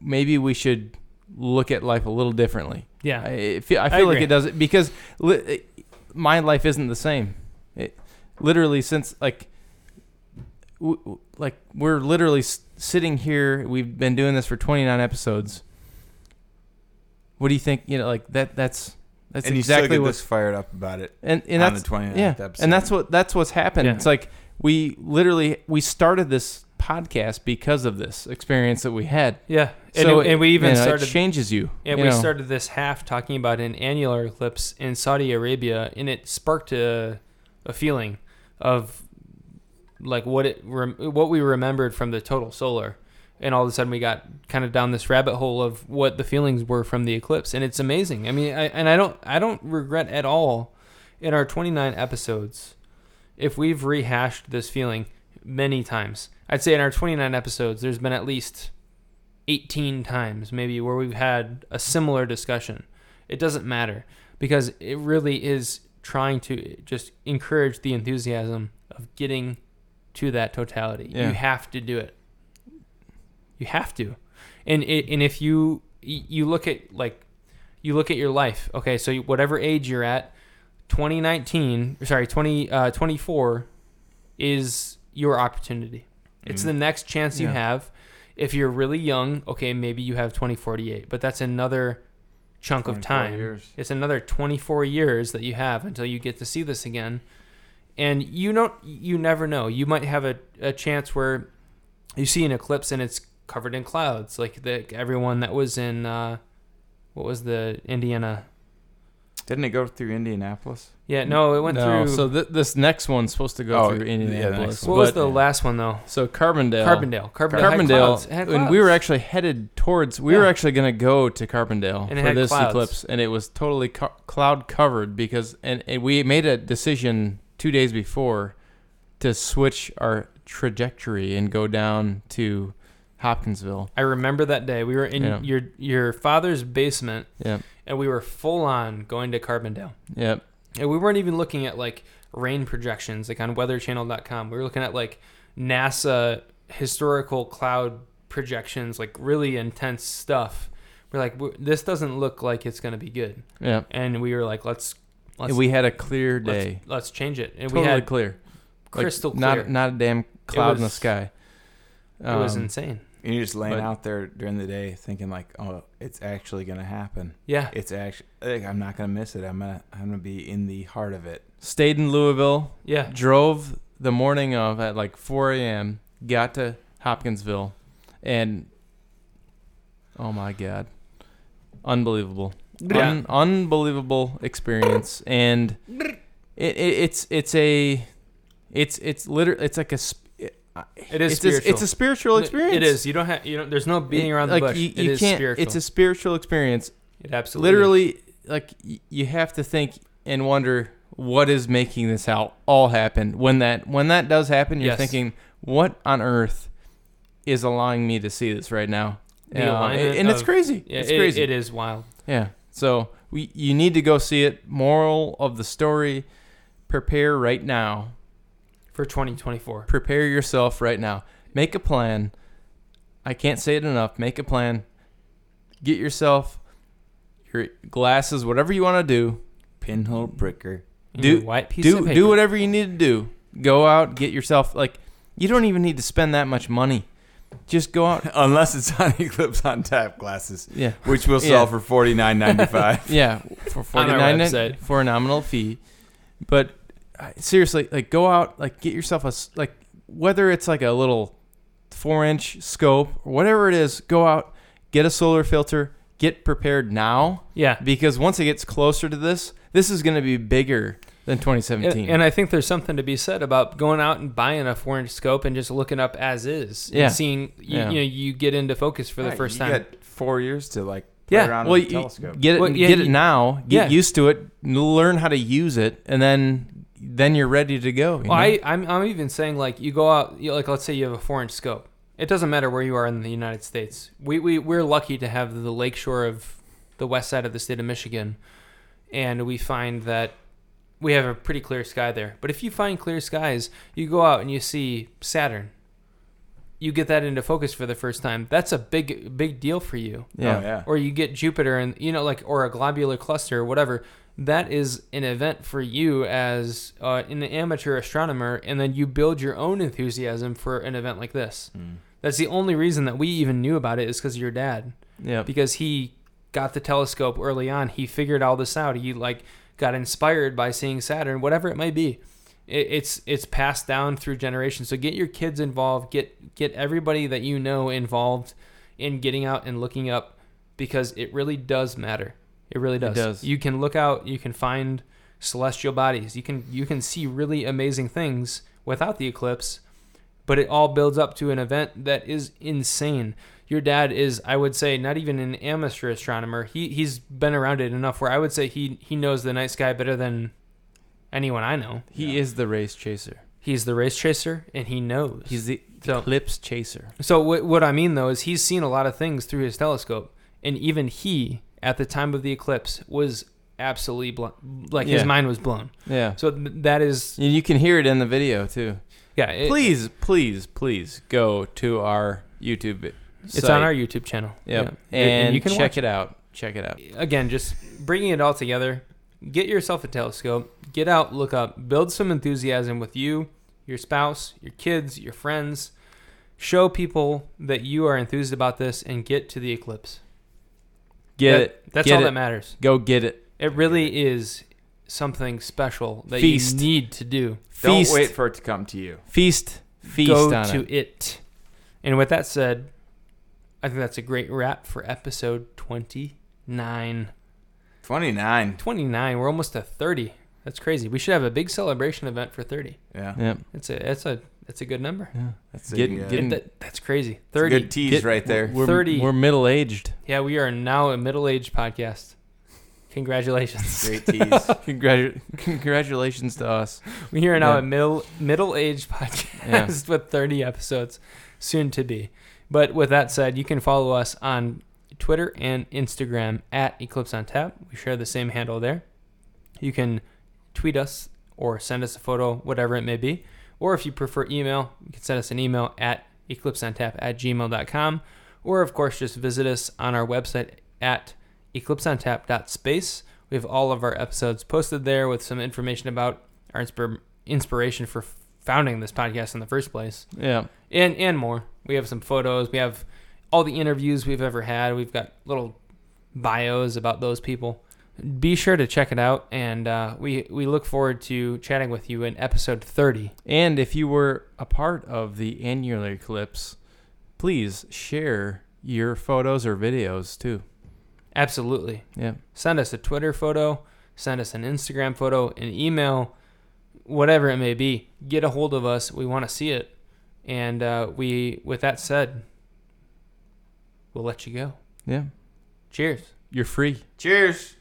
[SPEAKER 1] maybe we should look at life a little differently.
[SPEAKER 3] yeah.
[SPEAKER 1] I I feel I feel like
[SPEAKER 3] agree.
[SPEAKER 1] it does it because li- my life isn't the same. It literally since like w- w- like we're literally s- sitting here. We've been doing this for 29 episodes. What do you think? You know, like that. That's that's
[SPEAKER 2] and you
[SPEAKER 1] exactly
[SPEAKER 2] still get
[SPEAKER 1] what.
[SPEAKER 2] this fired up about it
[SPEAKER 1] and and
[SPEAKER 2] on
[SPEAKER 1] that's
[SPEAKER 2] the 29th
[SPEAKER 1] yeah,
[SPEAKER 2] episode.
[SPEAKER 1] and that's what that's what's happened.
[SPEAKER 3] Yeah.
[SPEAKER 1] It's like we literally we started this podcast because of this experience that we had.
[SPEAKER 3] yeah. And,
[SPEAKER 1] So
[SPEAKER 3] it- and we
[SPEAKER 1] you
[SPEAKER 3] even
[SPEAKER 1] know,
[SPEAKER 3] started
[SPEAKER 1] it changes you.
[SPEAKER 3] Yeah,
[SPEAKER 1] you
[SPEAKER 3] we
[SPEAKER 1] know.
[SPEAKER 3] started this half talking about an annular eclipse in Saudi Arabia, and it sparked a, a feeling of like what it rem- what we remembered from the total solar, and all of a sudden we got kind of down this rabbit hole of what the feelings were from the eclipse, and it's amazing. I mean, I, and I don't I don't regret at all in our 29 episodes if we've rehashed this feeling many times. I'd say in our 29 episodes, there's been at least 18 times maybe where we've had a similar discussion. It doesn't matter because it really is trying to just encourage the enthusiasm of getting to that totality.
[SPEAKER 1] Yeah.
[SPEAKER 3] You have to do it. You have to. And it, and if you you look at like you look at your life. Okay, so you- whatever age you're at, 2019, sorry, 20 uh, 24 is your opportunity. It's the next chance you
[SPEAKER 1] Yeah.
[SPEAKER 3] have. If you're really young, okay, maybe you have 2048, but that's another chunk of
[SPEAKER 2] 24
[SPEAKER 3] time.
[SPEAKER 2] years.
[SPEAKER 3] It's another 24 years that you have until you get to see this again. And you don't you never know. You might have a, a chance where you see an eclipse and it's covered in clouds, like the everyone that was in uh, what was the Indiana?
[SPEAKER 2] Didn't it go through Indianapolis?
[SPEAKER 3] Yeah, no, it went
[SPEAKER 1] no,
[SPEAKER 3] through.
[SPEAKER 1] so th- this next one's supposed to go
[SPEAKER 2] Oh,
[SPEAKER 1] through
[SPEAKER 2] yeah, the next
[SPEAKER 1] Indianapolis.
[SPEAKER 3] what was
[SPEAKER 1] but-
[SPEAKER 3] the last one though?
[SPEAKER 1] so Carbondale?
[SPEAKER 3] Carbondale. Carbondale. had
[SPEAKER 1] Carbondale,
[SPEAKER 3] clouds. It had
[SPEAKER 1] and we were
[SPEAKER 3] clouds.
[SPEAKER 1] actually headed towards. We were
[SPEAKER 3] Yeah.
[SPEAKER 1] actually going to go to Carbondale
[SPEAKER 3] And it
[SPEAKER 1] for
[SPEAKER 3] had
[SPEAKER 1] this
[SPEAKER 3] clouds.
[SPEAKER 1] eclipse, and it was totally co- cloud covered because, and, and we made a decision two days before to switch our trajectory and go down to Hopkinsville.
[SPEAKER 3] I remember that day. We were in
[SPEAKER 1] Yeah.
[SPEAKER 3] your your father's basement,
[SPEAKER 1] Yep,
[SPEAKER 3] and we were full on going to Carbondale,
[SPEAKER 1] yep,
[SPEAKER 3] and we weren't even looking at like rain projections, like on WeatherChannel.com. We were looking at like NASA historical cloud projections, like really intense stuff. We're like, "W- this doesn't look like it's gonna be good,
[SPEAKER 1] yep.
[SPEAKER 3] and we were like, let's let's
[SPEAKER 1] And we had a clear
[SPEAKER 3] let's,
[SPEAKER 1] day,
[SPEAKER 3] let's change it, and
[SPEAKER 1] totally
[SPEAKER 3] we had
[SPEAKER 1] clear, Like,
[SPEAKER 3] crystal
[SPEAKER 1] not
[SPEAKER 3] clear.
[SPEAKER 1] not a damn cloud in the
[SPEAKER 3] was-
[SPEAKER 1] sky.
[SPEAKER 3] it was
[SPEAKER 1] Um,
[SPEAKER 3] insane.
[SPEAKER 2] And you're just laying
[SPEAKER 1] But-
[SPEAKER 2] out there during the day thinking like, oh, it's actually gonna happen.
[SPEAKER 3] Yeah,
[SPEAKER 2] It's actually like, I'm not gonna miss it. I'm gonna I'm gonna be in the heart of it.
[SPEAKER 1] stayed in Louisville.
[SPEAKER 3] yeah.
[SPEAKER 1] drove the morning of at like 4 a.m. Got to Hopkinsville, and oh my god, unbelievable, Un- unbelievable experience, and it, it, it's it's a It's it's literally it's like a sp- it,
[SPEAKER 3] It is
[SPEAKER 1] it's
[SPEAKER 3] spiritual.
[SPEAKER 1] A, it's a spiritual experience.
[SPEAKER 3] It is. You don't have. You don't. There's no beating
[SPEAKER 1] It-
[SPEAKER 3] around the
[SPEAKER 1] like,
[SPEAKER 3] bush.
[SPEAKER 1] You,
[SPEAKER 3] it
[SPEAKER 1] you
[SPEAKER 3] is
[SPEAKER 1] can't,
[SPEAKER 3] spiritual.
[SPEAKER 1] It's a spiritual experience.
[SPEAKER 3] it absolutely.
[SPEAKER 1] Literally, like y- you have to think and wonder what is making this out all happen. When that when that does happen, you're
[SPEAKER 3] Yes.
[SPEAKER 1] thinking, what on earth is allowing me to see this right now?
[SPEAKER 3] The
[SPEAKER 1] Uh,
[SPEAKER 3] alignment
[SPEAKER 1] and it's
[SPEAKER 3] of-
[SPEAKER 1] crazy.
[SPEAKER 3] Yeah,
[SPEAKER 1] it's
[SPEAKER 3] it-
[SPEAKER 1] crazy.
[SPEAKER 3] it is wild.
[SPEAKER 1] Yeah. So we you need to go see it. Moral of the story: prepare right now.
[SPEAKER 3] for 2024.
[SPEAKER 1] Prepare yourself right now. Make a plan. I can't say it enough. Make a plan. Get yourself your glasses, whatever you want to do.
[SPEAKER 2] Pinhole pricker.
[SPEAKER 3] You
[SPEAKER 1] Do-
[SPEAKER 3] know, white piece of
[SPEAKER 1] Do
[SPEAKER 3] paper.
[SPEAKER 1] do whatever you need to do. Go out, get yourself like you don't even need to spend that much money. Just go out.
[SPEAKER 2] Unless it's on Eclipse on Tap glasses,
[SPEAKER 1] Yeah.
[SPEAKER 2] which we'll
[SPEAKER 1] Yeah.
[SPEAKER 2] sell for forty nine ninety five.
[SPEAKER 1] Yeah, for
[SPEAKER 3] On
[SPEAKER 1] forty
[SPEAKER 3] our
[SPEAKER 1] nine
[SPEAKER 3] website.
[SPEAKER 1] for a nominal fee. But I- seriously, like go out, like get yourself a s- like whether it's like a little four inch scope or whatever it is, go out, get a solar filter, get prepared now
[SPEAKER 3] Yeah.
[SPEAKER 1] because once it gets closer to this, this is going to be bigger than twenty seventeen.
[SPEAKER 3] And, and I think there's something to be said about going out and buying a four inch scope and just looking up as is.
[SPEAKER 1] Yeah.
[SPEAKER 3] And seeing, you,
[SPEAKER 1] Yeah.
[SPEAKER 3] you know, you get into focus for the
[SPEAKER 2] Right,
[SPEAKER 3] first
[SPEAKER 2] you
[SPEAKER 3] time.
[SPEAKER 2] got four years to like play
[SPEAKER 3] Yeah,
[SPEAKER 2] around
[SPEAKER 1] well,
[SPEAKER 2] with a
[SPEAKER 1] you-
[SPEAKER 2] telescope.
[SPEAKER 1] get it,
[SPEAKER 3] Well, yeah,
[SPEAKER 1] get it
[SPEAKER 3] you-
[SPEAKER 1] now, get
[SPEAKER 3] yeah.
[SPEAKER 1] used to it, n- learn how to use it, and then then you're ready to go. you
[SPEAKER 3] Well,
[SPEAKER 1] know?
[SPEAKER 3] I, I'm, I'm even saying like you go out, you, like let's say you have a four inch scope. It doesn't matter where you are in the United States. We, we, we're lucky to have the lakeshore of the west side of the state of Michigan. And we find that we have a pretty clear sky there. But if you find clear skies, you go out and you see Saturn. You get that into focus for the first time. That's a big, big deal for you
[SPEAKER 1] yeah.
[SPEAKER 2] Oh, yeah.
[SPEAKER 3] or you get Jupiter and you know like or a globular cluster or whatever that is an event for you as uh, an amateur astronomer and then you build your own enthusiasm for an event like this that's the only reason that we even knew about it is because of your dad
[SPEAKER 1] yeah.
[SPEAKER 3] because he got the telescope early on he figured all this out he like got inspired by seeing saturn whatever it might be it, it's it's passed down through generations so get your kids involved get get everybody that you know involved in getting out and looking up because it really does matter it really does,
[SPEAKER 1] does.
[SPEAKER 3] you can look out you can find celestial bodies you can you can see really amazing things without the eclipse but it all builds up to an event that is insane. Your dad is, I would say, not even an amateur astronomer. He he's been around it enough where I would say he he knows the night sky better than anyone I know.
[SPEAKER 1] He is the race chaser.
[SPEAKER 3] He's the race chaser and he knows.
[SPEAKER 1] He's the
[SPEAKER 3] So-
[SPEAKER 1] eclipse chaser.
[SPEAKER 3] so what what I mean though is he's seen a lot of things through his telescope, and even he at the time of the eclipse was absolutely blown. Like his
[SPEAKER 1] Yeah.
[SPEAKER 3] mind was blown.
[SPEAKER 1] Yeah.
[SPEAKER 3] So th- that is
[SPEAKER 1] And you can hear it in the video too.
[SPEAKER 3] yeah. it-
[SPEAKER 1] please, please, please go to our YouTube. vi-
[SPEAKER 3] it's
[SPEAKER 1] site.
[SPEAKER 3] on our YouTube channel.
[SPEAKER 1] Yep.
[SPEAKER 3] Yeah.
[SPEAKER 1] And,
[SPEAKER 3] you can
[SPEAKER 1] check it out. Check it out.
[SPEAKER 3] again, just bringing it all together. Get yourself a telescope. Get out, look up, build some enthusiasm with you, your spouse, your kids, your friends. Show people that you are enthused about this and get to the eclipse.
[SPEAKER 1] Get
[SPEAKER 3] That-
[SPEAKER 1] it.
[SPEAKER 3] That's
[SPEAKER 1] Get
[SPEAKER 3] all
[SPEAKER 1] it.
[SPEAKER 3] that matters.
[SPEAKER 1] Go get it.
[SPEAKER 3] It really is something special that
[SPEAKER 1] Feast.
[SPEAKER 3] you need to do.
[SPEAKER 2] Don't
[SPEAKER 1] Feast.
[SPEAKER 2] wait for it to come to you.
[SPEAKER 1] Feast. Feast
[SPEAKER 3] Go
[SPEAKER 1] on
[SPEAKER 3] to
[SPEAKER 1] it.
[SPEAKER 3] it. And with that said, I think that's a great wrap for episode 29.
[SPEAKER 2] Twenty nine.
[SPEAKER 3] 29. We're almost to 30. That's crazy. We should have a big celebration event for 30.
[SPEAKER 2] Yeah.
[SPEAKER 1] Yep.
[SPEAKER 3] That's a that's a that's a good number.
[SPEAKER 2] That's a,
[SPEAKER 1] Get-
[SPEAKER 2] uh,
[SPEAKER 1] get in
[SPEAKER 2] it's
[SPEAKER 3] It- that- that's crazy.
[SPEAKER 2] a
[SPEAKER 3] Thirty.
[SPEAKER 2] good tease
[SPEAKER 1] Get-
[SPEAKER 2] right there.
[SPEAKER 1] We're,
[SPEAKER 3] 30.
[SPEAKER 1] We're middle aged.
[SPEAKER 3] Yeah, we are now a middle-aged podcast. Congratulations.
[SPEAKER 2] Great tease.
[SPEAKER 1] Congratu- congratulations to us.
[SPEAKER 3] We are now
[SPEAKER 1] Yeah.
[SPEAKER 3] a middle middle-aged podcast
[SPEAKER 1] Yeah.
[SPEAKER 3] with 30 episodes soon to be. But with that said, you can follow us on Twitter and Instagram at Eclipse on Tap. We share the same handle there. You can tweet us or send us a photo, whatever it may be. Or if you prefer email, you can send us an email at eclipseontap at gmail.com. Or, of course, just visit us on our website at eclipseontap.space. We have all of our episodes posted there with some information about our inspir- inspiration for founding this podcast in the first place
[SPEAKER 1] Yeah.
[SPEAKER 3] and and more. We have some photos. We have all the interviews we've ever had. We've got little bios about those people. Be sure to check it out, and uh, we we look forward to chatting with you in episode thirty.
[SPEAKER 1] And if you were a part of the annular eclipse, please share your photos or videos too.
[SPEAKER 3] Absolutely.
[SPEAKER 1] Yeah.
[SPEAKER 3] Send us a Twitter photo. Send us an Instagram photo, an email. whatever it may be, get a hold of us. We want to see it. And uh, we, with that said, we'll let you go.
[SPEAKER 1] Yeah.
[SPEAKER 3] Cheers.
[SPEAKER 1] You're free.
[SPEAKER 2] Cheers.